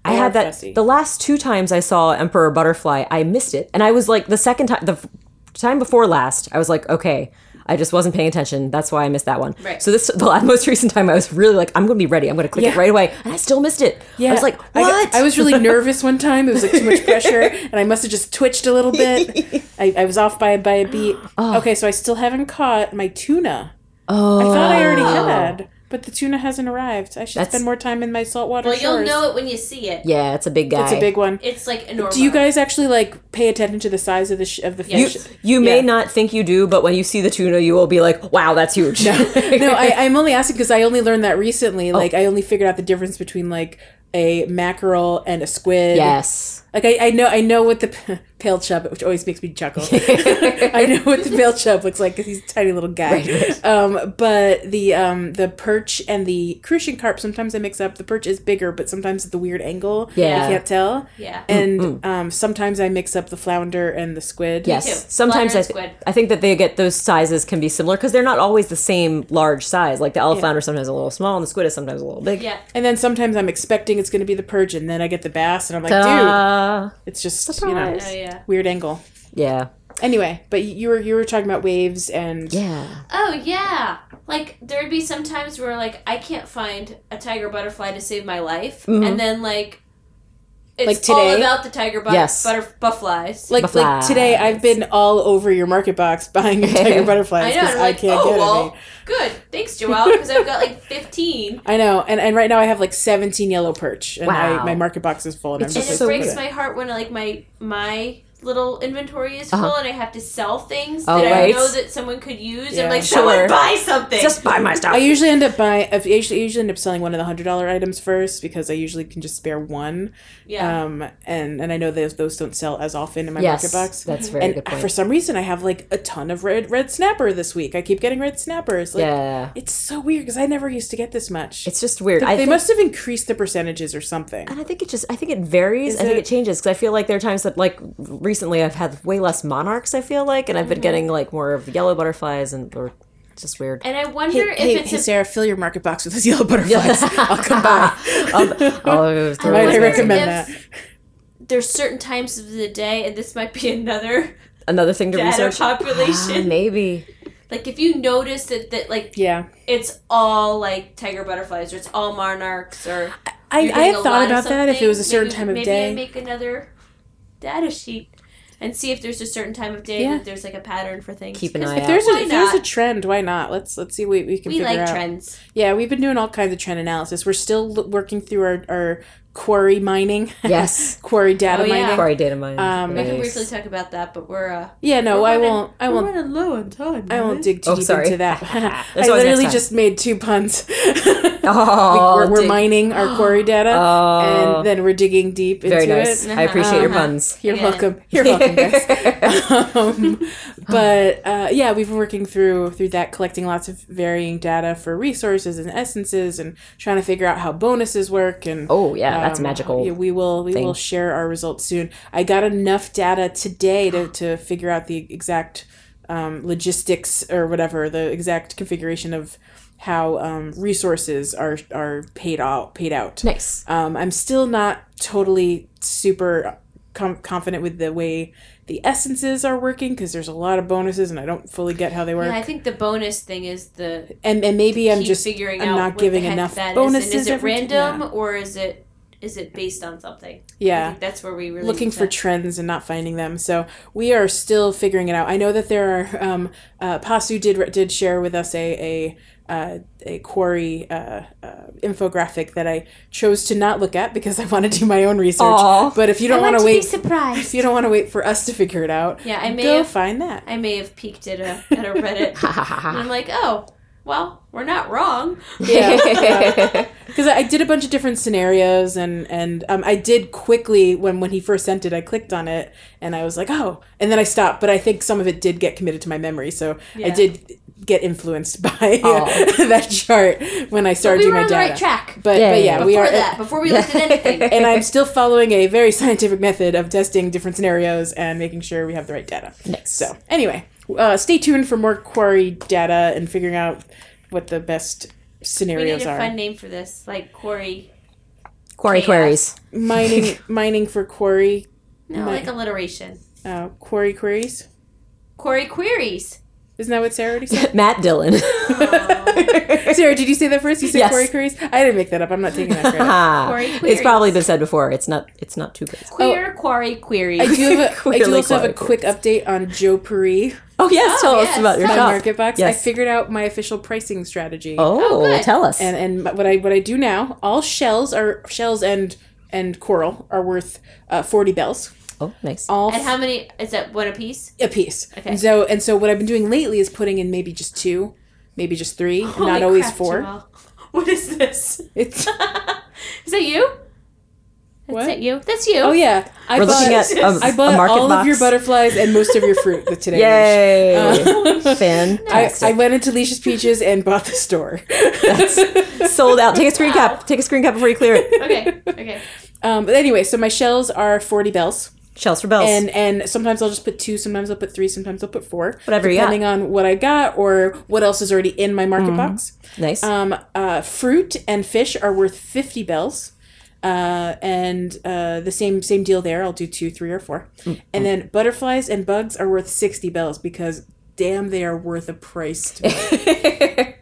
Speaker 2: I
Speaker 1: They are
Speaker 2: had that
Speaker 1: fussy.
Speaker 2: the last two times I saw Emperor Butterfly, I missed it, and I was like the second time, the f- time before last, I was like, okay, I just wasn't paying attention. That's why I missed that one.
Speaker 3: Right.
Speaker 2: So this the la- most recent time, I was really like, I'm gonna be ready. I'm gonna click it
Speaker 1: Yeah.
Speaker 2: right away, and I still missed it. I was like,
Speaker 1: I got-
Speaker 2: what?
Speaker 1: I, was really nervous one time. It was like too much pressure, and I must have just twitched a little bit. I, I was off by by a beat. Okay, so I still haven't caught my tuna.
Speaker 2: oh,
Speaker 1: I thought I already had, but the tuna hasn't arrived. I should
Speaker 2: That's-
Speaker 1: spend more time in my saltwater
Speaker 3: Well, you'll
Speaker 1: shores.
Speaker 3: know it when you see it.
Speaker 2: yeah, it's a big guy.
Speaker 1: it's a big one.
Speaker 3: It's like enormous.
Speaker 1: Do you guys actually like pay attention to the size of the sh- of the
Speaker 2: You,
Speaker 1: fish?
Speaker 2: you may
Speaker 1: Yeah.
Speaker 2: not think you do, but when you see the tuna, you will be like, wow, that's huge.
Speaker 1: no, I, I'm only asking because I only learned that recently.
Speaker 2: Oh.
Speaker 1: Like, I only figured out the difference between like a mackerel and a squid.
Speaker 2: yes.
Speaker 1: Like I, I know I know what the p- pale chub, which always makes me chuckle. I know what the pale chub looks like because he's a tiny little guy. Um, but the um, the perch and the crucian carp sometimes I mix up. The perch is bigger, but sometimes at the weird angle,
Speaker 2: Yeah. Mm,
Speaker 1: you can't tell.
Speaker 3: Yeah.
Speaker 1: And um, sometimes I mix up the flounder and the squid.
Speaker 2: Yes.
Speaker 3: too.
Speaker 2: Sometimes
Speaker 3: Flounder
Speaker 2: I,
Speaker 3: and squid.
Speaker 2: I think that they get those sizes can be similar because they're not always the same large size. Like the olive flounder is sometimes a little small and the squid is sometimes a little big.
Speaker 3: Yeah.
Speaker 1: And then sometimes I'm expecting it's going to be the perch, and then I get the bass, and I'm like, dude,
Speaker 2: Ta-da.
Speaker 1: it's just
Speaker 3: Oh
Speaker 1: you know
Speaker 3: yeah.
Speaker 1: weird angle.
Speaker 2: Yeah.
Speaker 1: Anyway, but you were you were talking about waves and
Speaker 2: Yeah.
Speaker 3: Oh yeah. Like there'd be some times where like I can't find a tiger butterfly to save my life, and then like It's
Speaker 1: Mm-hmm. Like
Speaker 3: all
Speaker 1: today?
Speaker 3: about the tiger butter,
Speaker 2: Yes.
Speaker 3: butter butterflies.
Speaker 1: Like like
Speaker 2: Butterflies.
Speaker 1: today, I've been all over your market box buying your tiger butterflies
Speaker 3: I know.
Speaker 1: because
Speaker 3: And
Speaker 1: I,
Speaker 3: I'm like,
Speaker 1: can't
Speaker 3: oh
Speaker 1: get
Speaker 3: well,
Speaker 1: any.
Speaker 3: good. Thanks, Joelle, because I've got like fifteen,
Speaker 1: I know, and, and right now I have like seventeen yellow perch, and
Speaker 2: Wow.
Speaker 1: I, my market box is full. And
Speaker 2: It's
Speaker 1: I'm just
Speaker 3: and it
Speaker 1: like,
Speaker 2: so
Speaker 3: breaks
Speaker 2: good.
Speaker 3: my heart when like my my little inventory is full,
Speaker 2: Uh-huh.
Speaker 3: and I have to sell things
Speaker 2: Oh,
Speaker 3: that
Speaker 2: right.
Speaker 3: I know that someone could use,
Speaker 1: Yeah.
Speaker 3: and like
Speaker 2: Sure.
Speaker 3: someone buy something.
Speaker 2: Just buy my stuff.
Speaker 1: I usually end up buying. I usually, usually end up selling one of the hundred dollar items first because I usually can just spare one.
Speaker 3: yeah.
Speaker 1: Um, and and I know those those don't sell as often in my
Speaker 2: yes,
Speaker 1: market box.
Speaker 2: that's a very
Speaker 1: and
Speaker 2: good point.
Speaker 1: for some reason, I have like a ton of red red snapper this week. I keep getting red snappers. Like,
Speaker 2: yeah,
Speaker 1: It's so weird because I never used to get this much.
Speaker 2: it's just weird.
Speaker 1: they
Speaker 2: I think,
Speaker 1: must have increased the percentages or something.
Speaker 2: and I think it just, I think it varies.
Speaker 1: Is
Speaker 2: I think
Speaker 1: it-
Speaker 2: it changes because I feel like there are times that, like recently, I've had way less monarchs. I feel like, and I've
Speaker 1: Mm-hmm.
Speaker 2: been getting like more of yellow butterflies, and or it's just weird.
Speaker 3: and I
Speaker 1: Hey,
Speaker 3: wonder if
Speaker 1: hey,
Speaker 3: it's
Speaker 1: hey,
Speaker 3: a
Speaker 1: Sarah, fill your market box with those yellow butterflies. I'll come by.
Speaker 2: oh,
Speaker 3: I
Speaker 1: Might I
Speaker 3: wonder
Speaker 1: recommend
Speaker 3: if-
Speaker 1: that.
Speaker 3: there's certain times of the day, and this might be another
Speaker 2: another thing to
Speaker 3: data
Speaker 2: research. Ah,
Speaker 3: population.
Speaker 2: maybe.
Speaker 3: like if you notice that that like
Speaker 1: Yeah.
Speaker 3: it's all like tiger butterflies, or it's all monarchs, or
Speaker 1: I, I
Speaker 3: you're getting a
Speaker 1: had
Speaker 3: lot
Speaker 1: thought
Speaker 3: of
Speaker 1: about that if it was a
Speaker 3: something,
Speaker 1: certain
Speaker 3: maybe-
Speaker 1: time of
Speaker 3: maybe
Speaker 1: day.
Speaker 3: I make another data sheet and see if there's a certain time of day
Speaker 1: Yeah.
Speaker 3: that there's like a pattern for things.
Speaker 2: Keep an
Speaker 3: 'Cause
Speaker 2: eye
Speaker 1: if there's
Speaker 3: Why
Speaker 1: a, if there's a
Speaker 3: not?
Speaker 1: trend, why not? Let's let's see what we can
Speaker 3: We
Speaker 1: figure
Speaker 3: like
Speaker 1: out.
Speaker 3: trends.
Speaker 1: Yeah, we've been doing all kinds of trend analysis. We're still l- working through our, our quarry mining.
Speaker 2: Yes.
Speaker 1: quarry data
Speaker 3: Oh, yeah.
Speaker 1: mining.
Speaker 2: Quarry data mine.
Speaker 1: Um,
Speaker 3: We can
Speaker 2: Nice.
Speaker 3: briefly talk about that, but we're uh,
Speaker 1: Yeah, no,
Speaker 3: We're
Speaker 1: I
Speaker 3: running-
Speaker 1: won't. I won't.
Speaker 3: running low on time.
Speaker 1: I won't dig too
Speaker 2: Oh,
Speaker 1: deep
Speaker 2: sorry.
Speaker 1: into that. I
Speaker 2: always next
Speaker 1: literally
Speaker 2: time.
Speaker 1: just made two puns.
Speaker 2: Oh,
Speaker 1: we're, we're
Speaker 2: dig-
Speaker 1: mining our quarry data,
Speaker 2: Oh.
Speaker 1: and then we're digging deep into
Speaker 2: very nice.
Speaker 1: it.
Speaker 2: I appreciate your
Speaker 1: Uh-huh.
Speaker 2: puns.
Speaker 1: You're
Speaker 3: Yeah.
Speaker 1: welcome. You're welcome, guys. um, but uh, yeah, we've been working through through that, collecting lots of varying data for resources and essences, and trying to figure out how bonuses work. And
Speaker 2: oh yeah, that's
Speaker 1: um,
Speaker 2: magical.
Speaker 1: yeah, we will we
Speaker 2: thing.
Speaker 1: will share our results soon. I got enough data today to to figure out the exact um, logistics or whatever the exact configuration of how um, resources are are paid out paid out.
Speaker 2: nice.
Speaker 1: Um, I'm still not totally super com- confident with the way the essences are working because there's a lot of bonuses and I don't fully get how they work.
Speaker 3: Yeah, I think the bonus thing is the
Speaker 1: and and maybe I'm
Speaker 3: keep
Speaker 1: just
Speaker 3: figuring
Speaker 1: I'm
Speaker 3: out
Speaker 1: not
Speaker 3: what
Speaker 1: giving
Speaker 3: the heck
Speaker 1: enough
Speaker 3: that is.
Speaker 1: bonuses.
Speaker 3: And is it
Speaker 1: every ti-
Speaker 3: random or is it is it based on something? I
Speaker 1: Yeah.
Speaker 3: think that's where we really
Speaker 1: looking
Speaker 3: need
Speaker 1: for
Speaker 3: to-
Speaker 1: trends and not finding them. So we are still figuring it out. I know that there are. Um, uh, Pasu did did share with us a a uh, a quarry uh, uh, infographic that I chose to not look at because I want to do my own research.
Speaker 2: Aw.
Speaker 1: But if you don't
Speaker 4: I
Speaker 1: want
Speaker 4: want to
Speaker 1: to
Speaker 4: be
Speaker 1: wait,
Speaker 4: surprised.
Speaker 1: if you don't want to wait for us to figure it out,
Speaker 3: Yeah, I may
Speaker 1: go
Speaker 3: have-
Speaker 1: find that.
Speaker 3: I may have peeked at a at a Reddit, and I'm like, oh, well, we're not wrong.
Speaker 1: Yeah, because I I did a bunch of different scenarios, and and um, I did quickly when when he first sent it, I clicked on it, and I was like, oh, and then I stopped. But I think some of it did get committed to my memory, so I
Speaker 3: Yeah.
Speaker 1: did get influenced by
Speaker 2: Oh.
Speaker 1: that chart when I started
Speaker 3: we
Speaker 1: doing
Speaker 3: were
Speaker 1: my
Speaker 3: on the
Speaker 1: data.
Speaker 3: right track
Speaker 1: But
Speaker 2: Yeah,
Speaker 1: but yeah,
Speaker 2: yeah, yeah.
Speaker 3: before
Speaker 1: we are.
Speaker 3: that. Before we looked at anything.
Speaker 1: And I'm still following a very scientific method of testing different scenarios and making sure we have the right data.
Speaker 2: Nice.
Speaker 1: So anyway, uh, stay tuned for more quarry data and figuring out what the best
Speaker 3: We need
Speaker 1: scenarios
Speaker 3: a
Speaker 1: are.
Speaker 3: fun name for this, like Corey.
Speaker 2: Quarry
Speaker 3: chaos.
Speaker 2: queries.
Speaker 1: mining mining for quarry
Speaker 3: No,
Speaker 1: Right.
Speaker 3: like alliteration.
Speaker 1: uh, quarry queries.
Speaker 3: Corey queries.
Speaker 1: Isn't that what Sarah already said?
Speaker 2: Matt Dillon.
Speaker 1: Sarah, did you say that first? You said
Speaker 2: Yes.
Speaker 1: quarry queries. I didn't make that up. I'm not taking that credit.
Speaker 3: Quarry
Speaker 2: it's
Speaker 3: queries.
Speaker 2: probably been said before. It's not. It's not too crazy.
Speaker 3: Queer Quarry queries.
Speaker 1: Oh. I do, have a, I do
Speaker 2: Clearly
Speaker 1: also have a
Speaker 2: quarry
Speaker 1: quick update on Joe Perry
Speaker 2: Oh yes,
Speaker 3: Oh,
Speaker 2: tell us
Speaker 3: yes.
Speaker 2: about your
Speaker 1: on
Speaker 2: shop.
Speaker 1: Market Box. I
Speaker 2: Yes.
Speaker 1: figured out my official pricing strategy.
Speaker 2: Oh,
Speaker 3: Oh, good.
Speaker 2: tell us.
Speaker 1: and and my- what I what I do now, all shells are shells and and coral are worth uh, forty bells.
Speaker 2: oh, nice.
Speaker 1: All
Speaker 3: and how many is that? One a piece?
Speaker 1: a piece.
Speaker 3: Okay.
Speaker 1: And so and so what I've been doing lately is putting in maybe just two, maybe just three, and
Speaker 3: Holy
Speaker 1: not always
Speaker 3: crap,
Speaker 1: four.
Speaker 3: Jamal. What is this?
Speaker 1: It's
Speaker 3: Is that you?
Speaker 1: What?
Speaker 3: Is that you? That's you.
Speaker 1: oh yeah. I
Speaker 2: We're
Speaker 1: bought,
Speaker 2: looking at a,
Speaker 1: I bought
Speaker 2: a market
Speaker 1: all
Speaker 2: box.
Speaker 1: of your butterflies and most of your fruit with today. Uh,
Speaker 2: Yay!
Speaker 1: I, I
Speaker 2: Fantastic.
Speaker 1: went into Leisha's Peaches and bought the store.
Speaker 2: Sold out. Take a screen cap. Take a screen cap before you clear it.
Speaker 3: Okay. Okay.
Speaker 1: um, but anyway, so my shells are forty bells.
Speaker 2: Shells for bells.
Speaker 1: and and sometimes I'll just put two, sometimes I'll put three, sometimes I'll put four,
Speaker 2: Whatever you got. Mm-hmm.
Speaker 1: depending on what I got or what else is already in my market box.
Speaker 2: nice.
Speaker 1: Um, uh, fruit and fish are worth fifty bells, uh, and uh, the same same deal there. I'll do two, three, or 4
Speaker 2: Mm-hmm.
Speaker 1: and then butterflies and bugs are worth sixty bells because damn, they are worth a price. To me.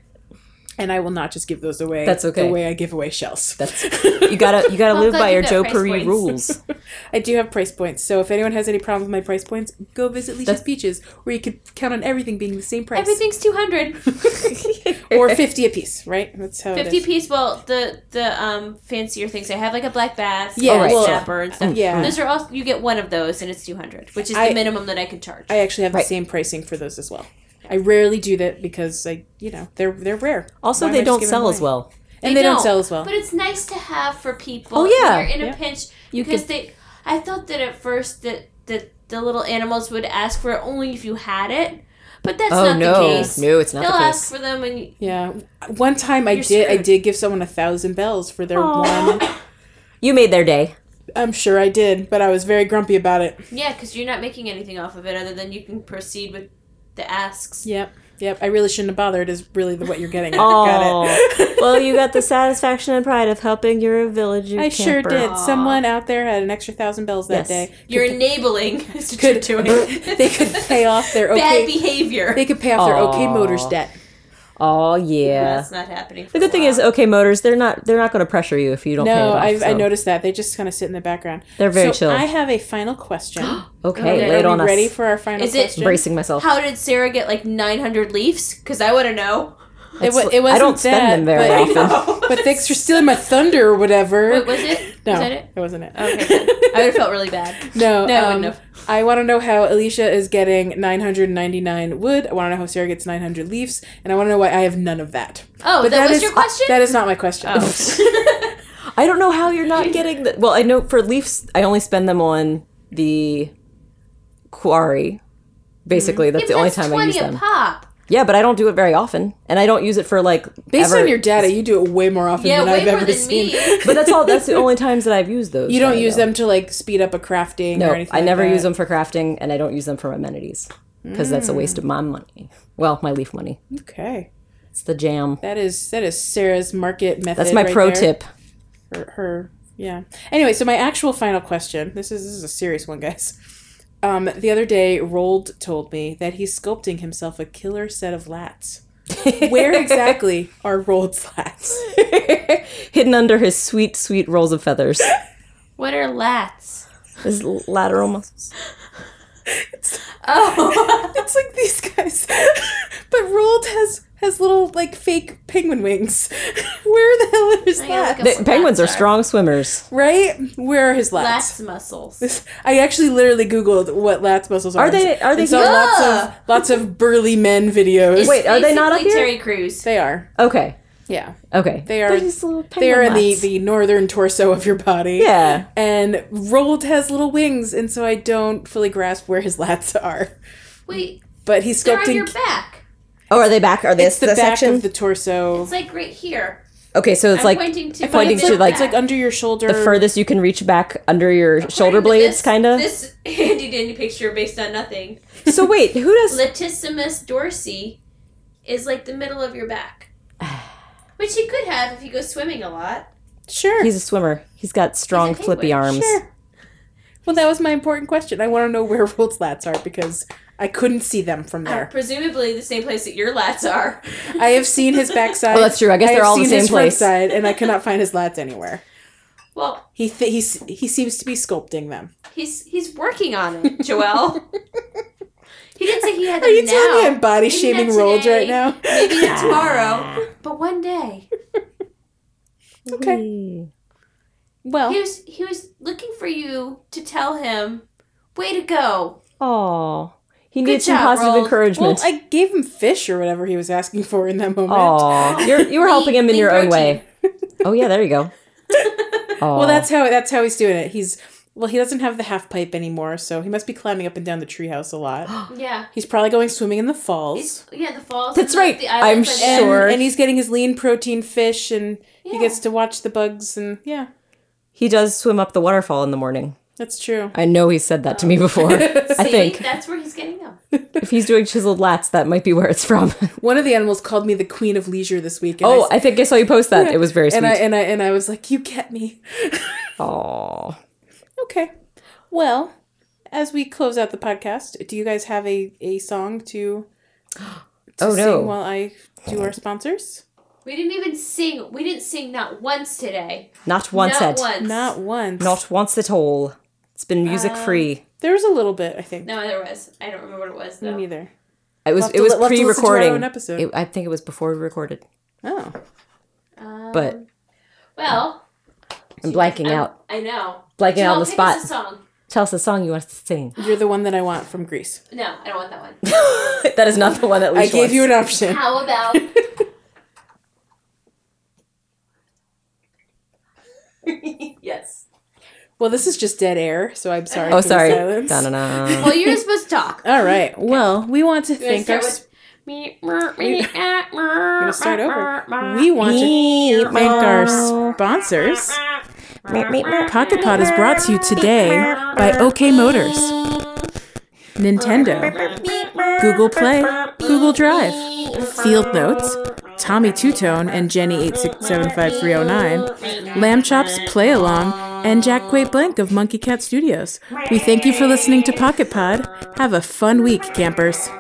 Speaker 1: and I will not just give those away.
Speaker 2: That's okay.
Speaker 1: The way I give away shells.
Speaker 2: That's you gotta you gotta
Speaker 3: I'm
Speaker 2: live
Speaker 3: glad
Speaker 2: by
Speaker 3: you
Speaker 2: your
Speaker 3: got
Speaker 2: Joe
Speaker 3: price
Speaker 2: Perry
Speaker 3: points.
Speaker 2: rules.
Speaker 1: I do have price points, so if anyone has any problem with my price points, go visit Leisha's Peaches, where you could count on everything being the same price,
Speaker 3: Everything's 200.
Speaker 1: or fifty a piece, right? That's how it
Speaker 3: 50
Speaker 1: is.
Speaker 3: piece, well, the the um fancier things. I have like a black bass,
Speaker 1: Yeah,
Speaker 3: yeah, a
Speaker 1: well,
Speaker 3: snapper and stuff.
Speaker 1: yeah.
Speaker 3: Those are all, you get one of those and it's 200, which is
Speaker 1: I-
Speaker 3: the minimum that I can charge.
Speaker 1: I actually have the
Speaker 2: Right.
Speaker 1: same pricing for those as well. I rarely do that because I, you know, they're they're rare.
Speaker 2: Also,
Speaker 1: Why am I
Speaker 2: they
Speaker 1: just
Speaker 2: don't
Speaker 1: giving
Speaker 2: sell
Speaker 1: them
Speaker 2: as
Speaker 1: away?
Speaker 2: well.
Speaker 1: and they, don't, sell as well.
Speaker 4: But it's nice to have for people.
Speaker 2: Oh,
Speaker 4: when
Speaker 2: yeah.
Speaker 4: you're in a
Speaker 1: Yeah.
Speaker 4: pinch
Speaker 2: You
Speaker 4: because
Speaker 2: could-
Speaker 4: they
Speaker 3: I thought that at first that, that the little animals would ask for it only if you had it, but that's
Speaker 2: Oh
Speaker 3: not
Speaker 2: no,
Speaker 3: the case.
Speaker 2: no, it's not
Speaker 3: They'll
Speaker 2: the
Speaker 3: ask
Speaker 2: case.
Speaker 3: for them and you,
Speaker 1: yeah, one time I
Speaker 3: You're
Speaker 1: did. I
Speaker 3: screwed.
Speaker 1: did give someone a thousand bells for their one.
Speaker 2: You made their day.
Speaker 1: I'm sure I did, but I was very grumpy about it.
Speaker 3: yeah, because you're not making anything off of it other than you can proceed with the asks.
Speaker 1: Yep, yep. I really shouldn't have bothered. Is really the, what you're getting.
Speaker 2: Oh.
Speaker 1: Got it.
Speaker 2: well, you got the satisfaction and pride of helping your village.
Speaker 1: I sure did.
Speaker 3: Aw.
Speaker 1: Someone out there had an extra thousand bells that
Speaker 2: Yes.
Speaker 1: day.
Speaker 3: You're enabling. is what
Speaker 1: could
Speaker 3: you're doing.
Speaker 1: they could pay off their
Speaker 3: Bad
Speaker 1: okay.
Speaker 3: behavior.
Speaker 1: They could pay off their OK
Speaker 2: Aw.
Speaker 1: Motors debt.
Speaker 2: Oh yeah.
Speaker 3: That's not happening.
Speaker 2: The good thing is, okay, motors. They're not. They're not going to pressure you if you don't. pay it
Speaker 1: No,
Speaker 2: off,
Speaker 1: I, I
Speaker 2: so.
Speaker 1: noticed that. They just kind of sit in the background.
Speaker 2: They're very
Speaker 1: so
Speaker 2: chill.
Speaker 1: I have a final question.
Speaker 2: Okay,
Speaker 3: Okay,
Speaker 2: lay it
Speaker 1: Are
Speaker 2: on
Speaker 1: we
Speaker 2: us.
Speaker 1: ready for our final
Speaker 3: Is it-
Speaker 1: question?
Speaker 2: Bracing myself.
Speaker 3: How did Sarah get like 900 leafs? Because I want to know.
Speaker 1: It, wa-
Speaker 2: It's-
Speaker 1: it wasn't
Speaker 2: I don't spend
Speaker 1: that,
Speaker 2: them very
Speaker 1: but,
Speaker 2: often.
Speaker 1: But thanks for stealing my thunder or whatever.
Speaker 3: Wait, was it?
Speaker 1: No,
Speaker 3: Was that it?
Speaker 1: wasn't it.
Speaker 3: Okay. I would have felt really bad.
Speaker 1: No,
Speaker 3: No, I
Speaker 1: um,
Speaker 3: wouldn't have.
Speaker 1: I want to know how Alicia is getting 999 wood. I want to know how Sarah gets 900 leaves, and I want to know why I have none of that.
Speaker 3: Oh, that, was your question?
Speaker 1: That is not my question.
Speaker 3: Oh.
Speaker 2: I don't know how you're not getting the. Well, I know for Leafs, I only spend them on the quarry.
Speaker 1: Mm-hmm.
Speaker 2: Basically, that's
Speaker 3: If
Speaker 2: the only
Speaker 3: that's
Speaker 2: time I
Speaker 3: 20
Speaker 2: use
Speaker 3: a
Speaker 2: them.
Speaker 3: pop.
Speaker 2: Yeah, but I don't do it very often, and I don't use it for like.
Speaker 1: Based
Speaker 2: ever-
Speaker 1: on your data, you do it way more often
Speaker 3: Yeah,
Speaker 1: than
Speaker 3: way
Speaker 1: I've
Speaker 3: more
Speaker 1: ever
Speaker 3: than
Speaker 1: seen.
Speaker 3: me.
Speaker 2: But that's all. That's the only times that I've used those.
Speaker 1: You
Speaker 2: that
Speaker 1: don't
Speaker 2: I
Speaker 1: use
Speaker 2: know.
Speaker 1: them to like speed up a crafting or
Speaker 2: No,
Speaker 1: anything.
Speaker 2: I
Speaker 1: like
Speaker 2: never
Speaker 1: that.
Speaker 2: use them for crafting, and I don't use them for amenities because that's a waste of my money. Well, my leaf money.
Speaker 1: Okay,
Speaker 2: It's the jam.
Speaker 1: that is that is Sarah's market method.
Speaker 2: That's my
Speaker 1: right
Speaker 2: pro
Speaker 1: there.
Speaker 2: tip.
Speaker 1: Her, her, yeah. Anyway, so my actual final question. This is this is a serious one, guys. Um, the other day, Rold told me that he's sculpting himself a killer set of lats. Where exactly are Rold's lats?
Speaker 2: Hidden under his sweet, sweet rolls of feathers.
Speaker 3: What are lats?
Speaker 2: His lateral muscles.
Speaker 3: Oh.
Speaker 1: It's like these guys, but Rold has has little like fake penguin wings. Where the hell is
Speaker 3: I gotta
Speaker 1: that?
Speaker 3: look
Speaker 2: The
Speaker 3: What
Speaker 2: penguins are
Speaker 3: lats are.
Speaker 2: strong swimmers.
Speaker 1: Right? Where are his lats?
Speaker 3: lats muscles.
Speaker 1: I actually literally googled what lats muscles are.
Speaker 2: Are they- are they
Speaker 1: And saw
Speaker 2: huge?
Speaker 1: lots of lots of burly men videos.
Speaker 2: Wait, are they not up
Speaker 3: Basically
Speaker 2: here?
Speaker 3: Terry Crews.
Speaker 1: they are.
Speaker 2: Okay.
Speaker 1: Yeah,
Speaker 2: Okay.
Speaker 1: they are.
Speaker 2: They're just little
Speaker 1: They are
Speaker 2: penguin
Speaker 1: in the
Speaker 2: lads.
Speaker 1: the northern torso of your body.
Speaker 2: Yeah.
Speaker 1: And Rold has little wings, and so I don't fully grasp where his lats are.
Speaker 3: Wait,
Speaker 1: But he's
Speaker 3: they're on
Speaker 1: sculpting.
Speaker 3: your back.
Speaker 2: Oh, are they back? Are they
Speaker 1: It's the
Speaker 2: this
Speaker 1: back
Speaker 2: section?
Speaker 1: of the torso.
Speaker 3: It's like right here.
Speaker 2: okay, so it's
Speaker 3: I'm
Speaker 2: like
Speaker 3: pointing to
Speaker 2: pointing
Speaker 3: my
Speaker 2: to, like-
Speaker 1: It's like under your shoulder.
Speaker 2: the furthest you can reach back under your shoulder blades, kind of.
Speaker 3: This handy dandy picture based on nothing.
Speaker 2: So wait, who does?
Speaker 3: Latissimus dorsi is like the middle of your back, which he could have if he goes swimming a lot.
Speaker 1: sure.
Speaker 2: He's a swimmer. He's got strong,
Speaker 3: penguin.
Speaker 2: flippy arms.
Speaker 1: Sure. Well, that was my important question. I want to know where Rold's lats are because I couldn't see them from there.
Speaker 3: Uh, Presumably the same place that your lats are.
Speaker 1: I have seen his backside.
Speaker 2: Oh, that's true. I guess
Speaker 1: have
Speaker 2: they're all the
Speaker 1: seen
Speaker 2: same
Speaker 1: his front
Speaker 2: place.
Speaker 1: side, and I cannot find his lats anywhere.
Speaker 3: Well,
Speaker 1: He th- he's, he seems to be sculpting them.
Speaker 3: he's he's working on it, Joel. he didn't say he had
Speaker 1: Are
Speaker 3: them
Speaker 1: you
Speaker 3: now.
Speaker 1: telling me I'm body
Speaker 3: Maybe
Speaker 1: shaming
Speaker 3: not
Speaker 1: Rold right
Speaker 3: today.
Speaker 1: now?
Speaker 3: Maybe not tomorrow, but one day.
Speaker 1: Okay.
Speaker 2: Whee.
Speaker 1: Well,
Speaker 3: He was he was looking for you to tell him, "Way to go."
Speaker 2: Aw, he needs some
Speaker 3: job,
Speaker 2: positive
Speaker 3: Roald.
Speaker 1: well,
Speaker 2: encouragement.
Speaker 1: I gave him fish or whatever he was asking for in that moment.
Speaker 2: Aw, you're you were helping him in
Speaker 3: lean
Speaker 2: your own
Speaker 3: protein.
Speaker 2: way. Oh yeah, there you go. Aw.
Speaker 1: Well, that's how that's how he's doing it. He's well, he doesn't have the half pipe anymore, so he must be climbing up and down the treehouse a lot.
Speaker 3: Yeah.
Speaker 1: he's probably going swimming in the falls.
Speaker 3: He's, yeah, the falls.
Speaker 2: That's
Speaker 3: and the-
Speaker 2: right.
Speaker 3: the islands
Speaker 2: I'm
Speaker 3: and-
Speaker 1: and,
Speaker 2: Sure.
Speaker 1: and he's getting his lean protein fish and he
Speaker 3: Yeah.
Speaker 1: gets to watch the bugs and yeah
Speaker 2: he does swim up the waterfall in the morning.
Speaker 1: that's true
Speaker 2: I know he said that to me before. I
Speaker 3: See,
Speaker 2: think
Speaker 3: that's where he's getting them.
Speaker 2: if he's doing chiseled lats, that might be where it's from.
Speaker 1: one of the animals called me the queen of leisure this week and
Speaker 2: oh,
Speaker 1: I,
Speaker 2: I think I saw you post that. It was very
Speaker 1: and I
Speaker 2: sweet.
Speaker 1: and I and I was like you get me
Speaker 2: Aw.
Speaker 1: okay well as we close out the podcast do you guys have a a song to, to
Speaker 2: Oh,
Speaker 1: sing
Speaker 2: no.
Speaker 1: while I do our sponsors
Speaker 3: We didn't even sing. We didn't sing not once today.
Speaker 2: Not once
Speaker 3: not
Speaker 2: at.
Speaker 3: once.
Speaker 1: Not once.
Speaker 2: Not once at all. It's been music free.
Speaker 1: There was a little bit, I think.
Speaker 3: No, there was. I don't remember what it
Speaker 1: Me
Speaker 3: was though.
Speaker 1: neither.
Speaker 2: It was
Speaker 1: We'll have
Speaker 2: it
Speaker 1: to
Speaker 2: was
Speaker 1: li- we'll have to listen to our
Speaker 2: pre-recording.
Speaker 1: own episode.
Speaker 2: It- I think it was before we recorded,
Speaker 1: Oh.
Speaker 3: Um,
Speaker 2: but
Speaker 3: well,
Speaker 2: I'm blanking
Speaker 3: I'm-
Speaker 2: out.
Speaker 3: I know.
Speaker 2: Blanking out on the
Speaker 3: Joel, pick us
Speaker 2: spot.
Speaker 3: a song.
Speaker 2: Tell us a song you want us to sing.
Speaker 1: You're the one that I want from Greece.
Speaker 3: No, I don't want that one.
Speaker 2: that is not the one that we
Speaker 1: I gave you an option.
Speaker 3: How about Yes.
Speaker 1: Well, this is just dead air, so I'm sorry.
Speaker 2: Oh,
Speaker 1: for the
Speaker 2: sorry.
Speaker 1: silence.
Speaker 2: Dun-dun-dun.
Speaker 3: Well, you're supposed to talk.
Speaker 1: All right. Well, we want to
Speaker 3: You wanna
Speaker 1: thank our.
Speaker 3: start
Speaker 1: s-
Speaker 3: with- Me, mer, me, ah, mer,
Speaker 1: gonna start
Speaker 3: mer,
Speaker 1: over.
Speaker 3: mer.
Speaker 1: We want to
Speaker 2: Meep,
Speaker 1: thank our
Speaker 2: meep,
Speaker 1: sponsors.
Speaker 2: meep, meep.
Speaker 1: Pocket Pod is brought to you today by OK Motors, Nintendo, Google Play, Google Drive, Field Notes, Tommy Two Tone and Jenny 8675309, Lamb Chops Play Along, and Jack Quay Blank of Monkey Cat Studios. We thank you for listening to Pocket Pod. Have a fun week, campers.